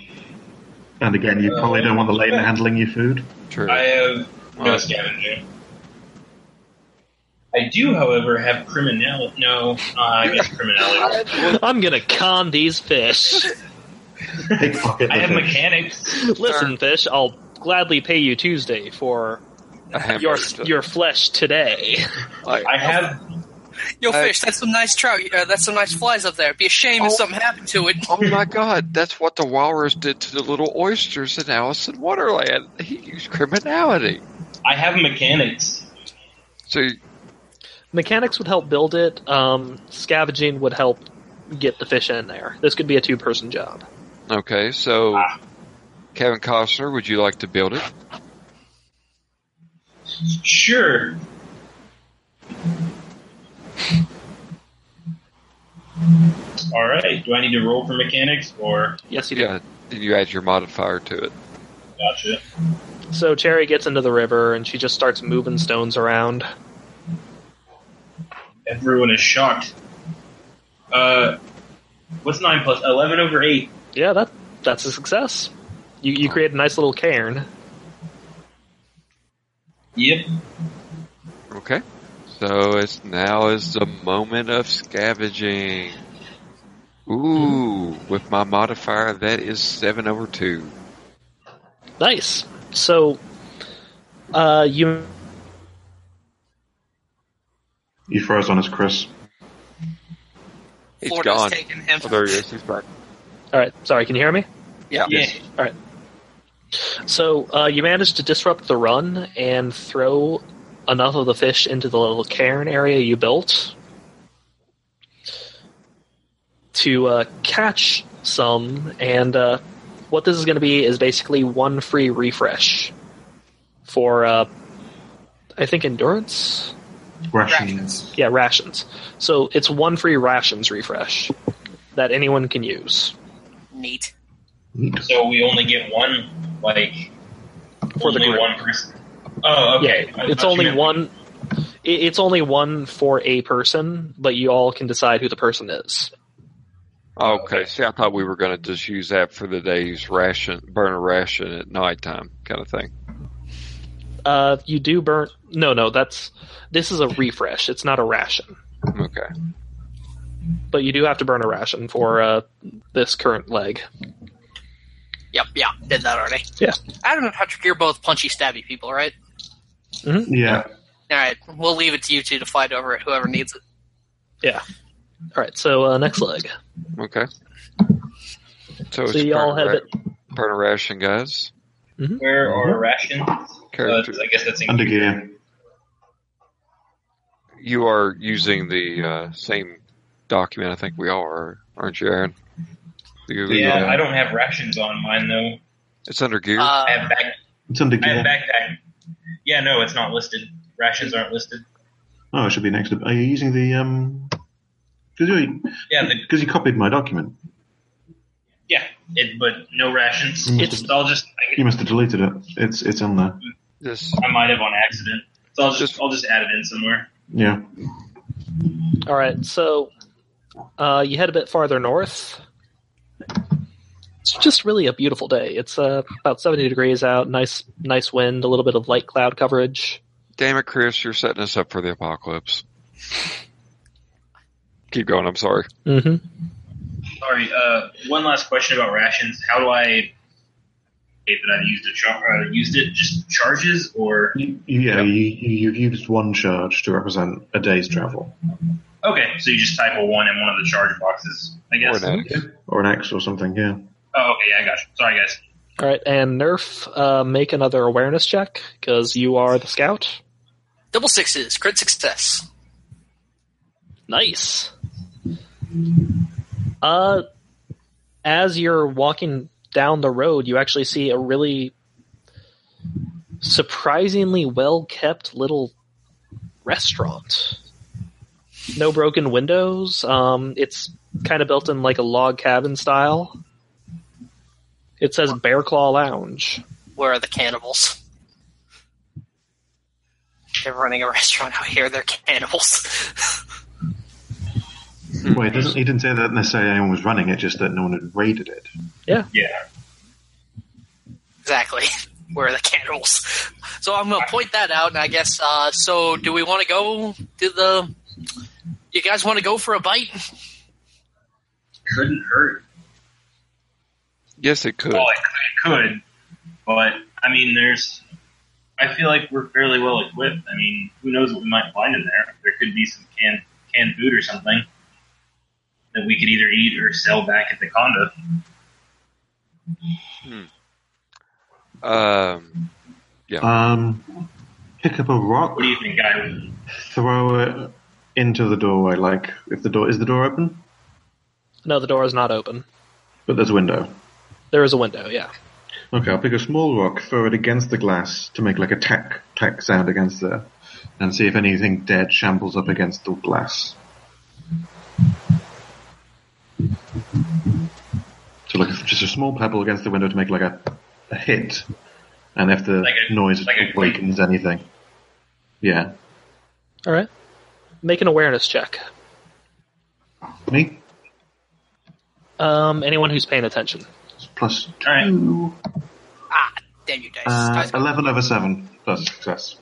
Speaker 3: And again, you probably don't want the lady handling your food.
Speaker 6: True.
Speaker 4: I have no
Speaker 6: Well,
Speaker 4: scavenging. I do, however, have criminality. No, uh, I guess criminality.
Speaker 1: I'm gonna con these fish.
Speaker 3: Pickpocket.
Speaker 4: I have
Speaker 3: the fish.
Speaker 4: mechanics.
Speaker 1: Listen, fish, I'll gladly pay you Tuesday for
Speaker 6: a hamburger
Speaker 1: your
Speaker 6: doesn't-
Speaker 1: your flesh today.
Speaker 4: I have.
Speaker 5: Yo,
Speaker 6: Uh,
Speaker 5: fish, that's some nice trout. Uh, that's some nice flies up there. It'd be a shame if
Speaker 6: Oh.
Speaker 5: something happened to it.
Speaker 6: Oh my god, that's what the walrus did to the little oysters in Alice in Wonderland. He used criminality.
Speaker 4: I have mechanics.
Speaker 6: So
Speaker 1: Mechanics would help build it. Um, scavenging would help get the fish in there. This could be a two person job.
Speaker 6: okay, so
Speaker 5: Ah.
Speaker 6: Kevin Costner, would you like to build it?
Speaker 4: Sure. All right. Do I need to roll for mechanics or?
Speaker 1: Yes, you do.
Speaker 6: Yeah. Then you add your modifier to it.
Speaker 4: Gotcha.
Speaker 1: So Cherry gets into the river and she just starts moving stones around.
Speaker 4: Everyone is shocked. Uh, what's nine plus eleven over eight?
Speaker 1: Yeah, that that's a success. You you create a nice little cairn.
Speaker 4: Yep.
Speaker 6: Okay. So it's now is the moment of scavenging. Ooh, with my modifier, that is seven over two.
Speaker 1: Nice. So uh, you
Speaker 3: You froze on us, Chris.
Speaker 6: He's
Speaker 5: Florida's
Speaker 6: gone.
Speaker 5: taking him.
Speaker 6: Oh, there he is. He's back.
Speaker 1: all right? Sorry, can you hear me?
Speaker 5: Yeah.
Speaker 4: Yeah.
Speaker 1: So uh, you manage to disrupt the run and throw enough of the fish into the little cairn area you built to uh, catch some. And uh, what this is going to be is basically one free refresh for, uh, I think, endurance.
Speaker 3: Rations.
Speaker 1: Yeah, rations. So it's one free rations refresh that anyone can use
Speaker 5: Neat.
Speaker 4: So we only get one, like
Speaker 1: for the
Speaker 4: only
Speaker 1: group.
Speaker 4: one person. Oh, okay.
Speaker 1: Yeah,
Speaker 4: I
Speaker 1: it's
Speaker 4: thought you
Speaker 1: only
Speaker 4: meant-
Speaker 1: one. i- It's only one for a person, but you all can decide who the person is.
Speaker 6: Okay. See, I thought we were going to just use that for the day's ration, burn a ration at nighttime kind of thing.
Speaker 1: Uh, you do burn. No, no, that's this is a refresh. It's not a ration,
Speaker 6: Okay.
Speaker 1: but you do have to burn a ration for uh, this current leg.
Speaker 5: Yep, yeah, did that already.
Speaker 1: Yeah.
Speaker 5: Adam and Patrick, you're both punchy, stabby people, right?
Speaker 3: Yeah.
Speaker 5: All right, we'll leave it to you two to fight over it, whoever needs it.
Speaker 1: All right, so uh, next leg.
Speaker 6: Okay. So, it's
Speaker 1: So you all have
Speaker 6: burn a
Speaker 1: it.
Speaker 6: ra- burn a ration, guys.
Speaker 4: Where are rations? Uh,
Speaker 6: Character,
Speaker 4: I guess that's in-
Speaker 3: And a gear.
Speaker 6: you are using the uh, same document. I think we all are, aren't you, Aaron? You-
Speaker 4: Yeah,
Speaker 6: uh,
Speaker 4: I don't have rations on mine though.
Speaker 6: It's under gear.
Speaker 5: Uh,
Speaker 4: I have back.
Speaker 3: It's under
Speaker 4: I
Speaker 3: gear.
Speaker 4: have backpack. Yeah, no, it's not listed. Rations aren't listed.
Speaker 3: Oh, it should be next. to- Are you using the um? Because you,
Speaker 4: Yeah, the,
Speaker 3: 'cause you copied my document.
Speaker 4: yeah, it, but no rations.
Speaker 3: You must
Speaker 4: It's
Speaker 3: have-
Speaker 4: all just. I,
Speaker 3: You must have deleted it. It's it's on there.
Speaker 6: this
Speaker 4: I might have on accident. So I'll just,
Speaker 6: Just-
Speaker 4: I'll just add it in somewhere.
Speaker 3: Yeah.
Speaker 1: All right, so uh, you head a bit farther north. It's just really a beautiful day. It's uh, about seventy degrees out. Nice, nice wind. A little bit of light cloud coverage.
Speaker 6: damn it, Chris, you're setting us up for the apocalypse. Keep going. I'm sorry.
Speaker 1: Mm-hmm.
Speaker 4: Sorry. Uh, one last question about rations. How do I? If that I've used a char- uh, used it just charges or
Speaker 3: You, you- yeah. You, you you've used one charge to represent a day's travel,
Speaker 4: okay, so you just type a one in one of the charge boxes, I guess.
Speaker 6: Or
Speaker 4: Oh,
Speaker 6: an
Speaker 4: okay,
Speaker 6: X.
Speaker 3: or an X or something. Yeah.
Speaker 4: yeah, I got you. Sorry, guys.
Speaker 1: All right, and Nerf, uh, make another awareness check because you are the scout.
Speaker 5: double sixes, crit success.
Speaker 1: Nice. Uh, as you're walking down the road, you actually see a really surprisingly well kept little restaurant. No broken windows. Um, it's kind of built in like a log cabin style. It says Bear Claw Lounge.
Speaker 5: Where are the cannibals? They're running a restaurant out here. They're cannibals.
Speaker 4: Hmm.
Speaker 3: Wait, doesn't, he didn't say that necessarily anyone was running it, just that no one had raided it.
Speaker 4: Yeah.
Speaker 5: exactly. Where are the cannibals? So I'm gonna point that out, and I guess. Uh, so do we want to go to the? You guys want to go for a bite?
Speaker 4: Couldn't hurt.
Speaker 6: Yes, it could.
Speaker 4: Well, it, it could, but I mean, there's. I feel like we're fairly well equipped. I mean, who knows what we might find in there? There could be some canned canned food or something that we could either eat or sell back at the condo.
Speaker 6: Um,
Speaker 3: Um, pick up a rock,
Speaker 4: What do you think, guy?
Speaker 3: throw it into the doorway. Like, if the door is the door open,
Speaker 1: No, the door is not open.
Speaker 3: but there's a window.
Speaker 1: There is a window. Yeah.
Speaker 3: Okay, I'll pick a small rock, throw it against the glass to make like a tack tack sound against there, and see if anything dead shambles up against the glass. So like just a small pebble against the window to make like a, a hit, and if the
Speaker 4: Like a-
Speaker 3: noise
Speaker 4: like a-
Speaker 3: awakens anything, yeah,
Speaker 1: All right. Make an awareness check.
Speaker 3: me
Speaker 1: Um, anyone who's paying attention.
Speaker 3: It's plus
Speaker 4: All right.
Speaker 3: two,
Speaker 5: Ah, damn you dice!
Speaker 3: uh,
Speaker 5: Guys,
Speaker 3: eleven over seven plus success.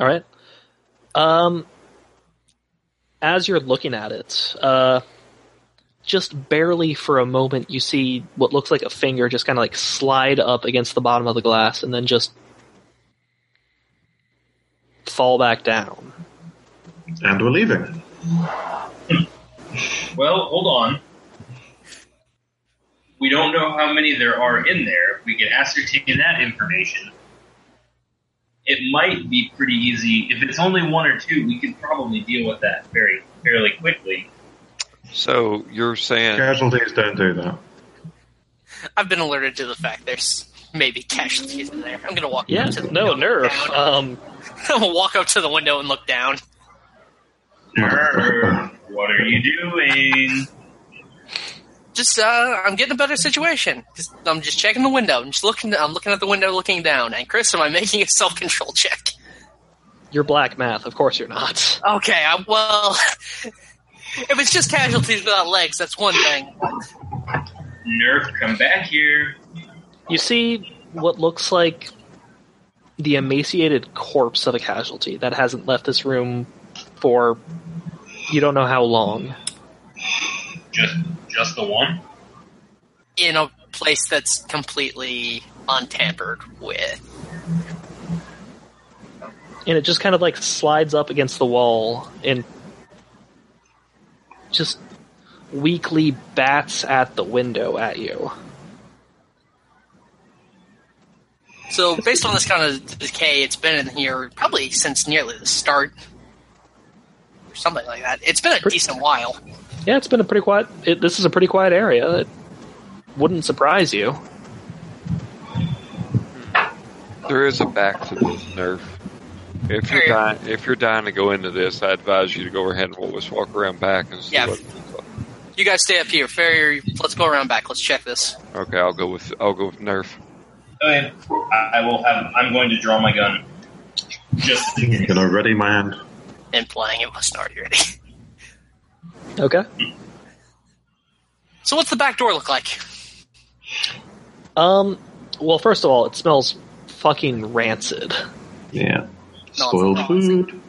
Speaker 1: All right. Um, as you're looking at it, uh, just barely for a moment, you see what looks like a finger just kind of like slide up against the bottom of the glass and then just fall back down.
Speaker 3: And we're leaving.
Speaker 4: Well, hold on. We don't know how many there are in there. We can ascertain that information. It might be pretty easy. If it's only one or two, we can probably deal with that very fairly quickly.
Speaker 6: so you're saying
Speaker 3: Casualties don't do that.
Speaker 5: I've been alerted to the fact there's maybe casualties in there. I'm gonna walk.
Speaker 1: Yeah,
Speaker 5: up to the
Speaker 1: no
Speaker 5: window,
Speaker 1: nerve.
Speaker 5: down.
Speaker 1: Um,
Speaker 5: I'm gonna walk up to the window and look down.
Speaker 4: Err, what are you doing?
Speaker 5: Just, uh, I'm getting a better situation. Just, I'm just checking the window. I'm just looking. I'm looking at the window, looking down. And Chris, am I making a self control check?
Speaker 1: you're black math, of course you're not.
Speaker 5: Okay. I, well, if it's just casualties without legs, that's one thing.
Speaker 4: Nerf, come back here.
Speaker 1: You see what looks like the emaciated corpse of a casualty that hasn't left this room for you don't know how long.
Speaker 4: Just, just the one.
Speaker 5: In a place that's completely untampered with.
Speaker 1: and it just kind of like slides up against the wall and just weakly bats at the window at you.
Speaker 5: So, based on this kind of decay, it's been in here probably since nearly the start, or something like that. It's been a decent while.
Speaker 1: Yeah, it's been a pretty quiet. It, this is a pretty quiet area. It wouldn't surprise you.
Speaker 6: there is a back to this nerf. If you're
Speaker 5: Sure.
Speaker 6: dying, if you're dying to go into this, I advise you to go ahead and let's walk around back and see
Speaker 5: Yeah.
Speaker 6: what. it looks like.
Speaker 5: You guys stay up here. Ferrier, let's go around back. Let's check this.
Speaker 6: Okay, I'll go with I'll go with nerf.
Speaker 4: Okay. I, I will have. I'm going to draw my gun. Just in
Speaker 3: I'm
Speaker 4: case.
Speaker 3: gonna ready my hand.
Speaker 5: implying it wasn't already ready.
Speaker 1: Okay.
Speaker 5: So what's the back door look like?
Speaker 1: Um. Well, first of all, it smells fucking rancid.
Speaker 3: Yeah.
Speaker 5: No,
Speaker 3: Spoiled
Speaker 5: it's- no, it's-
Speaker 3: food.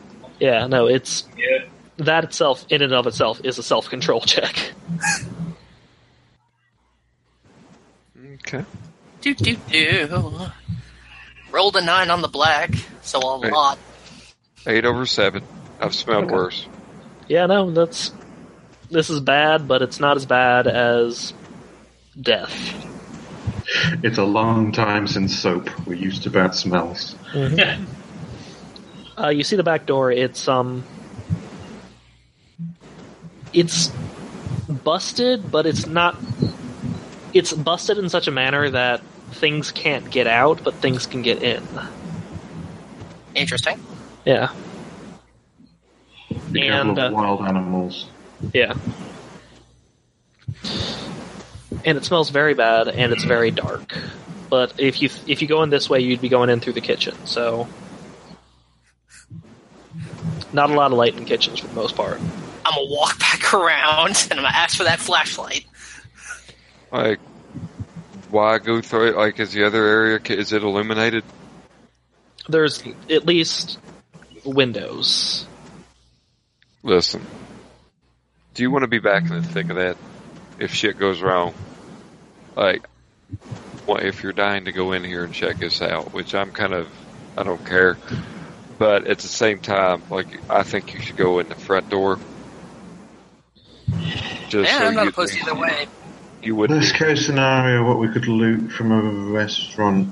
Speaker 1: Yeah. No, it's
Speaker 4: Yeah.
Speaker 1: that itself, in and of itself, is a self control check.
Speaker 6: Okay.
Speaker 5: Do do do. Rolled a nine on the black, so a
Speaker 6: Right.
Speaker 5: lot.
Speaker 6: Eight over seven. I've smelled
Speaker 1: Okay.
Speaker 6: worse.
Speaker 1: Yeah. No, that's this is bad, but it's not as bad as death.
Speaker 3: It's a long time since soap. We're used to bad smells.
Speaker 1: Uh, you see the back door. It's um, it's busted, but it's not. It's busted in such a manner that things can't get out, but things can get in.
Speaker 5: Interesting.
Speaker 1: Yeah,
Speaker 3: Be
Speaker 1: And,
Speaker 3: careful of
Speaker 1: uh,
Speaker 3: wild animals.
Speaker 1: yeah. and it smells very bad, and it's very dark. But if you if you go in this way, you'd be going in through the kitchen. So, not a lot of light in kitchens for the most part.
Speaker 5: I'm gonna walk back around and I'm gonna ask for that flashlight.
Speaker 6: Like, why go through it? Like, is the other area is it illuminated?
Speaker 1: There's at least windows.
Speaker 6: Listen, do you want to be back in the thick of that? If shit goes wrong, like, what if you're dying to go in here and check this out? Which I'm kind of, I don't care. But at the same time, like, I think you should go in the front door. Just
Speaker 5: yeah,
Speaker 6: so
Speaker 5: I'm not
Speaker 6: you-
Speaker 5: opposed either way.
Speaker 6: You would
Speaker 3: Best case scenario, what we could loot from a restaurant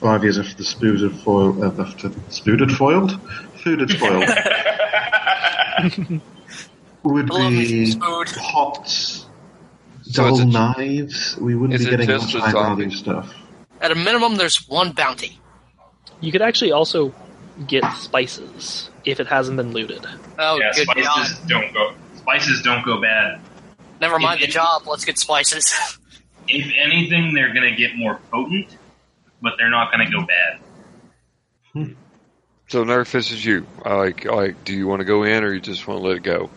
Speaker 3: five years after the spood had foiled, uh, after spood had foiled, food had foiled, would
Speaker 5: I love me
Speaker 3: be
Speaker 5: some food.
Speaker 3: pots,
Speaker 6: So
Speaker 3: dull
Speaker 6: is it-
Speaker 3: knives. We wouldn't
Speaker 6: is
Speaker 3: be
Speaker 6: it
Speaker 3: getting
Speaker 6: just
Speaker 3: much
Speaker 6: the
Speaker 3: high value
Speaker 6: zombies?
Speaker 3: stuff.
Speaker 5: At a minimum, there's one bounty.
Speaker 1: You could actually also get spices if it hasn't been looted.
Speaker 5: Oh,
Speaker 4: yeah,
Speaker 5: good God.
Speaker 4: spices don't go. Spices don't go bad.
Speaker 5: Never mind the
Speaker 4: Mhm.
Speaker 5: job. Let's get spices.
Speaker 4: If anything, they're going to get more potent, but they're not going to go bad.
Speaker 6: So Nerf, this is you. Like, like, do you want to go in or you just want to let it go?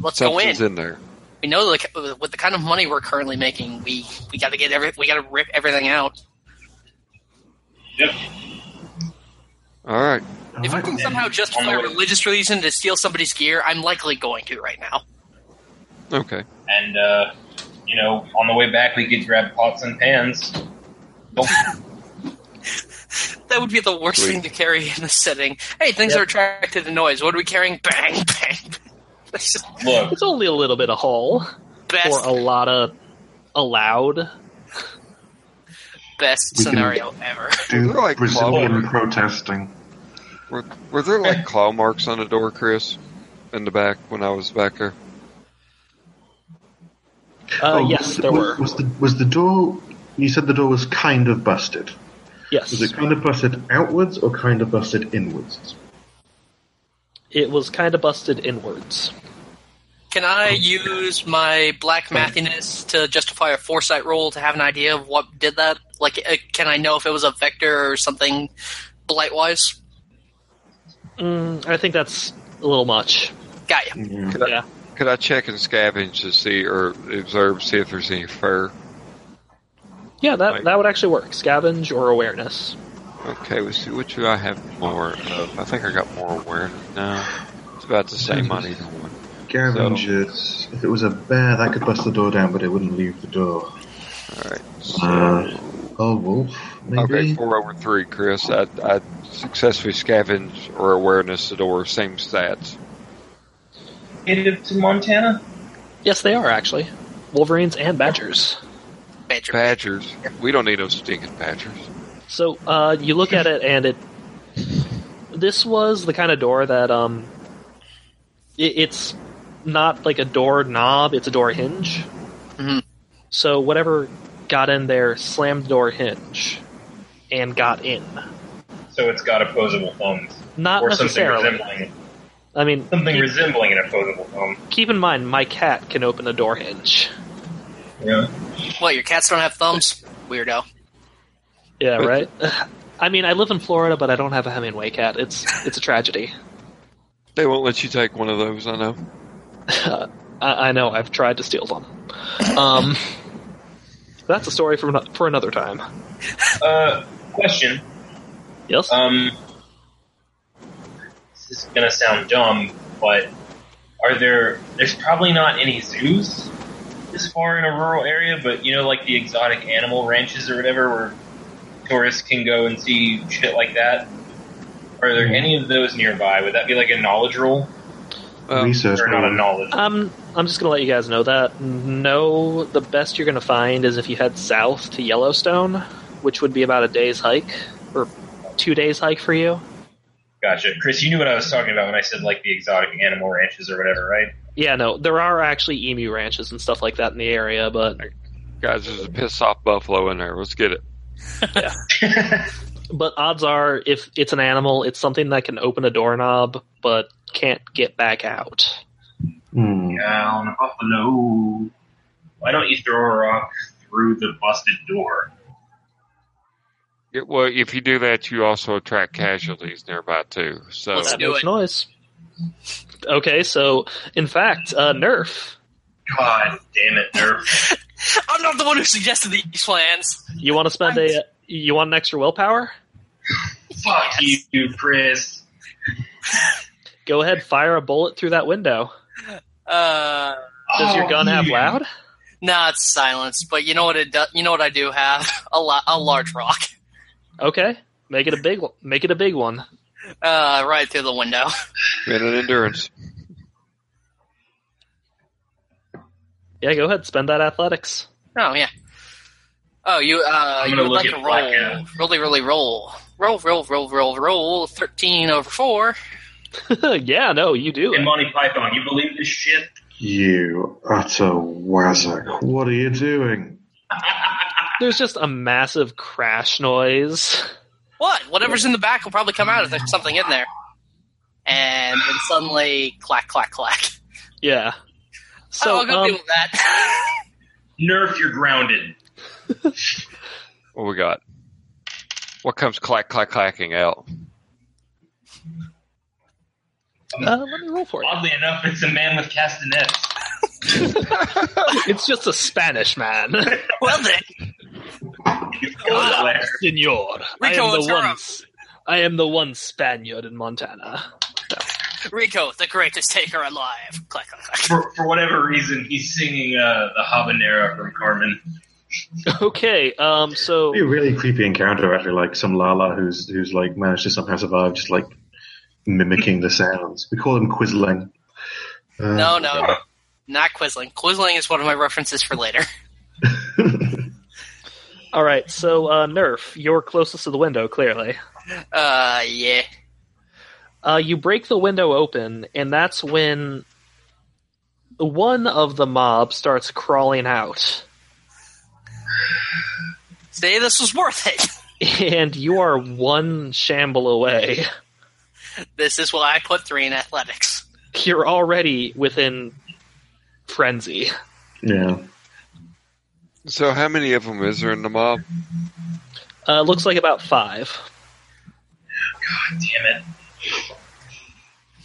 Speaker 5: Let's go in.
Speaker 6: Something's in there.
Speaker 5: We know the, with the kind of money we're currently making, we we got to get every we got to rip everything out.
Speaker 4: Yep.
Speaker 6: All right.
Speaker 3: I
Speaker 5: If I
Speaker 3: like
Speaker 5: can
Speaker 3: that.
Speaker 5: somehow justify a religious reason to steal somebody's gear, I'm likely going to right now.
Speaker 6: Okay.
Speaker 4: And uh, you know, on the way back, we could grab pots and pans. Don't-
Speaker 5: That would be the worst
Speaker 6: Sweet.
Speaker 5: thing to carry in this setting. Hey, things
Speaker 1: Yep.
Speaker 5: are attracted to noise. What are we carrying? Bang, bang. bang. That's just
Speaker 4: Look,
Speaker 1: It's only a little bit of haul
Speaker 5: best
Speaker 1: for a lot of allowed. Uh,
Speaker 5: best
Speaker 3: We can-
Speaker 5: scenario ever.
Speaker 3: Do
Speaker 6: They're like
Speaker 3: Brazilian
Speaker 6: clobbering.
Speaker 3: protesting.
Speaker 6: Were, were there like claw marks on the door, Chris, in the back when I was back there?
Speaker 1: Uh,
Speaker 3: Oh,
Speaker 1: yes,
Speaker 3: was-
Speaker 1: there
Speaker 3: was,
Speaker 1: were.
Speaker 3: Was the, was the door? You said the door was kind of busted.
Speaker 1: Yes,
Speaker 3: Was it kind of busted outwards or kind of busted inwards?
Speaker 1: it was kind of busted inwards.
Speaker 5: Can I use my black mathiness to justify a foresight roll to have an idea of what did that? Like, uh, can I know if it was a vector or something blight wise?
Speaker 1: Mm, I think that's a little much.
Speaker 5: Got you.
Speaker 3: Yeah.
Speaker 6: Could I,
Speaker 1: Yeah.
Speaker 6: could I check and scavenge to see or observe, see if there's any fur?
Speaker 1: Yeah, that
Speaker 6: Right.
Speaker 1: that would actually work. Scavenge or awareness.
Speaker 6: Okay, let's see what do I have more of. I think I got more awareness now. It's about the same on either one.
Speaker 3: Scavengers. If it was a bear, that could bust the door down, but it wouldn't leave the door.
Speaker 6: Alright.
Speaker 3: Uh,
Speaker 6: So,
Speaker 3: oh, wolf,
Speaker 6: okay,
Speaker 3: maybe?
Speaker 6: four over three, Chris. I, I successfully scavenge or awareness the door, same stats.
Speaker 4: native to Montana.
Speaker 1: Yes, they are actually Wolverines and Badgers.
Speaker 5: Badger.
Speaker 6: Badgers. We don't need those stinking badgers.
Speaker 1: So uh, you look at it, and it. This was the kind of door that um. It, it's not like a door knob; it's a door hinge.
Speaker 4: Mm-hmm.
Speaker 5: Mhm.
Speaker 1: So whatever got in there slammed the door hinge, and got in.
Speaker 4: So it's got opposable thumbs,
Speaker 1: Not
Speaker 4: or something
Speaker 1: necessarily.
Speaker 4: resembling
Speaker 1: I mean,
Speaker 4: something resembling an opposable thumb.
Speaker 1: keep in mind, my cat can open a door hinge.
Speaker 4: Yeah.
Speaker 5: What? Your cats don't have thumbs? Weirdo.
Speaker 1: Yeah, right. I mean, I live in Florida, but I don't have a Hemingway cat. It's it's a tragedy.
Speaker 6: They won't let you take one of those, I know.
Speaker 1: I, I know. I've tried to steal them. Um, that's a story for ano- for another time.
Speaker 4: Uh, question.
Speaker 1: Yes.
Speaker 4: Um, this is gonna sound dumb, but are there? There's probably not any zoos this far in a rural area, but you know, like the exotic animal ranches or whatever, where tourists can go and see shit like that. Are there any of those nearby? Would that be like a knowledge roll,
Speaker 6: Um,
Speaker 3: Research.
Speaker 4: or not a knowledge?
Speaker 1: Um, I'm just gonna let you guys know that. No, the best you're gonna find is if you head south to Yellowstone, which would be about a day's hike or two days hike for you.
Speaker 4: Gotcha, Chris. You knew what I was talking about when I said like the exotic animal ranches or whatever, right?
Speaker 1: Yeah, no, there are actually emu ranches and stuff like that in the area, but
Speaker 6: guys, there's a piss off buffalo in there. Let's get it.
Speaker 1: but odds are, if it's an animal, it's something that can open a doorknob but can't get back out.
Speaker 3: Hmm.
Speaker 4: Down Buffalo. Why don't you throw a rock through the busted door?
Speaker 6: Yeah, well, if you do that, you also attract casualties nearby too. So
Speaker 5: Let's
Speaker 1: That
Speaker 5: do
Speaker 1: makes
Speaker 5: it.
Speaker 1: noise. Okay, so in fact, uh, Nerf,
Speaker 4: God damn it, Nerf.
Speaker 5: I'm not the one who suggested these plans.
Speaker 1: you want to spend a you want an extra willpower?
Speaker 4: Fuck you, you, Chris.
Speaker 1: Go ahead, fire a bullet through that window.
Speaker 5: Uh,
Speaker 1: Does your
Speaker 4: Oh,
Speaker 1: gun have
Speaker 4: you.
Speaker 1: loud?
Speaker 5: nah, it's silence. But you know what it does? You know what I do have? A la- a large rock.
Speaker 1: Okay, make it a big make it a big one.
Speaker 5: Uh, right through the window.
Speaker 6: and an endurance.
Speaker 1: Yeah, go ahead, spend that athletics.
Speaker 5: Oh yeah. Oh, you uh,
Speaker 4: I'm
Speaker 5: you
Speaker 4: gonna
Speaker 5: would
Speaker 4: look
Speaker 5: like
Speaker 4: at
Speaker 5: to roll,
Speaker 4: Blackout.
Speaker 5: really, really roll, roll, roll, roll, roll, roll, thirteen over four.
Speaker 1: yeah, no, you do.
Speaker 4: In
Speaker 1: it.
Speaker 4: Monty Python, you believe this shit?
Speaker 3: You utter wazzack. What are you doing?
Speaker 1: There's just a massive crash noise.
Speaker 5: What? Whatever's in the back will probably come out if there's something in there. And then suddenly, clack, clack, clack.
Speaker 1: Yeah. So
Speaker 5: oh, I'll go
Speaker 1: um,
Speaker 5: deal with that.
Speaker 4: Nerf, you're grounded.
Speaker 6: What we got? What comes clack clack clacking out?
Speaker 1: uh, let me roll for it.
Speaker 4: Oddly enough, it's a man with castanets.
Speaker 1: It's just a Spanish man.
Speaker 5: well then,
Speaker 4: You
Speaker 1: Hola,
Speaker 4: go there.
Speaker 1: Ah, senor. I am
Speaker 5: Rico,
Speaker 1: the
Speaker 5: it's
Speaker 1: one.
Speaker 5: her.
Speaker 1: s- I am the one Spaniard in Montana.
Speaker 5: Rico, the greatest taker alive. Clack, clack, clack.
Speaker 4: For, for whatever reason, he's singing uh, the habanero from Carmen.
Speaker 1: Okay, um, so
Speaker 3: It'd be a really creepy encounter, actually. Like some Lala who's who's like managed to somehow survive, just like mimicking the sounds. We call him Quisling. Uh,
Speaker 5: No, no, not Quisling. Quisling is one of my references for later.
Speaker 1: all right, so uh, Nerf, you're closest to the window, clearly.
Speaker 5: Uh, yeah.
Speaker 1: Uh, you break the window open, and that's when one of the mob starts crawling out,
Speaker 5: Say this was worth it.
Speaker 1: and you are one shamble away.
Speaker 5: This is why I put three in athletics.
Speaker 1: You're already within frenzy.
Speaker 3: Yeah.
Speaker 6: So how many of them is there in the mob?
Speaker 1: Uh, looks like about five.
Speaker 4: God damn it.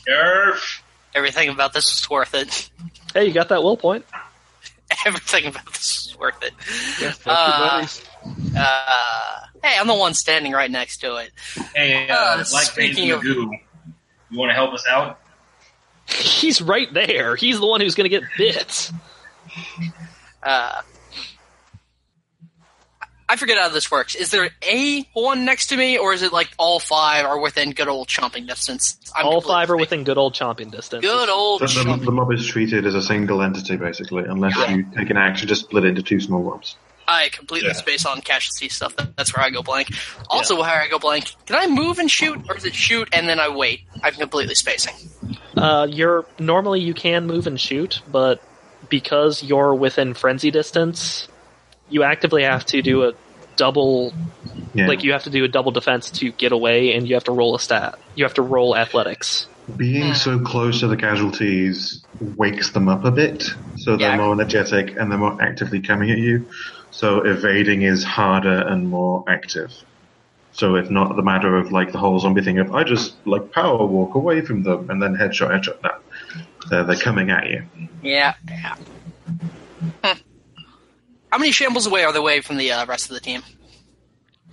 Speaker 4: Nerf!
Speaker 5: Everything about this was worth it.
Speaker 1: Hey, you got that will point.
Speaker 5: Everything about this was worth it.
Speaker 6: Yes, that's
Speaker 5: Uh,
Speaker 6: your buddies.
Speaker 5: Uh, hey, I'm the one standing right next to it.
Speaker 4: Hey, uh,
Speaker 5: Uh,
Speaker 4: like things
Speaker 5: speaking of-
Speaker 4: Magoo, you want to help us out?
Speaker 1: He's right there. He's the one who's going to get bit.
Speaker 5: Uh, I forget how this works. Is there a one next to me, or is it like all five are within good old chomping distance? I'm
Speaker 1: All
Speaker 5: completely-
Speaker 1: five are within good old chomping distance.
Speaker 5: good old
Speaker 3: The, the,
Speaker 5: chomping.
Speaker 3: the mob is treated as a single entity, basically, unless
Speaker 5: Yeah.
Speaker 3: you take an action to split it into two small mobs.
Speaker 5: I completely
Speaker 4: Yeah.
Speaker 5: space on casualty stuff. That- That's where I go blank. Also, where I go blank. Can I move and shoot, or is it shoot and then I wait? I'm completely spacing.
Speaker 1: Uh, you're normally you can move and shoot, but because you're within frenzy distance, you actively have to do a double.
Speaker 3: Yeah.
Speaker 1: Like you have to do a double defense to get away, and you have to roll a stat. You have to roll athletics.
Speaker 3: Being so close to the casualties wakes them up a bit, so they're
Speaker 5: Yeah.
Speaker 3: more energetic and they're more actively coming at you. So evading is harder and more active. So it's not the matter of like the whole zombie thing of I just like power walk away from them and then headshot, headshot. No, they're, they're coming at you.
Speaker 5: Yeah. yeah. Hmm. How many shambles away are they away from the uh, rest of the team?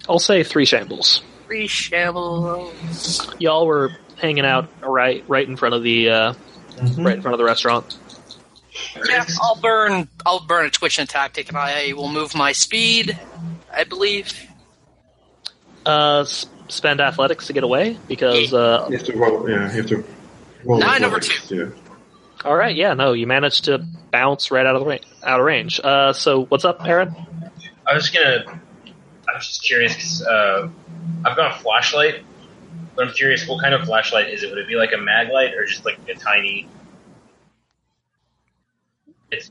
Speaker 1: I'll say three shambles.
Speaker 5: Three shambles.
Speaker 1: Y'all were hanging out right right in front of the uh,
Speaker 5: Mm-hmm.
Speaker 1: right in front of the restaurant.
Speaker 5: Yeah, I'll burn. I'll burn a twitch and tactic, and I will move my speed. I believe.
Speaker 1: Uh, s- spend athletics to get away because uh,
Speaker 3: You have to roll. Yeah, you have to roll.
Speaker 5: Nine over two.
Speaker 1: All right, yeah, no, you managed to bounce right out of the ra- out of range. Uh, so what's up, Aaron?
Speaker 4: I was just gonna. I was just curious 'cause, uh, I've got a flashlight, but I'm curious what kind of flashlight is it? Would it be like a mag light or just like a tiny? It's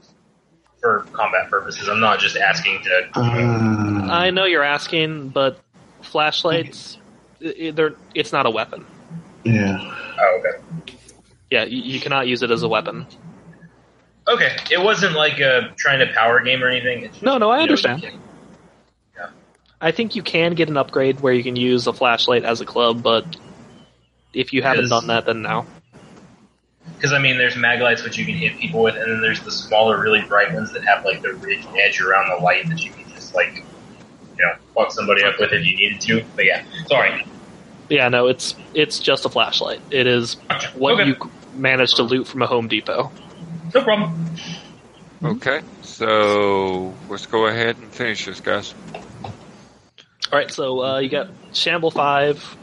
Speaker 4: for combat purposes. I'm not just asking to.
Speaker 3: Uh-huh.
Speaker 5: Uh,
Speaker 1: I know you're asking, but flashlights, i- i- they're it's not a weapon.
Speaker 3: yeah.
Speaker 4: Oh, okay.
Speaker 1: Yeah, you, you cannot use it as a weapon.
Speaker 4: Okay, it wasn't like a trying to power game or anything. It's just-
Speaker 1: No, no, I
Speaker 4: you know,
Speaker 1: understand. I think you can get an upgrade where you can use a flashlight as a club, but if you haven't
Speaker 4: Yes.
Speaker 1: done that, then no.
Speaker 4: Because I mean, there's mag lights which you can hit people with, and then there's the smaller, really bright ones that have like the ridge edge around the light that you can just like, you know, fuck somebody up with if you needed to. But yeah, sorry.
Speaker 1: Yeah, no, it's it's just a flashlight. It is what
Speaker 4: Okay.
Speaker 1: you managed to loot from a Home Depot.
Speaker 4: No problem.
Speaker 6: Okay, so let's go ahead and finish this, guys.
Speaker 1: All right, so uh, you got Shamble five,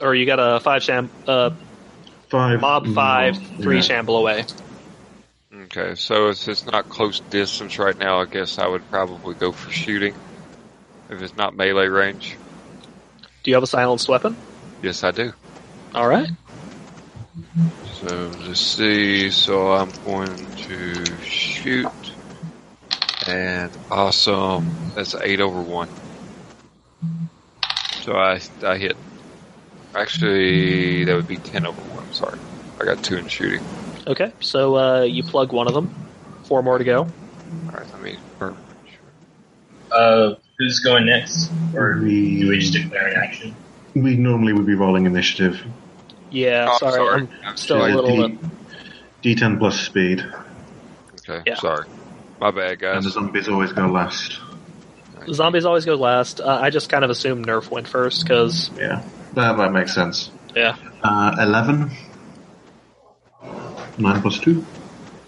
Speaker 1: or you got a five sham, uh,
Speaker 3: Five
Speaker 1: mob five, three
Speaker 3: Mm, yeah.
Speaker 1: Shamble away.
Speaker 6: Okay, so if it's not close distance right now, I guess I would probably go for shooting. If it's not melee range,
Speaker 1: Do you have a silenced weapon?
Speaker 6: yes, I do.
Speaker 1: All right.
Speaker 6: So let's see. So I'm going to shoot, and awesome. That's eight over one. So I I hit. Actually, that would be ten over one. Sorry, I got two in shooting.
Speaker 1: Okay, so uh, you plug one of them. Four more to go.
Speaker 6: All right, let me. burn.
Speaker 4: Uh, who's going next, or do we
Speaker 3: We,
Speaker 4: just declare an action?
Speaker 3: we normally would be rolling initiative.
Speaker 1: Yeah,
Speaker 6: Oh,
Speaker 1: sorry,
Speaker 6: sorry.
Speaker 1: I'm still
Speaker 3: Yeah,
Speaker 1: a little. Uh,
Speaker 3: D, D10 plus speed.
Speaker 6: Okay,
Speaker 1: Yeah.
Speaker 6: sorry. My bad,
Speaker 3: And
Speaker 6: guys.
Speaker 3: the zombies always go last.
Speaker 1: zombies always go last. Uh, I just kind of assumed Nerf went first because
Speaker 3: Yeah. That, that makes sense.
Speaker 1: yeah.
Speaker 3: Uh, 11. 9 plus 2.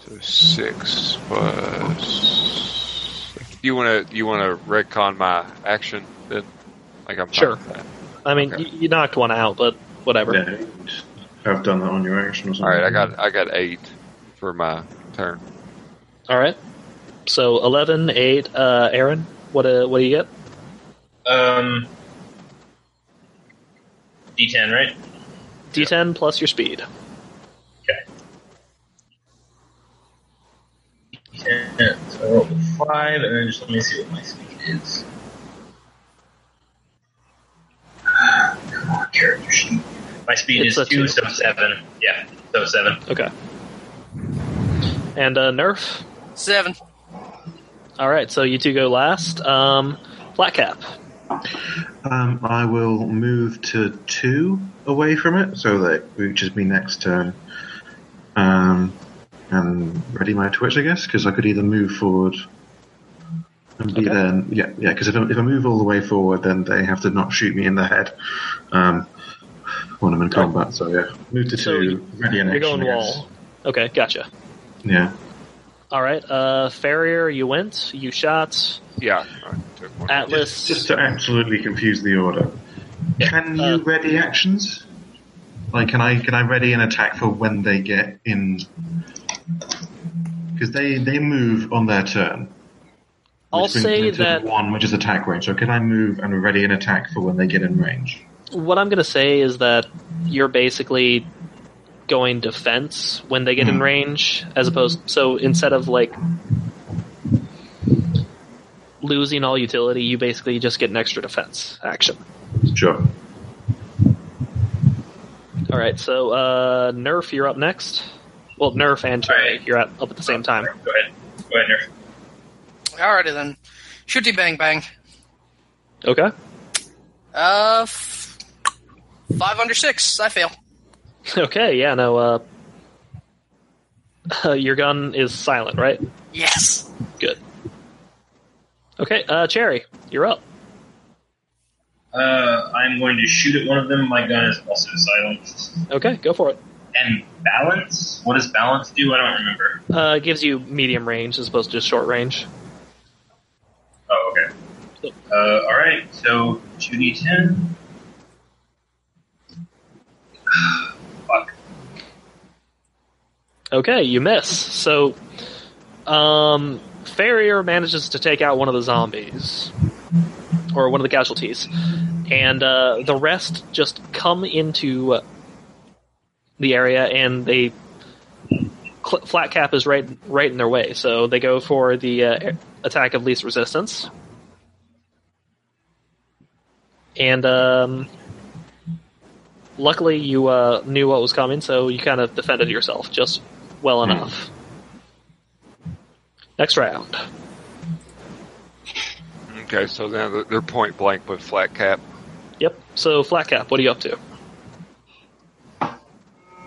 Speaker 6: So six plus. You want to you want to retcon my action then? Like I'm fine
Speaker 1: Sure.
Speaker 6: with that.
Speaker 1: I mean,
Speaker 6: Okay.
Speaker 1: y- you knocked one out, but whatever.
Speaker 3: Yeah. I've done that on your action or something.
Speaker 6: All right, I got I got eight for my turn.
Speaker 1: All right. So 11, 8, uh, Aaron, what uh, what do you get?
Speaker 4: Um, D10, right?
Speaker 1: D10 plus your speed.
Speaker 4: D10. So I rolled a five, and then just let me see what my speed is. Come on, Ah, character sheet. My speed
Speaker 1: It's
Speaker 4: is
Speaker 1: a
Speaker 4: two,
Speaker 1: two.
Speaker 4: so seven. Yeah, so seven.
Speaker 1: Okay. And uh, Nerf.
Speaker 5: Seven.
Speaker 1: All right, so you two go last. Um, Black Cap.
Speaker 3: Um, I will move to two away from it, so that reaches me next turn. Um, and ready my twitch, I guess, because I could either move forward and be
Speaker 1: Okay.
Speaker 3: then, yeah, yeah. Because if I, if I move all the way forward, then they have to not shoot me in the head um, when I'm in combat. So yeah, move to
Speaker 1: So
Speaker 3: two, ready an
Speaker 1: You're
Speaker 3: action.
Speaker 1: going
Speaker 3: I guess.
Speaker 1: wall. Okay, gotcha.
Speaker 3: Yeah,
Speaker 1: All right, uh, Farrier, you went. You shot.
Speaker 6: Yeah. I took one.
Speaker 1: Atlas.
Speaker 3: just to absolutely confuse the order. Can you
Speaker 1: Uh,
Speaker 3: ready actions? Like, can I can I ready an attack for when they get in? Because they they move on their turn. which
Speaker 1: I'll
Speaker 3: brings me
Speaker 1: say
Speaker 3: to
Speaker 1: that
Speaker 3: one, which is attack range. So can I move and ready an attack for when they get in range?
Speaker 1: what I'm going to say is that you're basically going defense when they get in
Speaker 3: Hmm.
Speaker 1: range, as opposed. So instead of like losing all utility, you basically just get an extra defense action.
Speaker 3: Sure.
Speaker 1: All right, so uh, Nerf, you're up next. Well, Nerf and
Speaker 4: All
Speaker 1: Cherry,
Speaker 4: right.
Speaker 1: you're up, up at the same time.
Speaker 4: Go ahead. Go ahead, Nerf.
Speaker 5: Alrighty then. Shooty bang bang.
Speaker 1: Okay.
Speaker 5: Uh, f- five under six. I fail.
Speaker 1: Okay. Yeah. No. Uh, your gun is silent, right?
Speaker 5: Yes.
Speaker 1: Good. Okay. Uh, Cherry, you're up.
Speaker 4: Uh, I'm going to shoot at one of them. My gun is also silenced.
Speaker 1: Okay, go for it.
Speaker 4: And balance? What does balance do? I don't remember.
Speaker 1: Uh, it gives you medium range as opposed to just short range.
Speaker 4: Oh, okay.
Speaker 1: Yep.
Speaker 4: Uh, all right. So two d ten. Fuck.
Speaker 1: Okay, you miss. So, um, Farrier manages to take out one of the zombies, or one of the casualties, and uh, the rest just come into uh, the area, and they cl- flat cap is right right in their way. So they go for the uh, attack of least resistance, and um. Luckily, you uh, knew what was coming, so you kind of defended yourself just well enough. Next round.
Speaker 6: Okay, so now they're- they're point blank with flat cap.
Speaker 1: Yep. So Flatcap, what are you up to?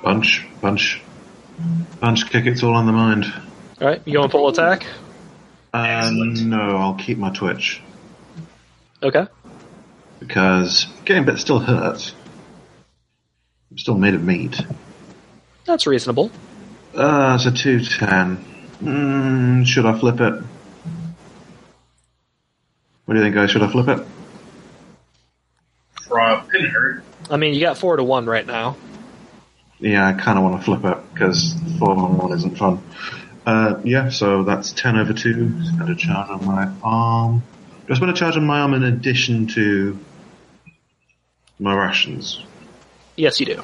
Speaker 3: Punch, punch, punch, kick. It's all on the mind.
Speaker 1: All right, you going full attack?
Speaker 3: Uh,
Speaker 4: Excellent.
Speaker 3: no, I'll keep my twitch
Speaker 1: Okay.
Speaker 3: because getting bit still hurts. I'm still made of meat.
Speaker 1: That's reasonable.
Speaker 3: Uh, it's a two ten. Mm, should I flip it? What do you think, guys? Should I flip it?
Speaker 4: Prob couldn't hurt.
Speaker 1: I mean, you got four to one right now.
Speaker 3: Yeah, I kind of want to flip it because four on one isn't fun. Uh, yeah, so that's ten over two. Spend a charge on my arm. Do I spend a charge on my arm in addition to my rations?
Speaker 1: Yes, you do.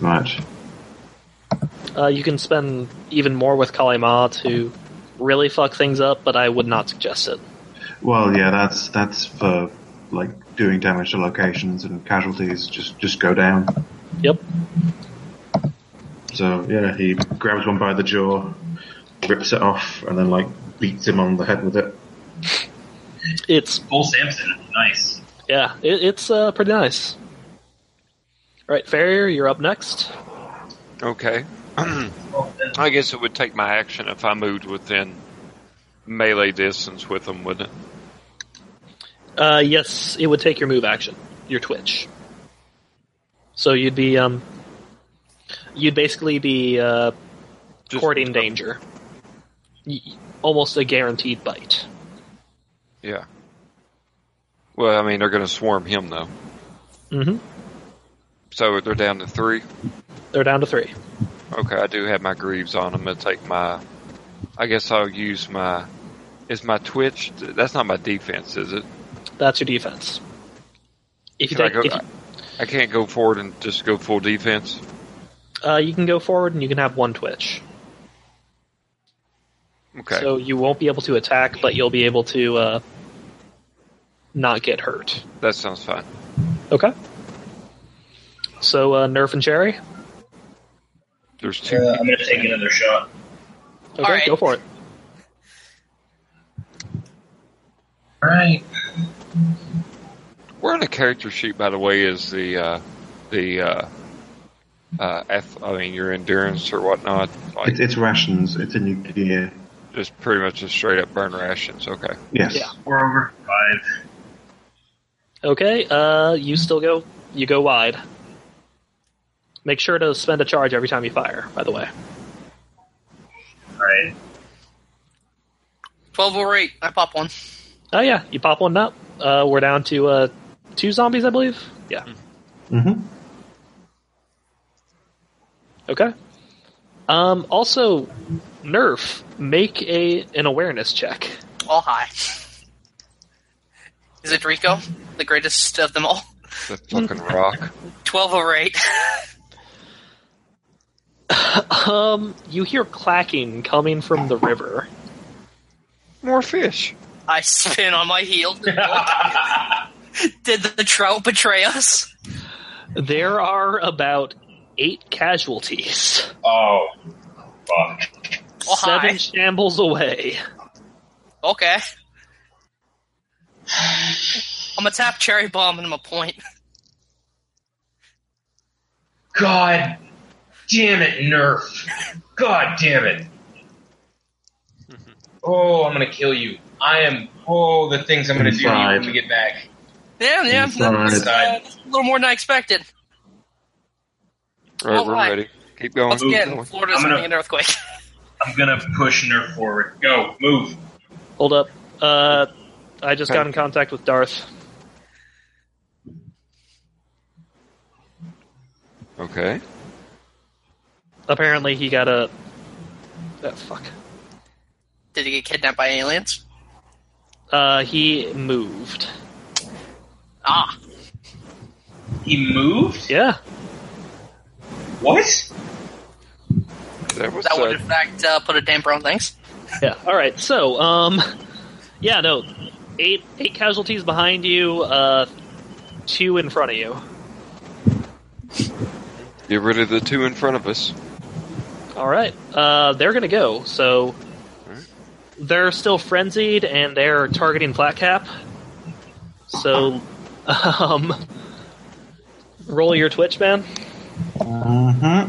Speaker 3: Right.
Speaker 1: Uh, you can spend even more with Kalima to really fuck things up, but I would not suggest it.
Speaker 3: Well, yeah, that's that's for like doing damage to locations and casualties. Just just go down.
Speaker 1: Yep.
Speaker 3: So yeah, he grabs one by the jaw, rips it off, and then like beats him on the head with it.
Speaker 1: It's
Speaker 4: Full Samson, nice.
Speaker 1: yeah, it, it's uh, pretty nice. All right, Farrier, you're up next.
Speaker 6: Okay.
Speaker 4: Well, then,
Speaker 6: I guess it would take my action if I moved within melee distance with them, wouldn't it?
Speaker 1: Uh, yes, it would take your move action, your twitch. So you'd be um, you'd basically be uh,
Speaker 6: Just-
Speaker 1: courting danger, Y- almost a guaranteed bite.
Speaker 6: Yeah. Well, I mean, they're going to swarm him, though.
Speaker 1: Mm-hmm.
Speaker 6: So they're down to three.
Speaker 1: They're down to three.
Speaker 6: Okay, I do have my greaves on. I'm going to take my. I guess I'll use my. Is my twitch. That's not my defense, is it?
Speaker 1: That's your defense. If you
Speaker 6: Can I
Speaker 1: take,
Speaker 6: go-
Speaker 1: if you-
Speaker 6: I can't go forward and just go full defense.
Speaker 1: Uh, you can go forward and you can have one twitch.
Speaker 6: Okay.
Speaker 1: So you won't be able to attack, but you'll be able to uh, not get hurt.
Speaker 6: that sounds fine.
Speaker 1: Okay. So uh, Nerf and Cherry.
Speaker 6: There's two.
Speaker 4: uh, I'm gonna take another shot.
Speaker 1: Okay,
Speaker 5: All right.
Speaker 1: go for it.
Speaker 4: All right.
Speaker 6: Where on the character sheet, by the way, is the uh, the uh, uh, ath- I mean your endurance or whatnot? Like
Speaker 3: It's, it's rations. It's in your gear.
Speaker 6: just pretty much just straight up burn rations. Okay.
Speaker 3: Yes.
Speaker 1: Yeah.
Speaker 4: Four over five.
Speaker 1: Okay. Uh, you still go. You go wide. Make sure to spend a charge every time you fire. By the way.
Speaker 4: All right.
Speaker 5: 12 over 8. I pop one.
Speaker 1: Oh yeah, you pop one up. Uh, we're down to uh, two zombies, I believe. Yeah.
Speaker 3: hmm
Speaker 1: Okay. Um, also, Nerf, make a an awareness check.
Speaker 5: All high. Is it Rico? The greatest of them all?
Speaker 6: The fucking rock.
Speaker 5: 12 over 8.
Speaker 1: Um, you hear clacking coming from the river.
Speaker 6: More fish.
Speaker 5: I spin on my heel. Did the trout betray us?
Speaker 1: There are about eight casualties,
Speaker 4: Oh, fuck.
Speaker 5: Oh, hi.
Speaker 1: seven shambles away.
Speaker 5: Okay. I'm gonna tap cherry bomb and I'm a point.
Speaker 4: God damn it, Nerf. God damn it. Oh, I'm gonna kill you. I am. Oh, the things I'm gonna do to you when we get back.
Speaker 5: Yeah, yeah.
Speaker 3: Alright.
Speaker 5: That's, uh, that's a little more than I expected.
Speaker 6: All right,
Speaker 5: Oh,
Speaker 6: we're
Speaker 5: hi.
Speaker 6: ready. Keep going.
Speaker 5: Once
Speaker 6: Keep
Speaker 5: again,
Speaker 6: going.
Speaker 5: Florida's
Speaker 4: I'm gonna-
Speaker 5: having an earthquake.
Speaker 4: I'm gonna push Nerf forward. Go, move.
Speaker 1: Hold up. Uh, I just got in contact with Darth.
Speaker 6: Okay.
Speaker 1: Apparently, he got a. Oh, fuck.
Speaker 5: Did he get kidnapped by aliens?
Speaker 1: Uh, he moved.
Speaker 5: Ah,
Speaker 4: He moved.
Speaker 1: Yeah.
Speaker 4: What?
Speaker 6: That was
Speaker 5: that would
Speaker 6: uh,
Speaker 5: in fact uh, put a damper on things.
Speaker 1: Yeah. All right. So, um, yeah, no, eight eight casualties behind you, uh, two in front of you.
Speaker 6: get rid of the two in front of us.
Speaker 1: All right. Uh, they're gonna go. So, they're still frenzied and they're targeting Flatcap. So, um, roll your Twitch, man.
Speaker 3: Uh-huh.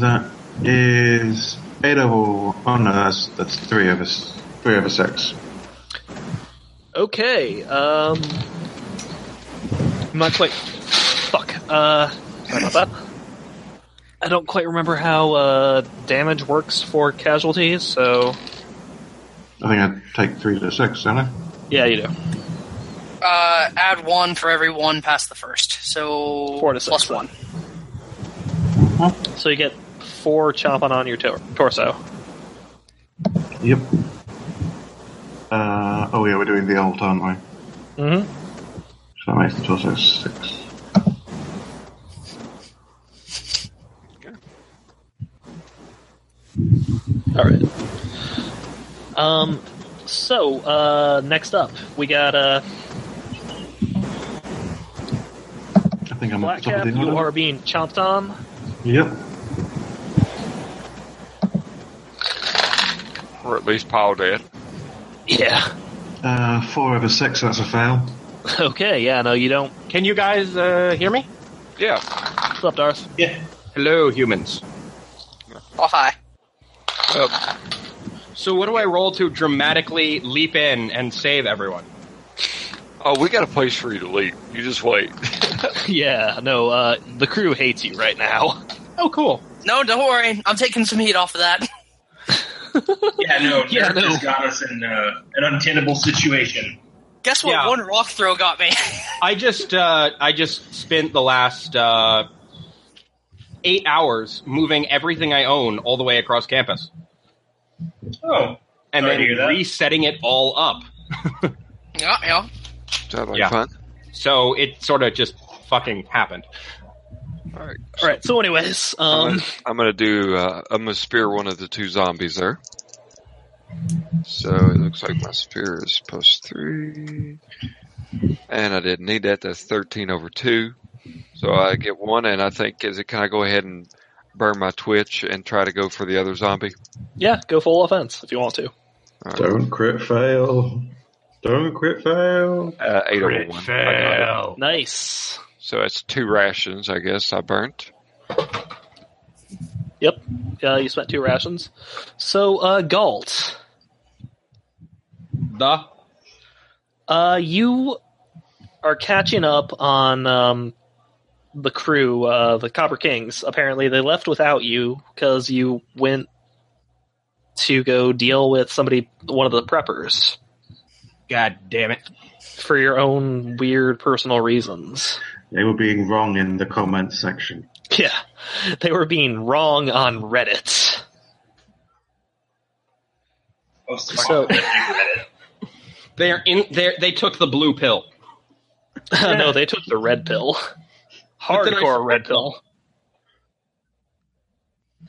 Speaker 3: That is eight of all. Oh no, that's that's three of us. Three over six.
Speaker 1: Okay. Um, I'm not quite. Fuck. Uh, sorry about that. I don't quite remember how uh, damage works for casualties, so
Speaker 3: I think I take three to six, don't I?
Speaker 1: yeah, you do.
Speaker 5: Uh, add one for every one past the first. So
Speaker 1: Four to six,
Speaker 5: plus
Speaker 1: then.
Speaker 5: one.
Speaker 1: So you get four chomping on your tor- torso.
Speaker 3: Yep. Uh, oh yeah, we're doing the alt, aren't we?
Speaker 1: Mm-hmm.
Speaker 3: So that makes the torso six.
Speaker 1: All right. Um. So uh, next up, we got uh,
Speaker 3: I think I'm at the top
Speaker 1: Blackcap.
Speaker 3: of the
Speaker 1: You
Speaker 3: order.
Speaker 1: are being chomped on.
Speaker 3: Yep.
Speaker 2: or at least Paul did.
Speaker 1: Yeah.
Speaker 3: Uh, four over six. That's a fail.
Speaker 1: Okay. Yeah. No, you don't.
Speaker 7: Can you guys uh, hear me?
Speaker 2: Yeah,
Speaker 1: What's up, Darth?
Speaker 7: Hello, humans.
Speaker 5: Off high.
Speaker 7: So what do I roll to dramatically leap in and save everyone?
Speaker 2: Oh, we got a place for you to leave. You just wait.
Speaker 1: yeah. No. Uh, the crew hates you right now.
Speaker 7: Oh, cool.
Speaker 5: No, don't worry. I'm taking some heat off of that.
Speaker 4: Yeah, no,
Speaker 1: Yeah,
Speaker 4: yeah,
Speaker 1: no.
Speaker 4: just got us in uh, an untenable situation.
Speaker 5: Guess what?
Speaker 7: Yeah.
Speaker 5: One rock throw got me.
Speaker 7: I just uh, I just spent the last uh, eight hours moving everything I own all the way across campus
Speaker 4: Oh,
Speaker 7: and
Speaker 4: Sorry to hear
Speaker 7: then
Speaker 4: that.
Speaker 7: resetting it all up.
Speaker 5: yeah, yeah.
Speaker 6: Sound like
Speaker 7: Yeah.
Speaker 6: fun?
Speaker 7: So it sort of just fucking happened.
Speaker 6: All right.
Speaker 1: All right. So, anyways,
Speaker 6: I'm,
Speaker 1: um,
Speaker 6: gonna, I'm gonna do. Uh, I'm gonna spear one of the two zombies there. So it looks like my spear is plus three, and I didn't need that. That's thirteen over two. So I get one, and I think is it? Can I go ahead and burn my twitch and try to go for the other zombie? Uh,
Speaker 1: yeah, go full offense if you want to.
Speaker 3: Don't crit fail. Don't crit fail.
Speaker 6: Uh, eight over one. I got it.
Speaker 1: Nice.
Speaker 6: So that's two rations, I guess. I burnt.
Speaker 1: Yep. Uh, you spent two rations. So, uh, Galt,
Speaker 7: The
Speaker 1: uh, you are catching up on um, the crew, uh, the Copper Kings. Apparently, they left without you because you went to go deal with somebody, one of the preppers,
Speaker 7: god damn it.
Speaker 1: for your own weird personal reasons.
Speaker 3: They were being wrong in the comment section.
Speaker 1: Yeah, they were being wrong on Reddit.
Speaker 4: oh,
Speaker 1: So-
Speaker 7: They're in there. They took the blue pill.
Speaker 1: Oh, no, they took the red pill.
Speaker 7: But then I-
Speaker 1: Hardcore red pill.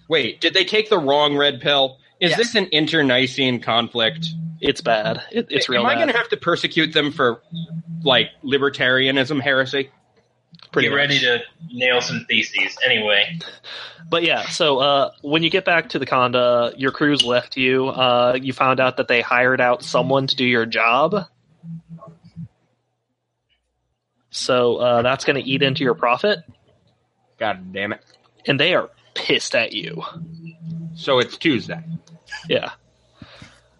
Speaker 7: Wait, did they take the wrong red pill? Is
Speaker 1: Yes.
Speaker 7: this an internecine conflict?
Speaker 1: It's bad. It, it's real
Speaker 7: Am I
Speaker 1: bad.
Speaker 7: going to have to persecute them for like libertarianism heresy?
Speaker 1: pretty
Speaker 4: Pretty
Speaker 1: much.
Speaker 4: ready to nail some theses. Anyway,
Speaker 1: But yeah, so uh, when you get back to the Conda, your crew's left you. Uh, you found out that they hired out someone to do your job. So uh, that's going to eat into your profit,
Speaker 7: God damn it!
Speaker 1: and they are pissed at you.
Speaker 7: So it's Tuesday.
Speaker 1: Yeah.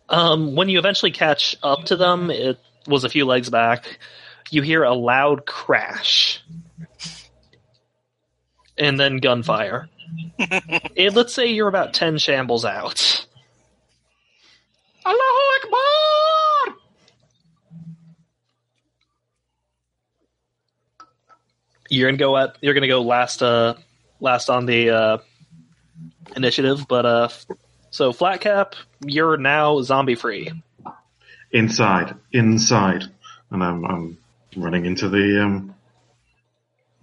Speaker 1: Um, when you eventually catch up to them, it was a few legs back. You hear a loud crash, and then gunfire. and let's say you're about ten shambles out.
Speaker 7: Allahu Akbar!
Speaker 1: You're gonna go at. You're gonna go last. Uh, last on the uh, initiative, but uh, so Flatcap, you're now zombie free.
Speaker 3: Inside, inside, and I'm I'm running into the um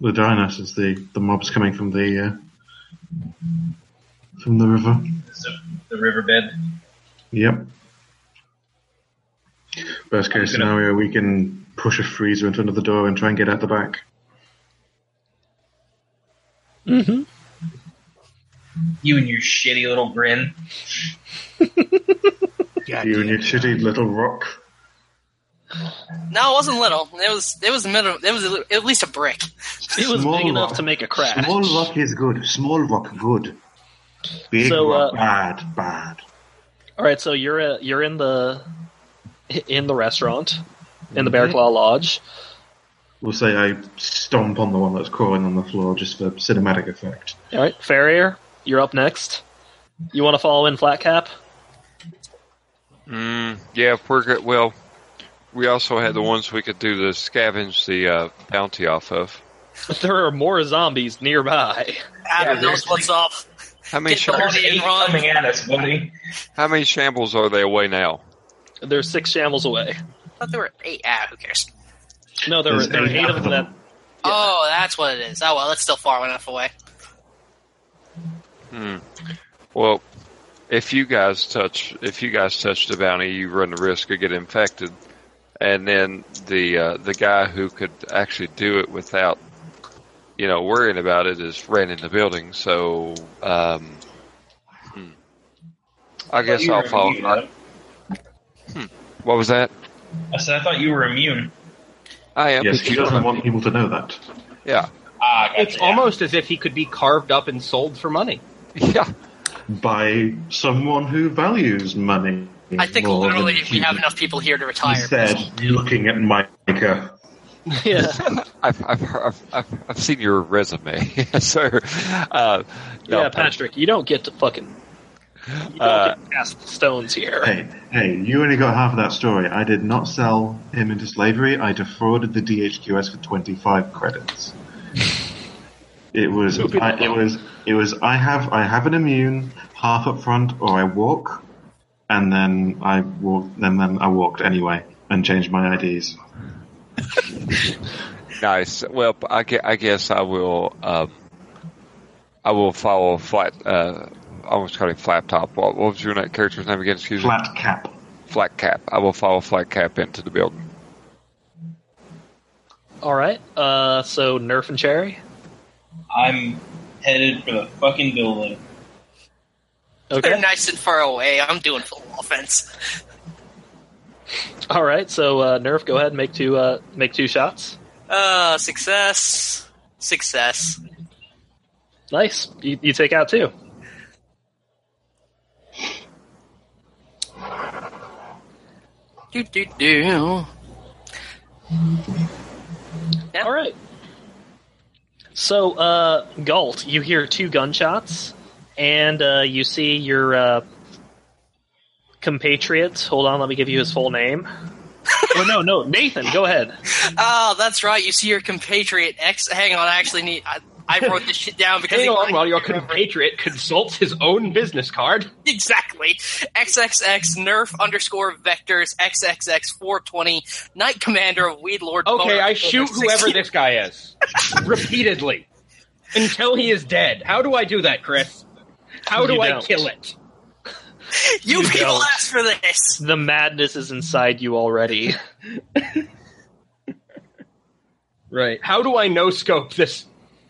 Speaker 3: the diner as the the mob's coming from the uh, from the river.
Speaker 4: so the riverbed.
Speaker 3: Yep. Best case scenario, we can push a freezer into another door and try and get out the back.
Speaker 1: Mm-hmm.
Speaker 4: You and your shitty little grin.
Speaker 3: You and your shitty little rock.
Speaker 5: No, it wasn't little. It was it was middle. It was a- at least a brick.
Speaker 1: It was
Speaker 3: Small
Speaker 1: big enough
Speaker 3: rock.
Speaker 1: to make a crash.
Speaker 3: Small rock is good. Small rock good. Big
Speaker 1: So,
Speaker 3: rock
Speaker 1: uh,
Speaker 3: bad, bad.
Speaker 1: All right, so you're uh, you're in the in the restaurant in the Bear
Speaker 3: Mm-hmm.
Speaker 1: Claw Lodge.
Speaker 3: We'll say I stomp on the one that's crawling on the floor just for cinematic effect.
Speaker 1: All right, Farrier, you're up next. You want to follow in Flatcap?
Speaker 6: Mm, yeah, if we're good, well, we also had the ones we could do the scavenge the uh, bounty off of.
Speaker 1: There are more zombies nearby.
Speaker 5: Adam
Speaker 4: Yeah,
Speaker 5: knows
Speaker 4: there's-
Speaker 5: what's up.
Speaker 6: How many
Speaker 5: Get the
Speaker 6: sham-
Speaker 5: whole-
Speaker 4: There's eight
Speaker 5: Ron.
Speaker 4: coming at us, buddy.
Speaker 6: how many shambles are they away now?
Speaker 1: There's six shambles away.
Speaker 5: I thought there were eight. Ah, who cares?
Speaker 1: No, there were
Speaker 3: There's
Speaker 1: there are
Speaker 3: eight
Speaker 1: eight
Speaker 3: of
Speaker 1: of them. That,
Speaker 3: them.
Speaker 5: Oh, that's what it is. Oh well, that's still far enough away.
Speaker 6: Hmm. Well, if you guys touch if you guys touch the bounty, you run the risk of getting infected, and then the uh, the guy who could actually do it without you know worrying about it is ran in the building. So um, hmm. I guess
Speaker 4: You
Speaker 6: I'll
Speaker 4: were
Speaker 6: follow.
Speaker 4: immune,
Speaker 6: I- what was that?
Speaker 4: though. I said I thought you were immune.
Speaker 6: I am.
Speaker 3: Yes,
Speaker 6: but
Speaker 3: he
Speaker 6: you-
Speaker 3: doesn't want people to know that.
Speaker 6: yeah,
Speaker 4: Ah, gotcha.
Speaker 7: It's almost as if he could be carved up and sold for money.
Speaker 6: yeah.
Speaker 3: By someone who values money.
Speaker 5: I think
Speaker 3: more than
Speaker 5: literally we
Speaker 3: he-
Speaker 5: have enough people here to
Speaker 3: He
Speaker 5: retire.
Speaker 3: said, looking at Micah.
Speaker 1: yeah.
Speaker 6: I've, I've, I've, I've, I've seen your resume, sir. Uh, no,
Speaker 1: yeah, Patrick, you don't get to fucking. You don't
Speaker 6: Uh,
Speaker 1: get past the stones here.
Speaker 3: Hey, hey, you only got half of that story. I did not sell him into slavery. I defrauded the DHQS for 25 credits. It was, I, it was, it was. I have, I have an immune half up front, or I walk, and then I walked, and then I walked anyway, and changed my IDs.
Speaker 6: Nice. Well, I gue- I guess I will. Um, I will follow flat. Uh, I almost called it flat top. What, what was your na- character's name again? Excuse me.
Speaker 3: Flat cap.
Speaker 6: Flat cap. I will follow flat cap into the building.
Speaker 1: All right. Uh, so Nerf and Cherry.
Speaker 4: I'm headed for the fucking building.
Speaker 5: They're
Speaker 1: Okay.
Speaker 5: nice and far away. I'm doing full offense.
Speaker 1: All right. So uh, Nerf, go ahead and make two uh, make two shots.
Speaker 5: Uh, success, success.
Speaker 1: Nice. You, you take out two.
Speaker 5: Do do do. Yeah.
Speaker 1: All right. So, uh, Galt, you hear two gunshots, and uh, you see your uh, compatriot. Hold on, let me give you his full name. oh no, no, Nathan, go ahead.
Speaker 5: Oh, that's right. You see your compatriot X. Hang on, I actually need. I, I wrote this shit down because
Speaker 7: Hang
Speaker 5: he-
Speaker 7: on while your compatriot consults his own business card.
Speaker 5: exactly XXX Nerf underscore Vectors XXX four twenty Knight Commander of Weed Lord.
Speaker 7: Okay,
Speaker 5: Boner
Speaker 7: I
Speaker 5: Boner
Speaker 7: shoot
Speaker 5: 60.
Speaker 7: whoever this guy is. Repeatedly. Until he is dead. How do I do that, Chris? How do
Speaker 1: You
Speaker 7: I
Speaker 1: don't.
Speaker 7: kill it?
Speaker 5: You
Speaker 1: You
Speaker 5: people
Speaker 1: don't.
Speaker 5: asked for this.
Speaker 1: The madness is inside you already.
Speaker 7: Right. How do I no scope this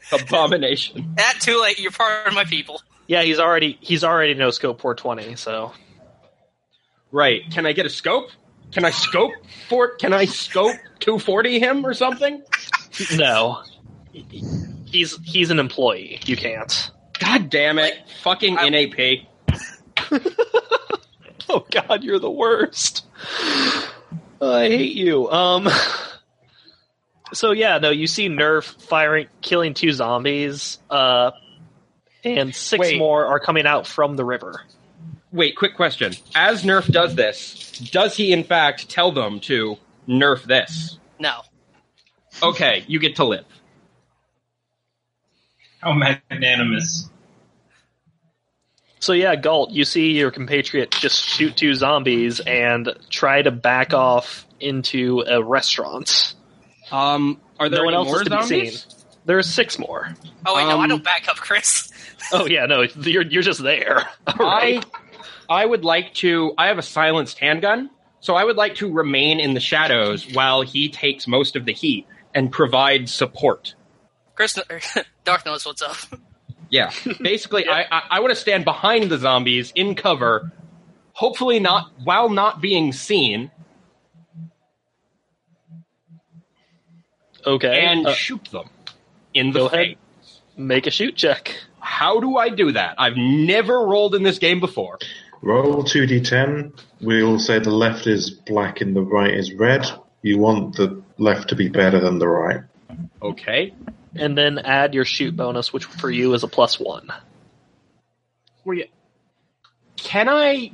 Speaker 7: abomination?
Speaker 5: That too late. You're part of my people.
Speaker 1: Yeah, he's already he's already no scope 420. So
Speaker 7: Right. Can I get a scope? Can I scope for can I scope 240 him or something?
Speaker 1: no, he's he's an employee. You can't.
Speaker 7: God damn it. Fucking NAP.
Speaker 1: Oh God, you're the worst. I hate you. Um. So yeah, no, you see Nerf firing, killing two zombies, uh, and six
Speaker 7: Wait.
Speaker 1: more are coming out from the river.
Speaker 7: Wait, quick question. As Nerf does this, does he in fact tell them to nerf this?
Speaker 5: No.
Speaker 7: Okay, you get to live.
Speaker 4: How magnanimous.
Speaker 1: So yeah, Galt, you see your compatriot just shoot two zombies and try to back off into a restaurant.
Speaker 7: Um, are there
Speaker 1: No one
Speaker 7: any
Speaker 1: else
Speaker 7: more
Speaker 1: is to be
Speaker 7: zombies?
Speaker 1: There's six more.
Speaker 5: Oh wait, no, I
Speaker 7: Um,
Speaker 5: don't back up, Chris.
Speaker 1: Oh yeah, no, you're you're just there. All
Speaker 7: I,
Speaker 1: right.
Speaker 7: I would like to. I have a silenced handgun, so I would like to remain in the shadows while he takes most of the heat and provide support.
Speaker 5: Chris, Dark knows what's up.
Speaker 7: Yeah. Basically, I, I, I want to stand behind the zombies in cover, hopefully not while not being seen,
Speaker 1: Okay.
Speaker 7: and
Speaker 1: uh,
Speaker 7: shoot them in
Speaker 1: go
Speaker 7: the
Speaker 1: ahead.
Speaker 7: face.
Speaker 1: make a shoot check.
Speaker 7: How do I do that? I've never rolled in this game before.
Speaker 3: Roll 2d10. We'll say the left is black and the right is red. You want the left to be better than the right.
Speaker 7: Okay.
Speaker 1: And then add your shoot bonus, which for you is a plus one.
Speaker 7: Were you- Can I?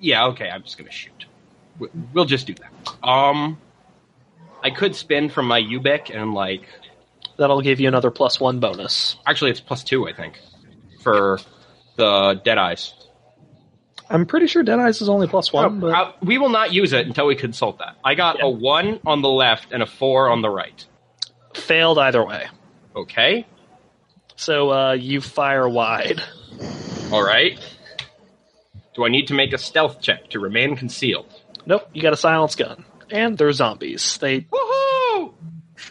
Speaker 7: Yeah. Okay. I'm just gonna shoot. We- We'll just do that. Um, I could spin from my Ubek and like
Speaker 1: That'll give you another plus one bonus.
Speaker 7: actually it's plus two I think for the Dead Eyes.
Speaker 1: I'm pretty sure Dead Eyes is only plus one, but
Speaker 7: Uh, we will not use it until we consult that. I got
Speaker 1: Yeah.
Speaker 7: a one on the left and a four on the right.
Speaker 1: failed either way.
Speaker 7: Okay.
Speaker 1: So uh, you fire wide.
Speaker 7: All right. Do I need to make a stealth check to remain concealed?
Speaker 1: Nope, you got a silence gun. And they're zombies. They,
Speaker 7: Woohoo!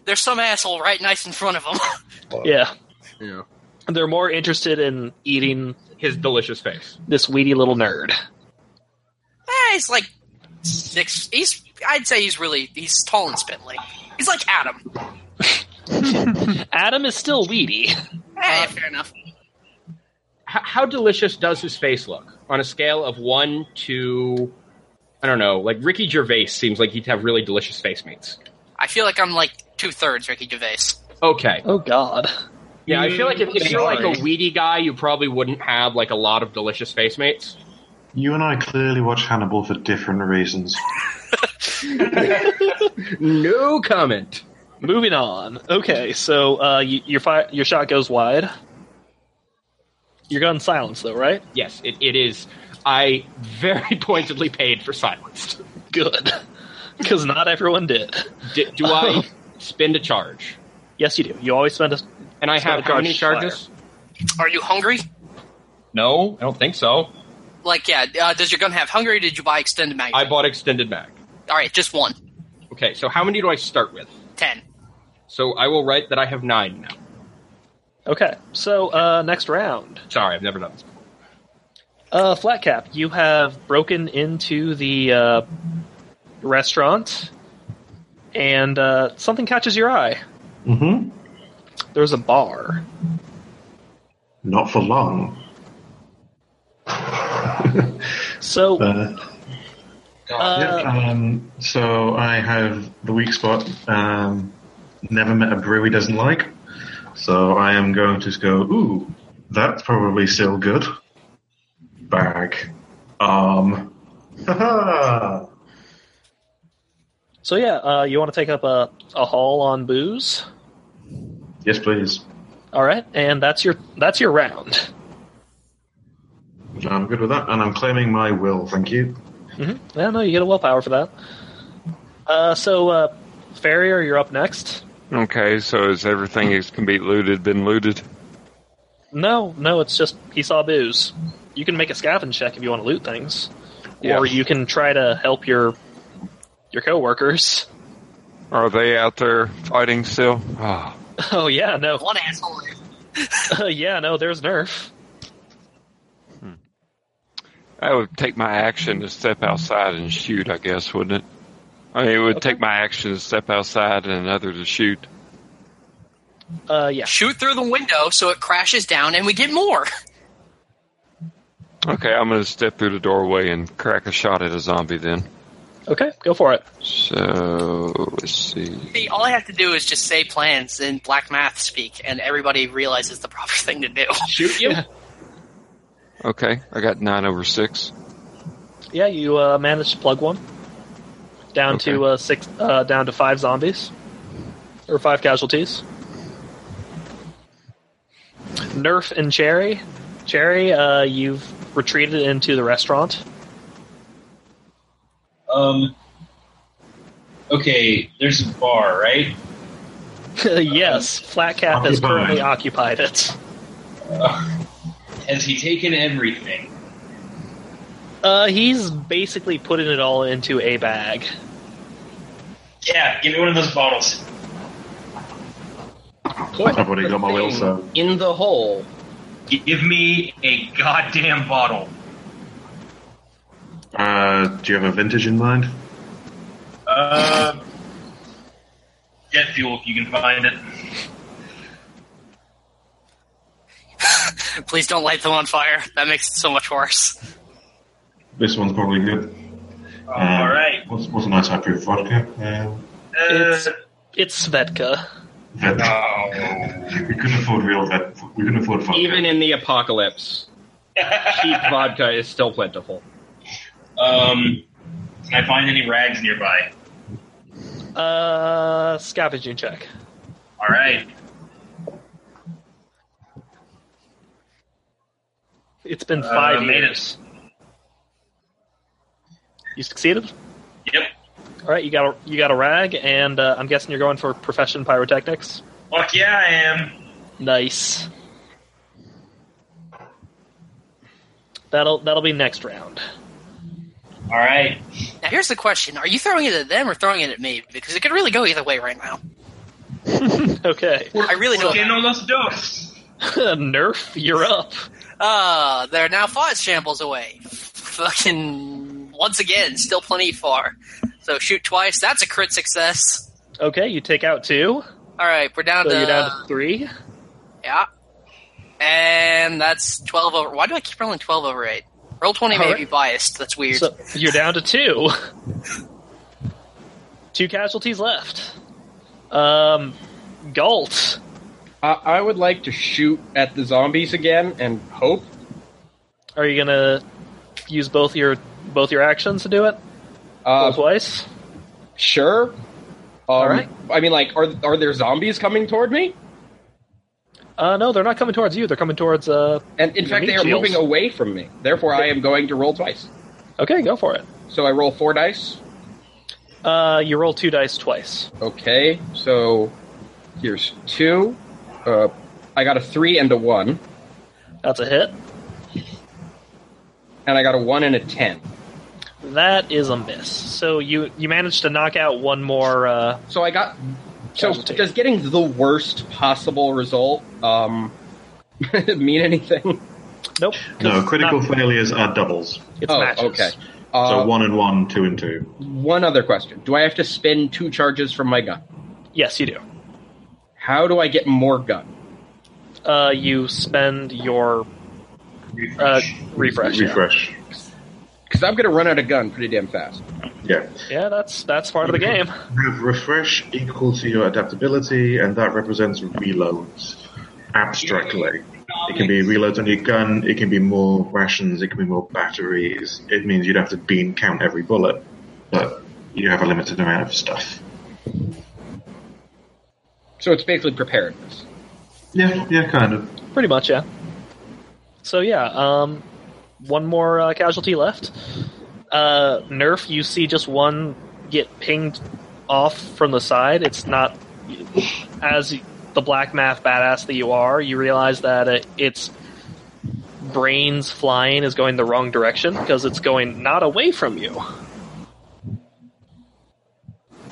Speaker 5: There's some asshole right nice in front of him.
Speaker 1: yeah,
Speaker 7: Yeah.
Speaker 1: they're more interested in eating
Speaker 7: His delicious face.
Speaker 1: this weedy little nerd.
Speaker 5: Eh, he's like six. He's I'd say he's really he's tall and spindly. He's like Adam.
Speaker 1: Adam is still weedy.
Speaker 5: Eh, fair enough.
Speaker 7: H- how delicious does his face look on a scale of one to I don't know, like Ricky Gervais seems like he'd have really delicious face meats.
Speaker 5: I feel like I'm like two thirds Ricky Gervais.
Speaker 7: Okay.
Speaker 1: Oh God.
Speaker 7: Yeah, I feel like if, if you're like a
Speaker 1: Sorry.
Speaker 7: weedy guy, you probably wouldn't have like a lot of delicious face mates.
Speaker 3: You and I clearly watch Hannibal for different reasons.
Speaker 7: No comment.
Speaker 1: Moving on. Okay, so uh, you, your fi- your shot goes wide. Your gun silenced though, right?
Speaker 7: Yes, it, it is. I very pointedly paid for silenced.
Speaker 1: Good, because not everyone did.
Speaker 7: D- do I spend a charge?
Speaker 1: Yes, you do. You always spend a.
Speaker 7: And I
Speaker 1: Spend
Speaker 7: have
Speaker 1: a
Speaker 7: how many
Speaker 1: charge,
Speaker 7: charges?
Speaker 5: Are you hungry?
Speaker 7: No, I don't think so.
Speaker 5: Like yeah. Uh, does your gun have hungry? Or did you buy extended mag?
Speaker 7: I bought extended mag.
Speaker 5: All right, just one.
Speaker 7: Okay, so how many do I start with?
Speaker 5: Ten.
Speaker 7: So I will write that I have nine now.
Speaker 1: Okay, so uh, next round,
Speaker 7: Sorry, I've never done this. before.
Speaker 1: uh, Flatcap, you have broken into the uh, restaurant, and uh, something catches your eye.
Speaker 3: hmm
Speaker 1: There's a bar.
Speaker 3: Not for long.
Speaker 1: So
Speaker 3: Uh,
Speaker 1: Uh,
Speaker 3: Yep, um, so I have the weak spot. Um, never met a brew he doesn't like. So I am going to go, ooh, that's probably still good. Bag. Um. Haha.
Speaker 1: so yeah, uh, you want to take up a a haul on booze?
Speaker 3: yes, please.
Speaker 1: All right, and that's your that's your round.
Speaker 3: I'm good with that, and I'm claiming my will, thank you.
Speaker 1: Mm-hmm. Yeah, no, you get a willpower for that. Uh, so, uh, Farrier, you're up next.
Speaker 2: Okay, so is everything that can be looted been looted?
Speaker 1: No, no, it's just he saw booze. You can make a scavenge check if you want to loot things,
Speaker 2: Yeah.
Speaker 1: or you can try to help your your coworkers.
Speaker 2: Are they out there fighting still? Ah,
Speaker 1: Oh yeah, no,
Speaker 5: One asshole.
Speaker 1: yeah, no. There's Nerf.
Speaker 2: that would take my action to step outside and shoot, I guess, wouldn't it? I mean, it would
Speaker 1: Okay.
Speaker 2: take my action to step outside and another to shoot.
Speaker 1: Uh, yeah,
Speaker 5: Shoot through the window so it crashes down and we get more.
Speaker 2: Okay, I'm going to step through the doorway and crack a shot at a zombie then.
Speaker 1: okay, go for it.
Speaker 2: So, let's see.
Speaker 5: See, all I have to do is just say plans in black math speak, and everybody realizes the proper thing to do.
Speaker 7: Shoot you?
Speaker 2: Okay, I got 9 over 6.
Speaker 1: Yeah, you uh, managed to plug one down to uh, six, uh, down to five zombies or five casualties. Nerf and Cherry, Cherry, uh, you've retreated into the restaurant.
Speaker 4: Um. Okay, there's a bar, right?
Speaker 1: yes, Flat Cap has
Speaker 3: Occupied.
Speaker 1: currently occupied it.
Speaker 4: Has he taken everything?
Speaker 1: Uh, he's basically putting it all into a bag.
Speaker 4: Yeah, give me one of those bottles.
Speaker 7: Put
Speaker 3: I've already
Speaker 7: the
Speaker 3: got my will,
Speaker 7: thing
Speaker 3: so-
Speaker 7: In the hole.
Speaker 4: Give me a goddamn bottle.
Speaker 3: Uh, do you have a vintage in mind?
Speaker 4: Uh, jet fuel if you can find it.
Speaker 5: Please don't light them on fire. That makes it so much worse.
Speaker 3: This one's probably good. Um,
Speaker 4: All right.
Speaker 3: What's, what's a nice high proof vodka? Um,
Speaker 4: Uh,
Speaker 1: It's it's Svetka.
Speaker 3: vet-
Speaker 4: no.
Speaker 3: we couldn't afford real vet. We couldn't afford vodka.
Speaker 7: Even in the apocalypse, cheap vodka is still plentiful.
Speaker 4: um, can I find any rags nearby?
Speaker 1: Uh, scavenging check.
Speaker 4: All right.
Speaker 1: It's been
Speaker 4: Uh,
Speaker 1: five
Speaker 4: made
Speaker 1: years. You succeeded.
Speaker 4: Yep.
Speaker 1: All right, you got a, you got a rag, and uh, I'm guessing you're going for profession pyrotechnics.
Speaker 4: Fuck yeah, I am.
Speaker 1: Nice. That'll that'll be next round.
Speaker 4: All right.
Speaker 5: Now, here's the question: Are you throwing it at them or throwing it at me? Because it could really go either way right now.
Speaker 1: Okay,
Speaker 5: I really don't.
Speaker 4: Porque no los dos.
Speaker 1: Nerf, you're up.
Speaker 5: Ah, they're now five shambles away. Fucking once again, still plenty far. So shoot twice. That's a crit success.
Speaker 1: Okay, you take out two,
Speaker 5: All right, we're down
Speaker 1: so
Speaker 5: to
Speaker 1: you're down to three.
Speaker 5: yeah, and that's twelve over. Why do I keep rolling twelve over eight? Roll twenty
Speaker 1: All
Speaker 5: may
Speaker 1: right.
Speaker 5: be biased. That's weird.
Speaker 1: So you're down to two. two casualties left. Um, Galt.
Speaker 7: I I would like to shoot at the zombies again and hope.
Speaker 1: Are you gonna use both your both your actions to do it? Roll
Speaker 7: Uh,
Speaker 1: twice.
Speaker 7: sure. Um,
Speaker 1: Alright.
Speaker 7: I mean, like, are are there zombies coming toward me?
Speaker 1: Uh, no, they're not coming towards you. They're coming towards. Uh,
Speaker 7: And in
Speaker 1: You
Speaker 7: fact,
Speaker 1: need
Speaker 7: they are
Speaker 1: shields.
Speaker 7: moving away from me. Therefore, I am going to roll twice.
Speaker 1: okay, go for it.
Speaker 7: So I roll four dice.
Speaker 1: Uh, you roll two dice twice.
Speaker 7: Okay, so here's two. Uh, I got a three and a one,
Speaker 1: That's a hit.
Speaker 7: and I got a one and a ten.
Speaker 1: That is a miss. So you you managed to knock out one more. Uh,
Speaker 7: So I got. So
Speaker 1: Casualty.
Speaker 7: does getting the worst possible result um, mean anything?
Speaker 1: nope. 'cause
Speaker 3: no,
Speaker 1: it's
Speaker 3: critical
Speaker 1: not-
Speaker 3: failures are doubles.
Speaker 1: It's
Speaker 7: Oh,
Speaker 1: matches.
Speaker 7: okay.
Speaker 3: So
Speaker 7: Uh,
Speaker 3: one and one, two and two.
Speaker 7: One other question: Do I have to spend two charges from my gun?
Speaker 1: Yes, you do.
Speaker 7: How do I get more gun?
Speaker 1: Uh, you spend your uh, refresh. yeah.
Speaker 3: Refresh.
Speaker 7: Because I'm going to run out of gun pretty damn fast.
Speaker 3: Yeah.
Speaker 1: Yeah, that's that's part of the game.
Speaker 3: Have refresh equal to your adaptability, and that represents reloads abstractly. It can be reloads on your gun, it can be more rations, it can be more batteries. It means you'd have to bean count every bullet, but you have a limited amount of stuff.
Speaker 7: So it's basically preparedness.
Speaker 3: Yeah, yeah, kind of.
Speaker 1: Pretty much, yeah. So yeah, um, one more uh, casualty left. Uh, Nerf, you see just one get pinged off from the side. It's not as the black math badass that you are. You realize that uh, its brains flying is going the wrong direction because it's going not away from you.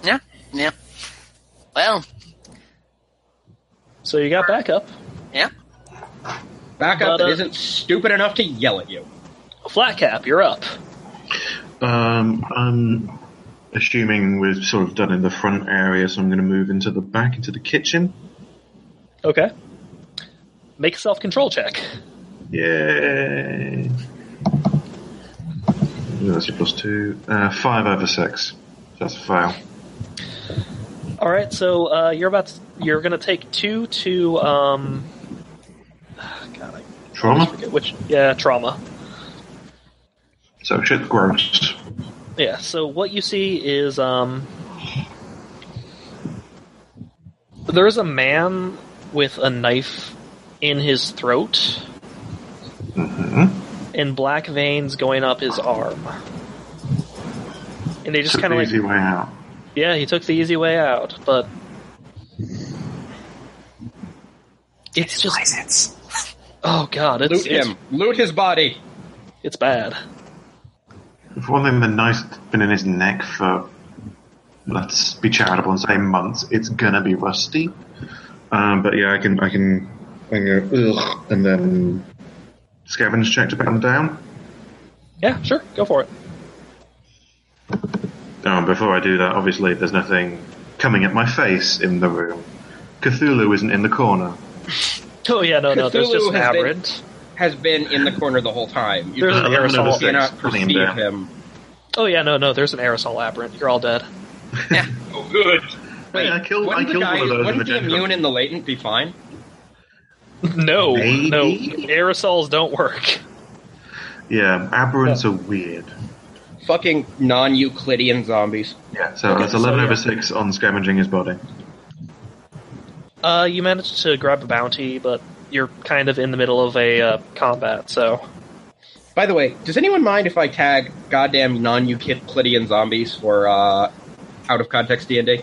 Speaker 5: yeah, yeah. Well,
Speaker 1: So you got backup.
Speaker 5: yeah.
Speaker 7: Back up
Speaker 1: But, uh,
Speaker 7: that isn't stupid enough to yell at you.
Speaker 1: Flat cap, you're up.
Speaker 3: Um, I'm assuming we're sort of done in the front area, so I'm going to move into the back, into the kitchen.
Speaker 1: Okay. Make a self control check.
Speaker 3: Yay! Ooh, That's a plus two. Uh, five over six. That's a fail.
Speaker 1: All right, so uh, you're about to, you're going to take two to um, God, I
Speaker 3: Trauma?
Speaker 1: forget which yeah trauma.
Speaker 3: So shit, gross.
Speaker 1: Yeah, so what you see is um, there is a man with a knife in his throat and black veins going up his arm, and they just
Speaker 3: Took
Speaker 1: kind
Speaker 3: the
Speaker 1: of like
Speaker 3: easy way out.
Speaker 1: Yeah, he took the easy way out, but it's just
Speaker 5: License.
Speaker 1: oh god, it's
Speaker 7: Loot
Speaker 1: it's,
Speaker 7: him. Loot his body.
Speaker 1: it's bad.
Speaker 3: For one thing, the knife's been in his neck for, let's be charitable and say months. It's gonna be rusty. Um, but yeah, I can I can I can go Ugh, and then scavenge check to pound down.
Speaker 1: Yeah, sure, go for it.
Speaker 3: Um, before I do that, obviously there's nothing coming at my face in the room. Cthulhu isn't in the corner.
Speaker 1: Oh yeah, no, no. There's
Speaker 7: Cthulhu
Speaker 1: just an
Speaker 7: has been-
Speaker 1: aberrant.
Speaker 7: Has been in the corner the whole time. You
Speaker 1: There's an
Speaker 3: Uh, eleven
Speaker 1: aerosol.
Speaker 3: over six.
Speaker 7: cannot
Speaker 3: Put him
Speaker 7: perceive
Speaker 3: down.
Speaker 7: him.
Speaker 1: Oh yeah, no, no. There's an aerosol aberrant. You're all dead.
Speaker 4: Oh, good.
Speaker 7: Wait,
Speaker 3: I killed-
Speaker 7: wouldn't
Speaker 3: I killed
Speaker 7: the guy,
Speaker 3: one of those in
Speaker 7: Wouldn't
Speaker 3: the
Speaker 7: the
Speaker 3: jungle.
Speaker 7: immune and the latent be fine?
Speaker 1: No,
Speaker 3: Maybe?
Speaker 1: no. Aerosols don't work.
Speaker 3: Yeah, aberrants are weird.
Speaker 7: Fucking non-Euclidean zombies.
Speaker 3: Yeah, so
Speaker 1: Okay,
Speaker 3: that's eleven
Speaker 1: so, yeah.
Speaker 3: over six on scavenging his body.
Speaker 1: Uh, you managed to grab a bounty, but you're kind of in the middle of a uh, combat, so
Speaker 7: By the way, does anyone mind if I tag goddamn non-Euclidean zombies for uh, out of context D and D?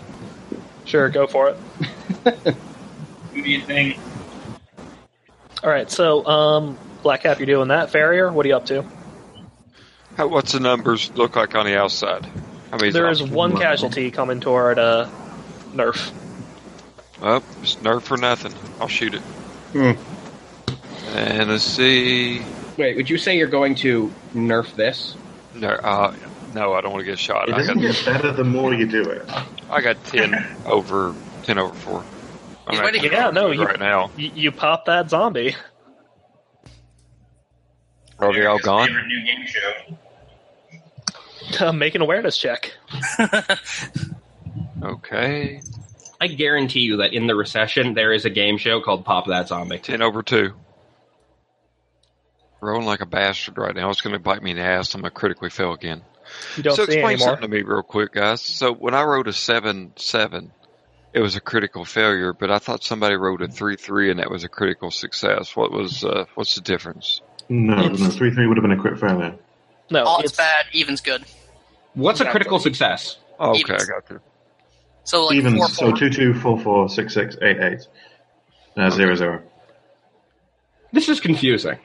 Speaker 1: sure, go for it.
Speaker 4: Do the thing.
Speaker 1: All right, so um, Black Cap, you're doing that. Farrier, what are you up to?
Speaker 6: How, what's the numbers look like on the outside? I mean,
Speaker 1: There is one
Speaker 3: Wow.
Speaker 1: casualty coming toward uh, Nerf.
Speaker 6: Well,
Speaker 2: Oh,
Speaker 6: it's nerve for nothing. I'll shoot it.
Speaker 7: Hmm.
Speaker 6: And let's see.
Speaker 7: Wait, would you say you're going to nerf this?
Speaker 6: No, uh, no, I don't want to get shot.
Speaker 3: It
Speaker 6: I
Speaker 3: doesn't
Speaker 6: got,
Speaker 3: get better the more you do it.
Speaker 6: I got ten over ten over four. I'm
Speaker 5: He's ready
Speaker 6: actually
Speaker 5: to go.
Speaker 1: Yeah, no,
Speaker 6: right
Speaker 1: you,
Speaker 6: now.
Speaker 1: you, you pop that zombie.
Speaker 6: Are they all gone?
Speaker 4: Favorite new game show.
Speaker 1: uh, Make an awareness check.
Speaker 6: Okay,
Speaker 7: I guarantee you that in the recession there is a game show called Pop That Zombie.
Speaker 6: ten over two. Rolling like a bastard right now. It's going to bite me in the ass. I'm going to critically fail again.
Speaker 1: You don't
Speaker 6: so
Speaker 1: see it
Speaker 6: explain
Speaker 1: anymore.
Speaker 6: something to me real quick, guys. So when I wrote a seven seven, it was a critical failure, but I thought somebody wrote a three three and that was a critical success. What was uh, what's the difference?
Speaker 3: No,
Speaker 1: It's-
Speaker 3: no, three three would have been a crit failure.
Speaker 1: No,
Speaker 6: Oh,
Speaker 5: All
Speaker 1: Oh, it's
Speaker 5: it's bad, even's good.
Speaker 7: What's a
Speaker 5: Exactly.
Speaker 7: critical success?
Speaker 6: Oh, okay,
Speaker 5: Evens.
Speaker 6: I got you.
Speaker 5: So like
Speaker 3: Even
Speaker 5: four,
Speaker 3: so,
Speaker 5: four.
Speaker 3: two two four four six six eight eight. Uh, zero zero.
Speaker 7: This is confusing.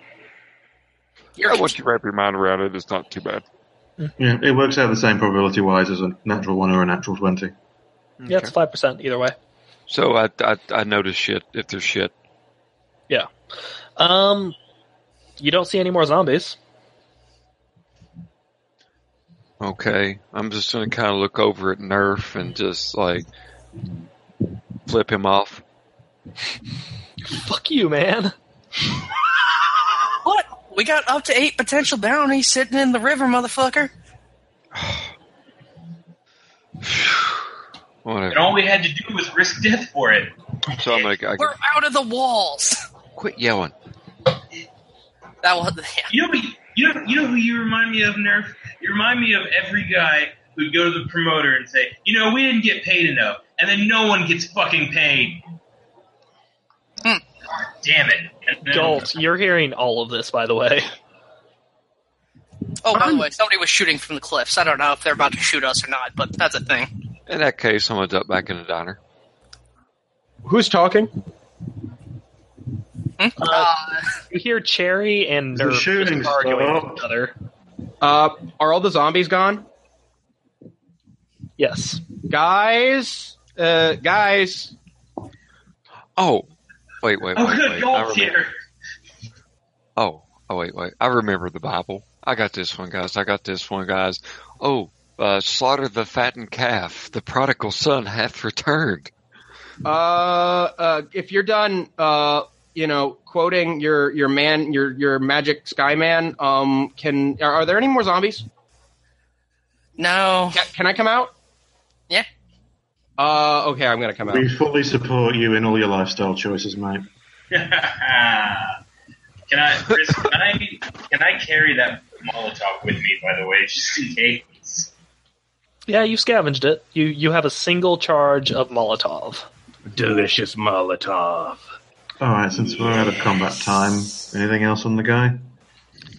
Speaker 5: You're
Speaker 6: Yeah, once you wrap your mind around it, it's not too bad.
Speaker 3: Yeah, it works out the same probability wise as a natural one or a natural twenty.
Speaker 1: yeah, it's five percent either way.
Speaker 6: So I, I I notice shit if there's shit.
Speaker 1: Um, you don't see any more zombies.
Speaker 6: Okay, I'm just gonna kind of look over at Nerf and just like flip him off.
Speaker 1: Fuck you, man.
Speaker 5: What? We got up to eight potential bounties sitting in the river, motherfucker.
Speaker 6: Whatever.
Speaker 4: And all we had to do was risk death for it.
Speaker 6: so I'm gonna I,
Speaker 5: We're out of the walls.
Speaker 6: quit yelling.
Speaker 5: That was yeah.
Speaker 4: You know, who- you know, you know who you remind me of, Nerf? You remind me of every guy who'd go to the promoter and say, "You know, we didn't get paid enough," and then no one gets fucking paid.
Speaker 5: Hmm.
Speaker 4: God damn it! And then-
Speaker 1: Galt, you're hearing all of this, by the way.
Speaker 5: Oh, by the way, somebody was shooting from the cliffs. I don't know if they're about to shoot us or not, but that's a thing.
Speaker 6: In that case, I'm gonna duck back in the diner.
Speaker 7: Who's talking?
Speaker 5: Hmm? Uh,
Speaker 1: You hear Cherry and
Speaker 3: The
Speaker 1: Nerf
Speaker 3: shooting
Speaker 1: just arguing with
Speaker 3: stopped.
Speaker 1: each other.
Speaker 7: Uh, are all the zombies gone?
Speaker 1: Yes.
Speaker 7: Guys, uh, guys.
Speaker 6: Oh, wait, wait, wait,
Speaker 4: oh,
Speaker 6: wait.
Speaker 4: good,
Speaker 6: I
Speaker 4: Galt's
Speaker 6: remember.
Speaker 4: here.
Speaker 6: Oh, oh, wait, wait. I remember the Bible. I got this one, guys. I got this one, guys. Oh, uh, slaughter the fattened calf. The prodigal son hath returned.
Speaker 7: Uh, uh, if you're done, uh, you know, quoting your your man, your your magic sky man. Um, can are, are there any more zombies?
Speaker 5: no.
Speaker 7: Can, can I come out?
Speaker 5: Yeah.
Speaker 7: Uh, okay, I'm gonna come out.
Speaker 3: We fully support you in all your lifestyle choices, mate.
Speaker 4: can I, Chris, can I, can I carry that Molotov with me? By the way, just in case.
Speaker 1: Yeah, you scavenged it. You you have a single charge of Molotov.
Speaker 7: Delicious Molotov.
Speaker 3: All right, since we're out of combat time, anything else on the guy?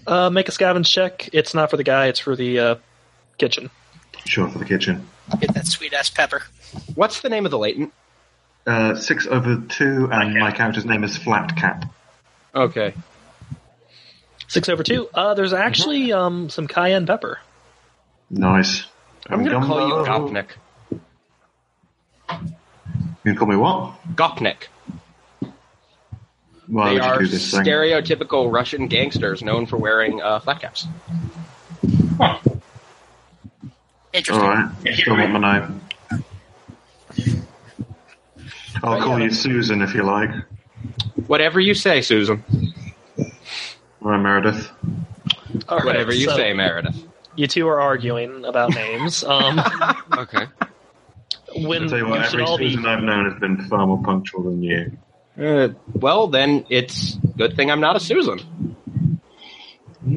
Speaker 1: Uh, make a scavenge check. It's not for the guy. It's for the uh, kitchen.
Speaker 3: Sure, for the kitchen.
Speaker 5: Get that sweet ass pepper.
Speaker 7: What's the name of the latent?
Speaker 3: Uh, six over two, and my character's name is Flat Cap.
Speaker 7: Okay.
Speaker 1: Six over two. Uh, there's actually um, some cayenne pepper.
Speaker 3: Nice.
Speaker 7: I'm gonna call you
Speaker 3: Gumbo.
Speaker 7: Gopnik.
Speaker 3: You can call me what?
Speaker 7: Gopnik.
Speaker 3: Why
Speaker 7: they
Speaker 3: would you
Speaker 7: are
Speaker 3: do this thing?
Speaker 7: stereotypical Russian gangsters known for wearing uh, flat caps.
Speaker 5: Interesting.
Speaker 3: All right. Go on, my knife. I'll call you Susan if you like,
Speaker 7: Whatever you say, Susan.
Speaker 3: or Meredith.
Speaker 1: All right,
Speaker 7: Whatever you
Speaker 1: so
Speaker 7: say, Meredith.
Speaker 1: You two are arguing about names. Um,
Speaker 8: Okay.
Speaker 1: when
Speaker 3: I'll tell you
Speaker 1: you
Speaker 3: what,
Speaker 1: should
Speaker 3: every
Speaker 1: all be
Speaker 3: Susan I've known has been far more punctual than you.
Speaker 7: Uh, well, then it's good thing I'm not a Susan.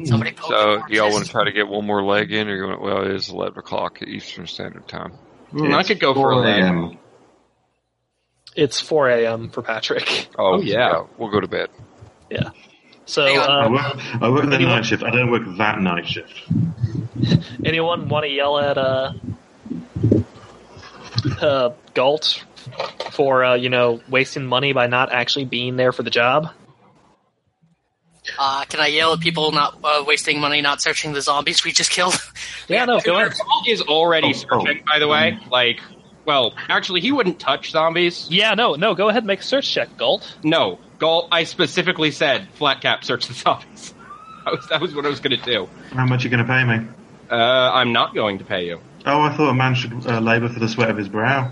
Speaker 5: Somebody poke
Speaker 6: So,
Speaker 5: the
Speaker 6: do y'all want
Speaker 5: horses.
Speaker 6: to try to get one more leg in, or you want? Well, it is eleven o'clock Eastern Standard Time.
Speaker 7: Mm, I
Speaker 3: It's
Speaker 7: could go for a
Speaker 3: 4
Speaker 7: leg.
Speaker 3: a.m.
Speaker 1: it's 4 a.m. for Patrick.
Speaker 7: Oh, yeah.
Speaker 6: we'll go to bed.
Speaker 1: So,
Speaker 5: Hang on.
Speaker 1: uh,
Speaker 3: I work, I work the
Speaker 1: Anyone-
Speaker 3: night shift. I don't work that night shift.
Speaker 1: Anyone want to yell at uh, uh, Galt for uh, you know wasting money by not actually being there for the job?
Speaker 5: Uh, can I yell at people not uh, wasting money, not searching the zombies we just killed?
Speaker 1: Yeah, no, go
Speaker 7: Our
Speaker 1: ahead.
Speaker 7: Galt is already
Speaker 3: Oh,
Speaker 7: searching,
Speaker 3: oh.
Speaker 7: by the way. Like, well, actually, he wouldn't touch zombies.
Speaker 1: Yeah, no, no, go ahead and make a search check, Galt.
Speaker 7: No, Galt, I specifically said flat cap search the zombies. That was, that was what I was going to do.
Speaker 3: How much are you going to pay me?
Speaker 7: Uh, I'm not going to pay you.
Speaker 3: Oh, I thought a man should uh, labour for the sweat of his brow.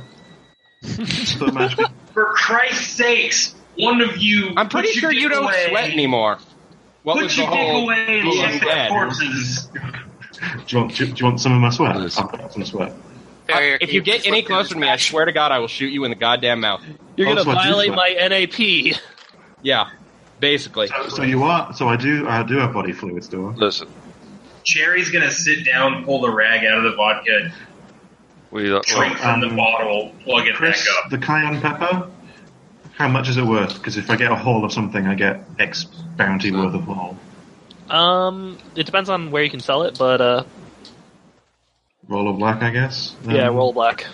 Speaker 3: thought a man should be-
Speaker 4: For Christ's sakes, one of you.
Speaker 7: I'm pretty
Speaker 4: put your
Speaker 7: sure you
Speaker 4: dick
Speaker 7: don't
Speaker 4: away,
Speaker 7: sweat anymore. What
Speaker 4: put
Speaker 7: was
Speaker 4: your
Speaker 7: the whole
Speaker 4: dick away and
Speaker 7: being
Speaker 4: check
Speaker 7: dead?
Speaker 4: that corpses.
Speaker 3: do, you want, do, you- do you want some of my sweat?
Speaker 6: Yes.
Speaker 3: I've got some sweat.
Speaker 5: Barrier,
Speaker 7: Uh, If
Speaker 5: can
Speaker 7: you get
Speaker 5: flip
Speaker 7: any
Speaker 5: through
Speaker 7: closer
Speaker 5: this
Speaker 7: to me, I
Speaker 5: patch?
Speaker 7: swear to God, I will shoot you in the goddamn mouth.
Speaker 1: You're
Speaker 3: Oh,
Speaker 1: gonna
Speaker 3: that's what I do,
Speaker 1: violate
Speaker 3: sir.
Speaker 1: my NAP.
Speaker 7: Yeah, basically.
Speaker 3: So, so you are. So I do. I do have body fluids, do I?
Speaker 6: Listen,
Speaker 4: Cherry's gonna sit down, pull the rag out of the vodka,
Speaker 6: we well,
Speaker 4: drink
Speaker 7: Oh,
Speaker 4: from the
Speaker 3: Um,
Speaker 4: bottle, plug it
Speaker 3: Chris,
Speaker 4: back up.
Speaker 3: the cayenne pepper. How much is it worth? Because if I get a haul of something, I get X bounty worth of haul.
Speaker 1: Um, it depends on where you can sell it, but uh,
Speaker 3: Roll of black, I guess. Um,
Speaker 1: yeah, roll black.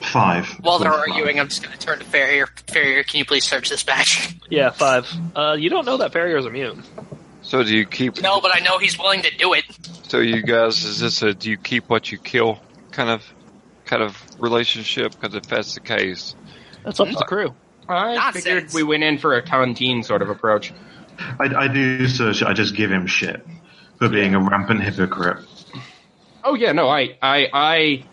Speaker 3: five.
Speaker 5: While they're
Speaker 3: Roll five.
Speaker 5: arguing, uh, I'm just going to turn to Farrier. Farrier, can you please search this batch?
Speaker 1: Yeah, five. Uh, you don't know that Farrier is immune.
Speaker 6: so do you keep?
Speaker 5: No, but I know he's willing to do it.
Speaker 6: So you guys, is this a do you keep what you kill kind of kind of relationship? Because if that's the case,
Speaker 1: That's up to the crew.
Speaker 7: I
Speaker 5: Nonsense.
Speaker 7: figured we went in for a tontine sort of approach.
Speaker 3: I, I do search. I just give him shit for being a rampant hypocrite.
Speaker 7: Oh yeah, no, I, I, I,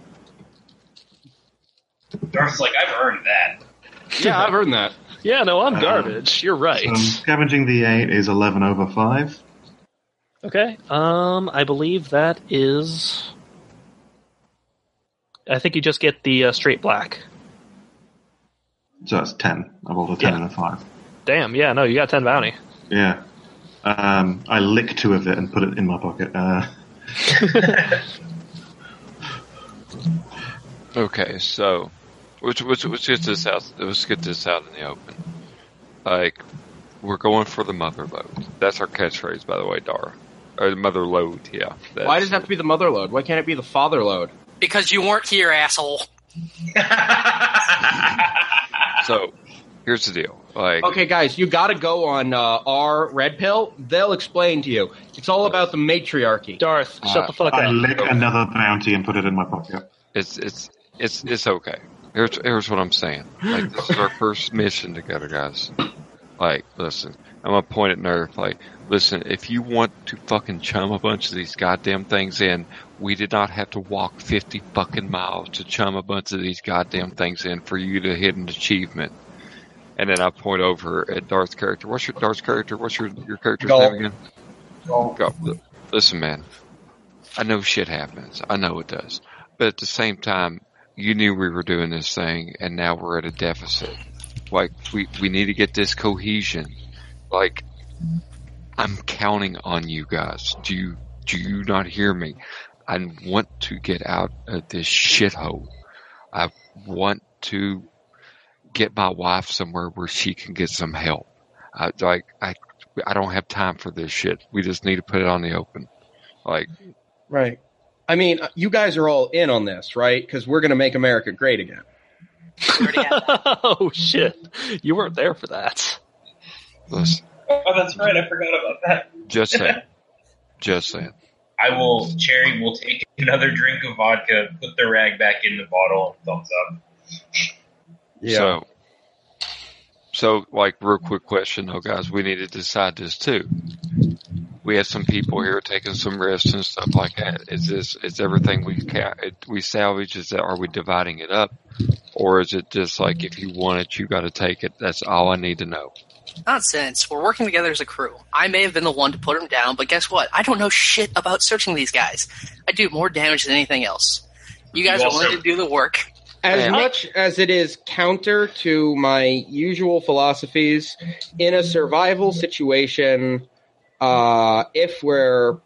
Speaker 4: Darth's like, I've earned that.
Speaker 7: yeah, I've earned that.
Speaker 1: Yeah, no, I'm
Speaker 3: Um,
Speaker 1: garbage. You're right.
Speaker 3: Um, scavenging the eight is eleven over five.
Speaker 1: Okay. Um, I believe that is. I think you just get the uh, straight black.
Speaker 3: So that's ten. I rolled a ten
Speaker 1: Yeah.
Speaker 3: and a five.
Speaker 1: Damn. Yeah. No, you got ten bounty.
Speaker 3: Yeah. Um, I lick two of it and put it in my pocket. Uh,
Speaker 6: okay. So, which which let's get this out. Let's get this out in the open. Like, we're going for the mother load. That's our catchphrase, by the way, Dara. Or the mother load. Yeah. That's,
Speaker 7: Why does it have to be the mother load? Why can't it be the father load?
Speaker 5: Because you weren't here, asshole.
Speaker 6: So, here's the deal. Like,
Speaker 7: Okay, guys, you got to go on uh, our red pill. They'll explain to you. It's all about the matriarchy.
Speaker 1: Darth, shut
Speaker 6: Uh,
Speaker 1: the fuck
Speaker 3: I
Speaker 1: up.
Speaker 3: lick another bounty and put it in my pocket.
Speaker 6: It's it's it's it's okay. Here's here's what I'm saying. Like this is our first mission together, guys. Like, listen, I'm gonna point at Nerf. Like, listen, if you want to fucking chum a bunch of these goddamn things in, we did not have to walk fifty fucking miles to chum a bunch of these goddamn things in for you to hit an achievement. And then I point over at Darth's character. What's your Darth's character? What's your your character's
Speaker 4: Gulp.
Speaker 6: name again? Go. L- Listen, man. I know shit happens. I know it does. But at the same time, you knew we were doing this thing, and now we're at a deficit. Like we we need to get this cohesion. Like I'm counting on you guys. Do you do you not hear me? I want to get out of this shithole. I want to get my wife somewhere where she can get some help. I like I I don't have time for this shit. We just need to put it on the open. Like
Speaker 7: Right. I mean, uh, you guys are all in on this, right? Because we're going to make America great again.
Speaker 5: You already had-
Speaker 1: oh shit! You weren't there for that.
Speaker 6: listen,
Speaker 4: oh, that's right. I forgot about that.
Speaker 6: just saying. just saying.
Speaker 4: I will, Cherry will take another drink of vodka, put the rag back in the bottle, and thumbs up.
Speaker 7: Yeah.
Speaker 6: So, so like real quick question though, guys, we need to decide this too. We have some people here taking some risks and stuff like that. Is this is everything we ca- it- we salvage? Is that are we dividing it up, or is it just like if you want it, you got to take it? That's all I need to know.
Speaker 5: Nonsense. We're working together as a crew. I may have been the one to put him down, but guess what? I don't know shit about searching these guys. I do more damage than anything else. You guys
Speaker 4: You
Speaker 5: are
Speaker 4: also-
Speaker 5: willing to do the work.
Speaker 7: As
Speaker 6: Yeah.
Speaker 7: much as it is counter to my usual philosophies, in a survival situation, uh, if we're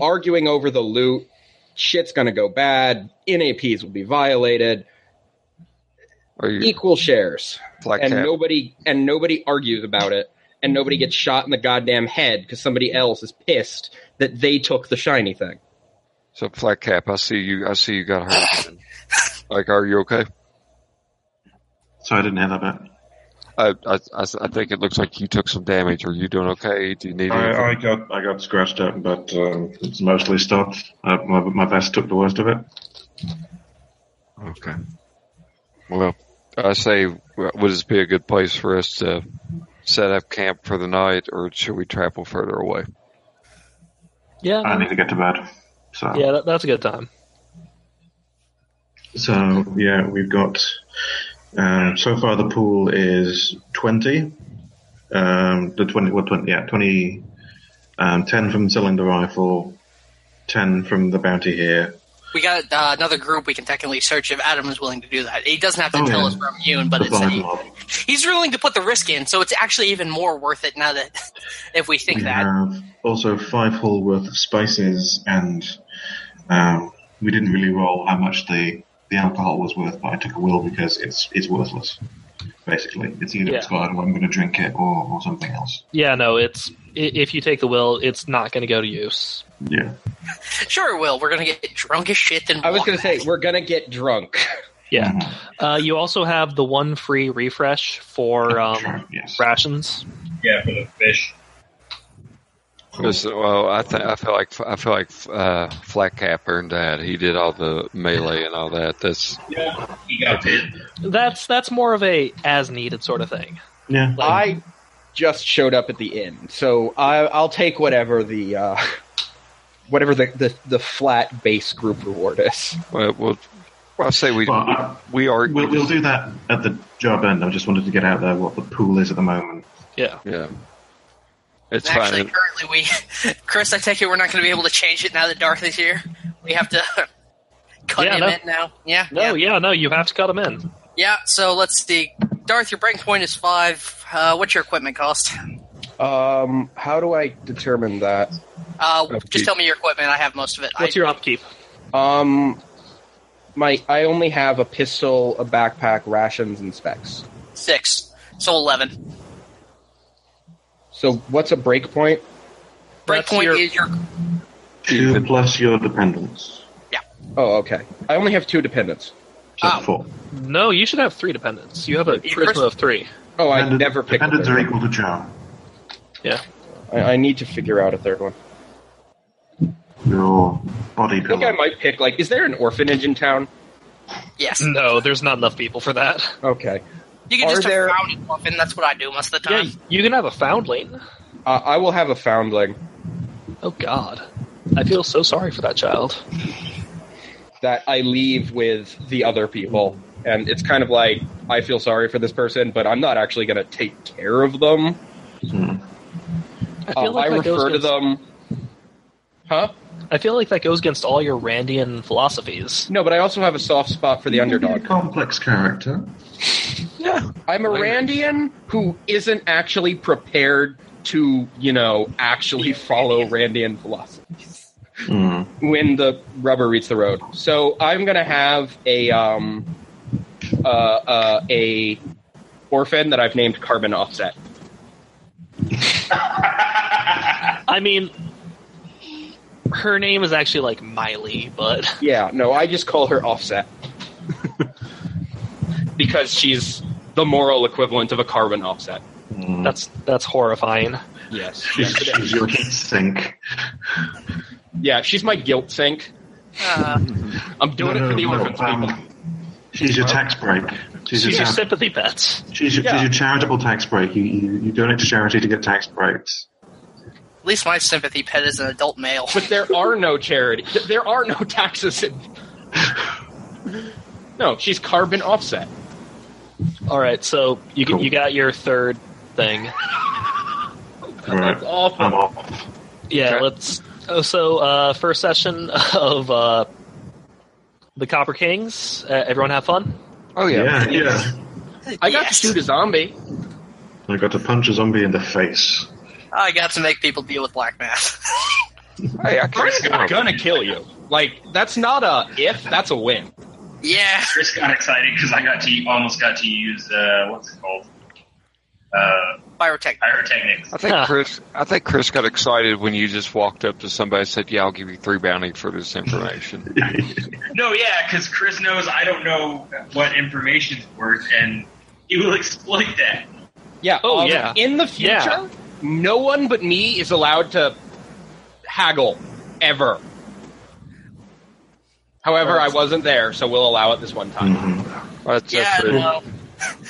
Speaker 7: arguing over the loot, shit's gonna go bad. NAPs will be violated.
Speaker 6: Are you
Speaker 7: Equal shares,
Speaker 6: like
Speaker 7: and
Speaker 6: that?
Speaker 7: nobody and nobody argues about it, and nobody gets shot in the goddamn head because somebody else is pissed that they took the shiny thing.
Speaker 6: So flat cap, I see you. I see you got hurt. man. like, are you okay?
Speaker 3: So I didn't have that back.
Speaker 6: I, I I I think it looks like you took some damage. Are you doing okay? Do you need? anything?
Speaker 3: I, I got I got scratched up, but um, it's mostly stopped. Uh, my, my vest took the worst of it.
Speaker 6: Okay. Well, I say, would this be a good place for us to set up camp for the night, or should we travel further away?
Speaker 3: I
Speaker 1: Yeah,
Speaker 3: need to get to bed. So
Speaker 1: yeah, that, that's a good time.
Speaker 3: so yeah, we've got. Um, so far, the pool is twenty. Um, the twenty, what twenty? Yeah, twenty. Um, ten from selling the rifle, ten from the bounty here.
Speaker 5: We got uh, another group we can technically search if Adam is willing to do that. He doesn't have to
Speaker 3: Oh,
Speaker 5: tell
Speaker 3: yeah.
Speaker 5: us from you, but
Speaker 3: the
Speaker 5: it's
Speaker 3: blind mob.
Speaker 5: he's willing to put the risk in, so it's actually even more worth it now that if we think
Speaker 3: we
Speaker 5: that.
Speaker 3: have also five hull worth of spices, and um, we didn't really roll how much the, the alcohol was worth, but I took a will because it's it's worthless. Basically, it's either
Speaker 1: Yeah.
Speaker 3: expired or I'm going to drink it or, or something else.
Speaker 1: Yeah, no, it's i- if you take the will, it's not going to go to use.
Speaker 3: Yeah,
Speaker 5: Sure, Will, we're gonna get drunk as shit. Then
Speaker 7: I was
Speaker 5: walk
Speaker 7: gonna say
Speaker 5: back.
Speaker 7: we're gonna get drunk.
Speaker 1: Yeah,
Speaker 3: Mhm.
Speaker 1: uh, you also have the one free refresh for um,
Speaker 3: Sure, yes.
Speaker 1: rations.
Speaker 4: Yeah, for the fish.
Speaker 3: Cool.
Speaker 6: Just- well, I think I feel like I feel like uh, Flat Cap earned that. He did all the melee and all that. That's
Speaker 4: Yeah, he got bit.
Speaker 1: That's that's more of a as needed sort of thing.
Speaker 3: Yeah,
Speaker 7: I just showed up at the inn, so I, I'll take whatever the uh, whatever the, the the flat base group reward is.
Speaker 6: well. well I say we
Speaker 3: Well, I-
Speaker 6: we are
Speaker 3: we'll, we'll do that at the job end. I just wanted to get out there what the pool is at the moment.
Speaker 1: Yeah,
Speaker 6: yeah. It's
Speaker 5: Actually,
Speaker 6: fine.
Speaker 5: currently we, Chris, I take it we're not going to be able to change it now that Dorothy's here. We have to cut
Speaker 1: Yeah,
Speaker 5: him
Speaker 1: no.
Speaker 5: in now. Yeah,
Speaker 1: no,
Speaker 5: yeah,
Speaker 1: yeah, no, you have to cut them in.
Speaker 5: yeah. So let's see. Darth, your breaking point is five. Uh, what's your equipment cost?
Speaker 7: Um, how do I determine that?
Speaker 5: Uh,
Speaker 6: Upkeep.
Speaker 5: just tell me your equipment. I have most of it.
Speaker 1: What's
Speaker 5: I,
Speaker 1: your upkeep?
Speaker 7: Um, my I only have a pistol, a backpack, rations, and specs.
Speaker 5: six? So eleven.
Speaker 7: So what's a break point?
Speaker 5: Break
Speaker 1: That's
Speaker 5: point
Speaker 1: your-
Speaker 5: is your
Speaker 3: Two plus your dependents,
Speaker 7: Oh, okay. I only have two dependents.
Speaker 3: so
Speaker 5: Ah.
Speaker 3: four.
Speaker 1: No, you should have three dependents. You have a
Speaker 5: Your first-
Speaker 1: charisma of three.
Speaker 7: Oh, I
Speaker 3: Dependent-
Speaker 7: never picked. A
Speaker 3: dependents are
Speaker 7: third one.
Speaker 3: equal to Joe.
Speaker 7: I, I need to figure out a third one.
Speaker 3: Your body
Speaker 7: I think I
Speaker 3: pillow.
Speaker 7: might pick like. Is there an orphanage in town?
Speaker 5: yes.
Speaker 1: No, there's not enough people for that.
Speaker 7: Okay.
Speaker 5: You can
Speaker 7: Are
Speaker 5: just
Speaker 7: there-
Speaker 5: have found it, Muffin. That's what I do most of the
Speaker 1: Yeah,
Speaker 5: time.
Speaker 1: you can have a foundling.
Speaker 7: Uh, I will have a foundling.
Speaker 1: Oh God, I feel so sorry for that child.
Speaker 7: that I leave with the other people. And it's kind of like, I feel sorry for this person, but I'm not actually going to take care of them.
Speaker 1: I
Speaker 7: I,
Speaker 1: feel like
Speaker 7: Oh, I
Speaker 1: that goes
Speaker 7: refer to
Speaker 1: against-
Speaker 7: them. Huh?
Speaker 1: I feel like that goes against all your Randian philosophies.
Speaker 7: No, but I also have a soft spot for the underdog.
Speaker 3: complex character.
Speaker 7: I'm a Randian who isn't actually prepared to, you know, actually follow Randian philosophy
Speaker 3: Mm.
Speaker 7: when the rubber meets the road. So I'm going to have a, um, uh, uh, a orphan that I've named Carbon Offset.
Speaker 1: I mean, her name is actually like Miley, but
Speaker 7: Yeah, no, I just call her Offset. because she's the moral equivalent of a carbon offset.
Speaker 3: Mm.
Speaker 1: that's that's horrifying.
Speaker 7: Yes.
Speaker 3: She's, she's your heat sink.
Speaker 7: Yeah, she's my guilt sink.
Speaker 5: Uh,
Speaker 7: I'm doing it for the
Speaker 3: No, no,
Speaker 7: orphans,
Speaker 3: no, um,
Speaker 7: people.
Speaker 3: She's your tax break. She's,
Speaker 1: She's
Speaker 3: your,
Speaker 1: your
Speaker 3: chari-
Speaker 1: sympathy pet.
Speaker 3: she's, your,
Speaker 9: Yeah.
Speaker 3: she's your charitable tax break. You, you, you donate to charity to get tax breaks.
Speaker 5: At least my sympathy pet is an adult male.
Speaker 7: But there are no charity. th- There are no taxes. In- no, she's carbon offset.
Speaker 1: All right, so you
Speaker 3: Cool.
Speaker 1: you got your third thing.
Speaker 3: All right.
Speaker 7: That's awful.
Speaker 3: I'm off.
Speaker 1: Yeah,
Speaker 2: Okay.
Speaker 1: let's. Oh, so uh, first session of uh, the Copper Kings. Uh, everyone have fun.
Speaker 2: Oh yeah.
Speaker 3: Yeah, yeah. Um,
Speaker 7: I got
Speaker 5: Yes.
Speaker 7: to shoot a zombie.
Speaker 3: I got to punch a zombie in the face.
Speaker 5: I got to make people deal with black math.
Speaker 2: Hey, I can't
Speaker 7: Chris
Speaker 2: stop.
Speaker 7: is gonna kill you. Like that's not a if, that's a win.
Speaker 5: yeah.
Speaker 4: Chris got excited because I got to almost got to use uh, what's it called? Uh,
Speaker 5: Pyrotech.
Speaker 4: pyrotechnics.
Speaker 2: I think
Speaker 1: Huh.
Speaker 2: Chris. I think Chris got excited when you just walked up to somebody and said, "Yeah, I'll give you three bounty for this information."
Speaker 4: No, yeah, because Chris knows I don't know what information's worth, and he will exploit that.
Speaker 7: Yeah.
Speaker 1: Oh,
Speaker 7: um,
Speaker 1: yeah.
Speaker 7: In the future,
Speaker 1: Yeah.
Speaker 7: no one but me is allowed to haggle ever. However, I wasn't there, so we'll allow it this one time.
Speaker 3: Mhm.
Speaker 2: That's,
Speaker 5: Yeah,
Speaker 2: that's it.
Speaker 5: no.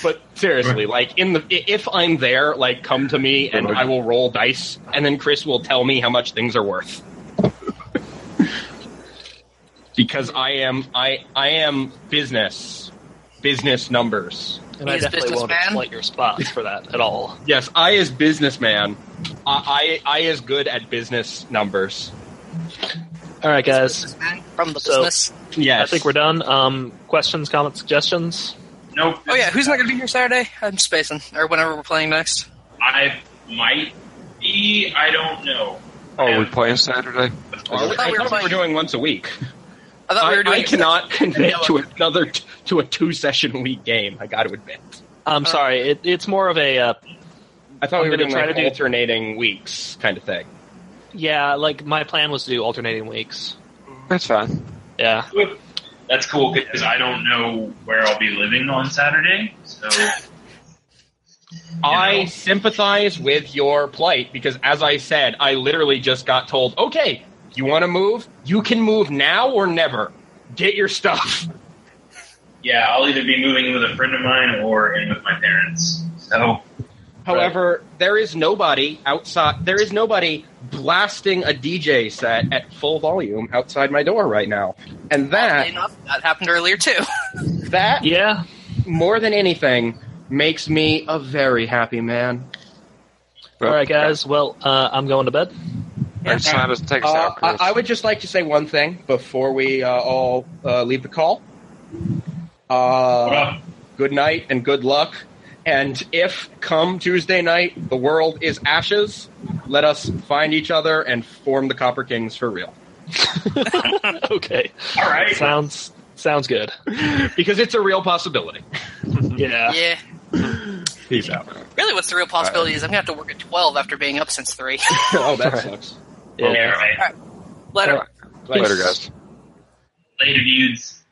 Speaker 7: But seriously, like in the i- if I'm there, like come to me and I will roll dice, and then Chris will tell me how much things are worth. because I am I I am business business numbers.
Speaker 1: And I
Speaker 5: He's a
Speaker 1: definitely won't
Speaker 5: businessman.
Speaker 1: exploit your spots for that at all.
Speaker 7: Yes, I as businessman, I I, I is good at business numbers.
Speaker 1: All right, guys.
Speaker 5: Businessman From the
Speaker 1: So-
Speaker 5: business.
Speaker 1: I
Speaker 7: Yes,
Speaker 1: think we're done. Um, questions, comments, suggestions.
Speaker 4: Nope.
Speaker 5: Oh yeah, who's not going to be here Saturday? I'm spacing, or whenever we're playing next.
Speaker 4: I might be. I don't know.
Speaker 2: Oh, we playing Saturday?
Speaker 7: Are we-
Speaker 5: I thought
Speaker 7: I
Speaker 5: we were
Speaker 7: thought we were
Speaker 5: playing-
Speaker 7: doing once a week.
Speaker 5: I thought
Speaker 7: I,
Speaker 5: we were doing.
Speaker 7: I cannot commit
Speaker 5: Yeah,
Speaker 7: to another t- to a two session week game. I got to admit.
Speaker 5: Uh,
Speaker 1: I'm sorry. It, it's more of a uh,
Speaker 7: I thought
Speaker 1: I'm
Speaker 7: we
Speaker 1: gonna
Speaker 7: were doing
Speaker 1: try
Speaker 7: like
Speaker 1: to do-
Speaker 7: alternating weeks kind of thing.
Speaker 1: yeah. Like my plan was to do alternating weeks.
Speaker 2: That's fine.
Speaker 1: Yeah.
Speaker 4: That's cool because I don't know where I'll be living on Saturday. So
Speaker 7: I sympathize with your plight because, as I said, I literally just got told, "Okay, you want to move? You can move now or never. Get your stuff."
Speaker 4: yeah, I'll either be moving with a friend of mine or in with my parents. So
Speaker 7: However, there is nobody outside. There is nobody blasting a DJ set at full volume outside my door right now, and
Speaker 5: Oddly
Speaker 7: that
Speaker 5: enough, that happened earlier too.
Speaker 7: that
Speaker 1: Yeah.
Speaker 7: more than anything makes me a very happy man.
Speaker 1: All right, guys. Well, uh, I'm going to bed.
Speaker 2: Next time, let's take us
Speaker 9: Uh,
Speaker 2: out, Chris.
Speaker 9: I, I would just like to say one thing before we uh, all uh, leave the call.
Speaker 4: what
Speaker 9: Uh,
Speaker 4: up?
Speaker 9: good night and good luck. And if come Tuesday night the world is ashes, let us find each other and form the Copper Kings for real.
Speaker 1: okay.
Speaker 4: All right.
Speaker 1: Sounds sounds good.
Speaker 7: Because it's a real possibility.
Speaker 1: Yeah.
Speaker 5: yeah.
Speaker 7: Peace out.
Speaker 5: Really, what's the real possibility is I'm going to have to work at twelve after being up since three.
Speaker 9: oh, that sucks.
Speaker 1: yeah.
Speaker 4: Yeah, right.
Speaker 5: Later.
Speaker 2: Later, guys.
Speaker 4: Later, dudes.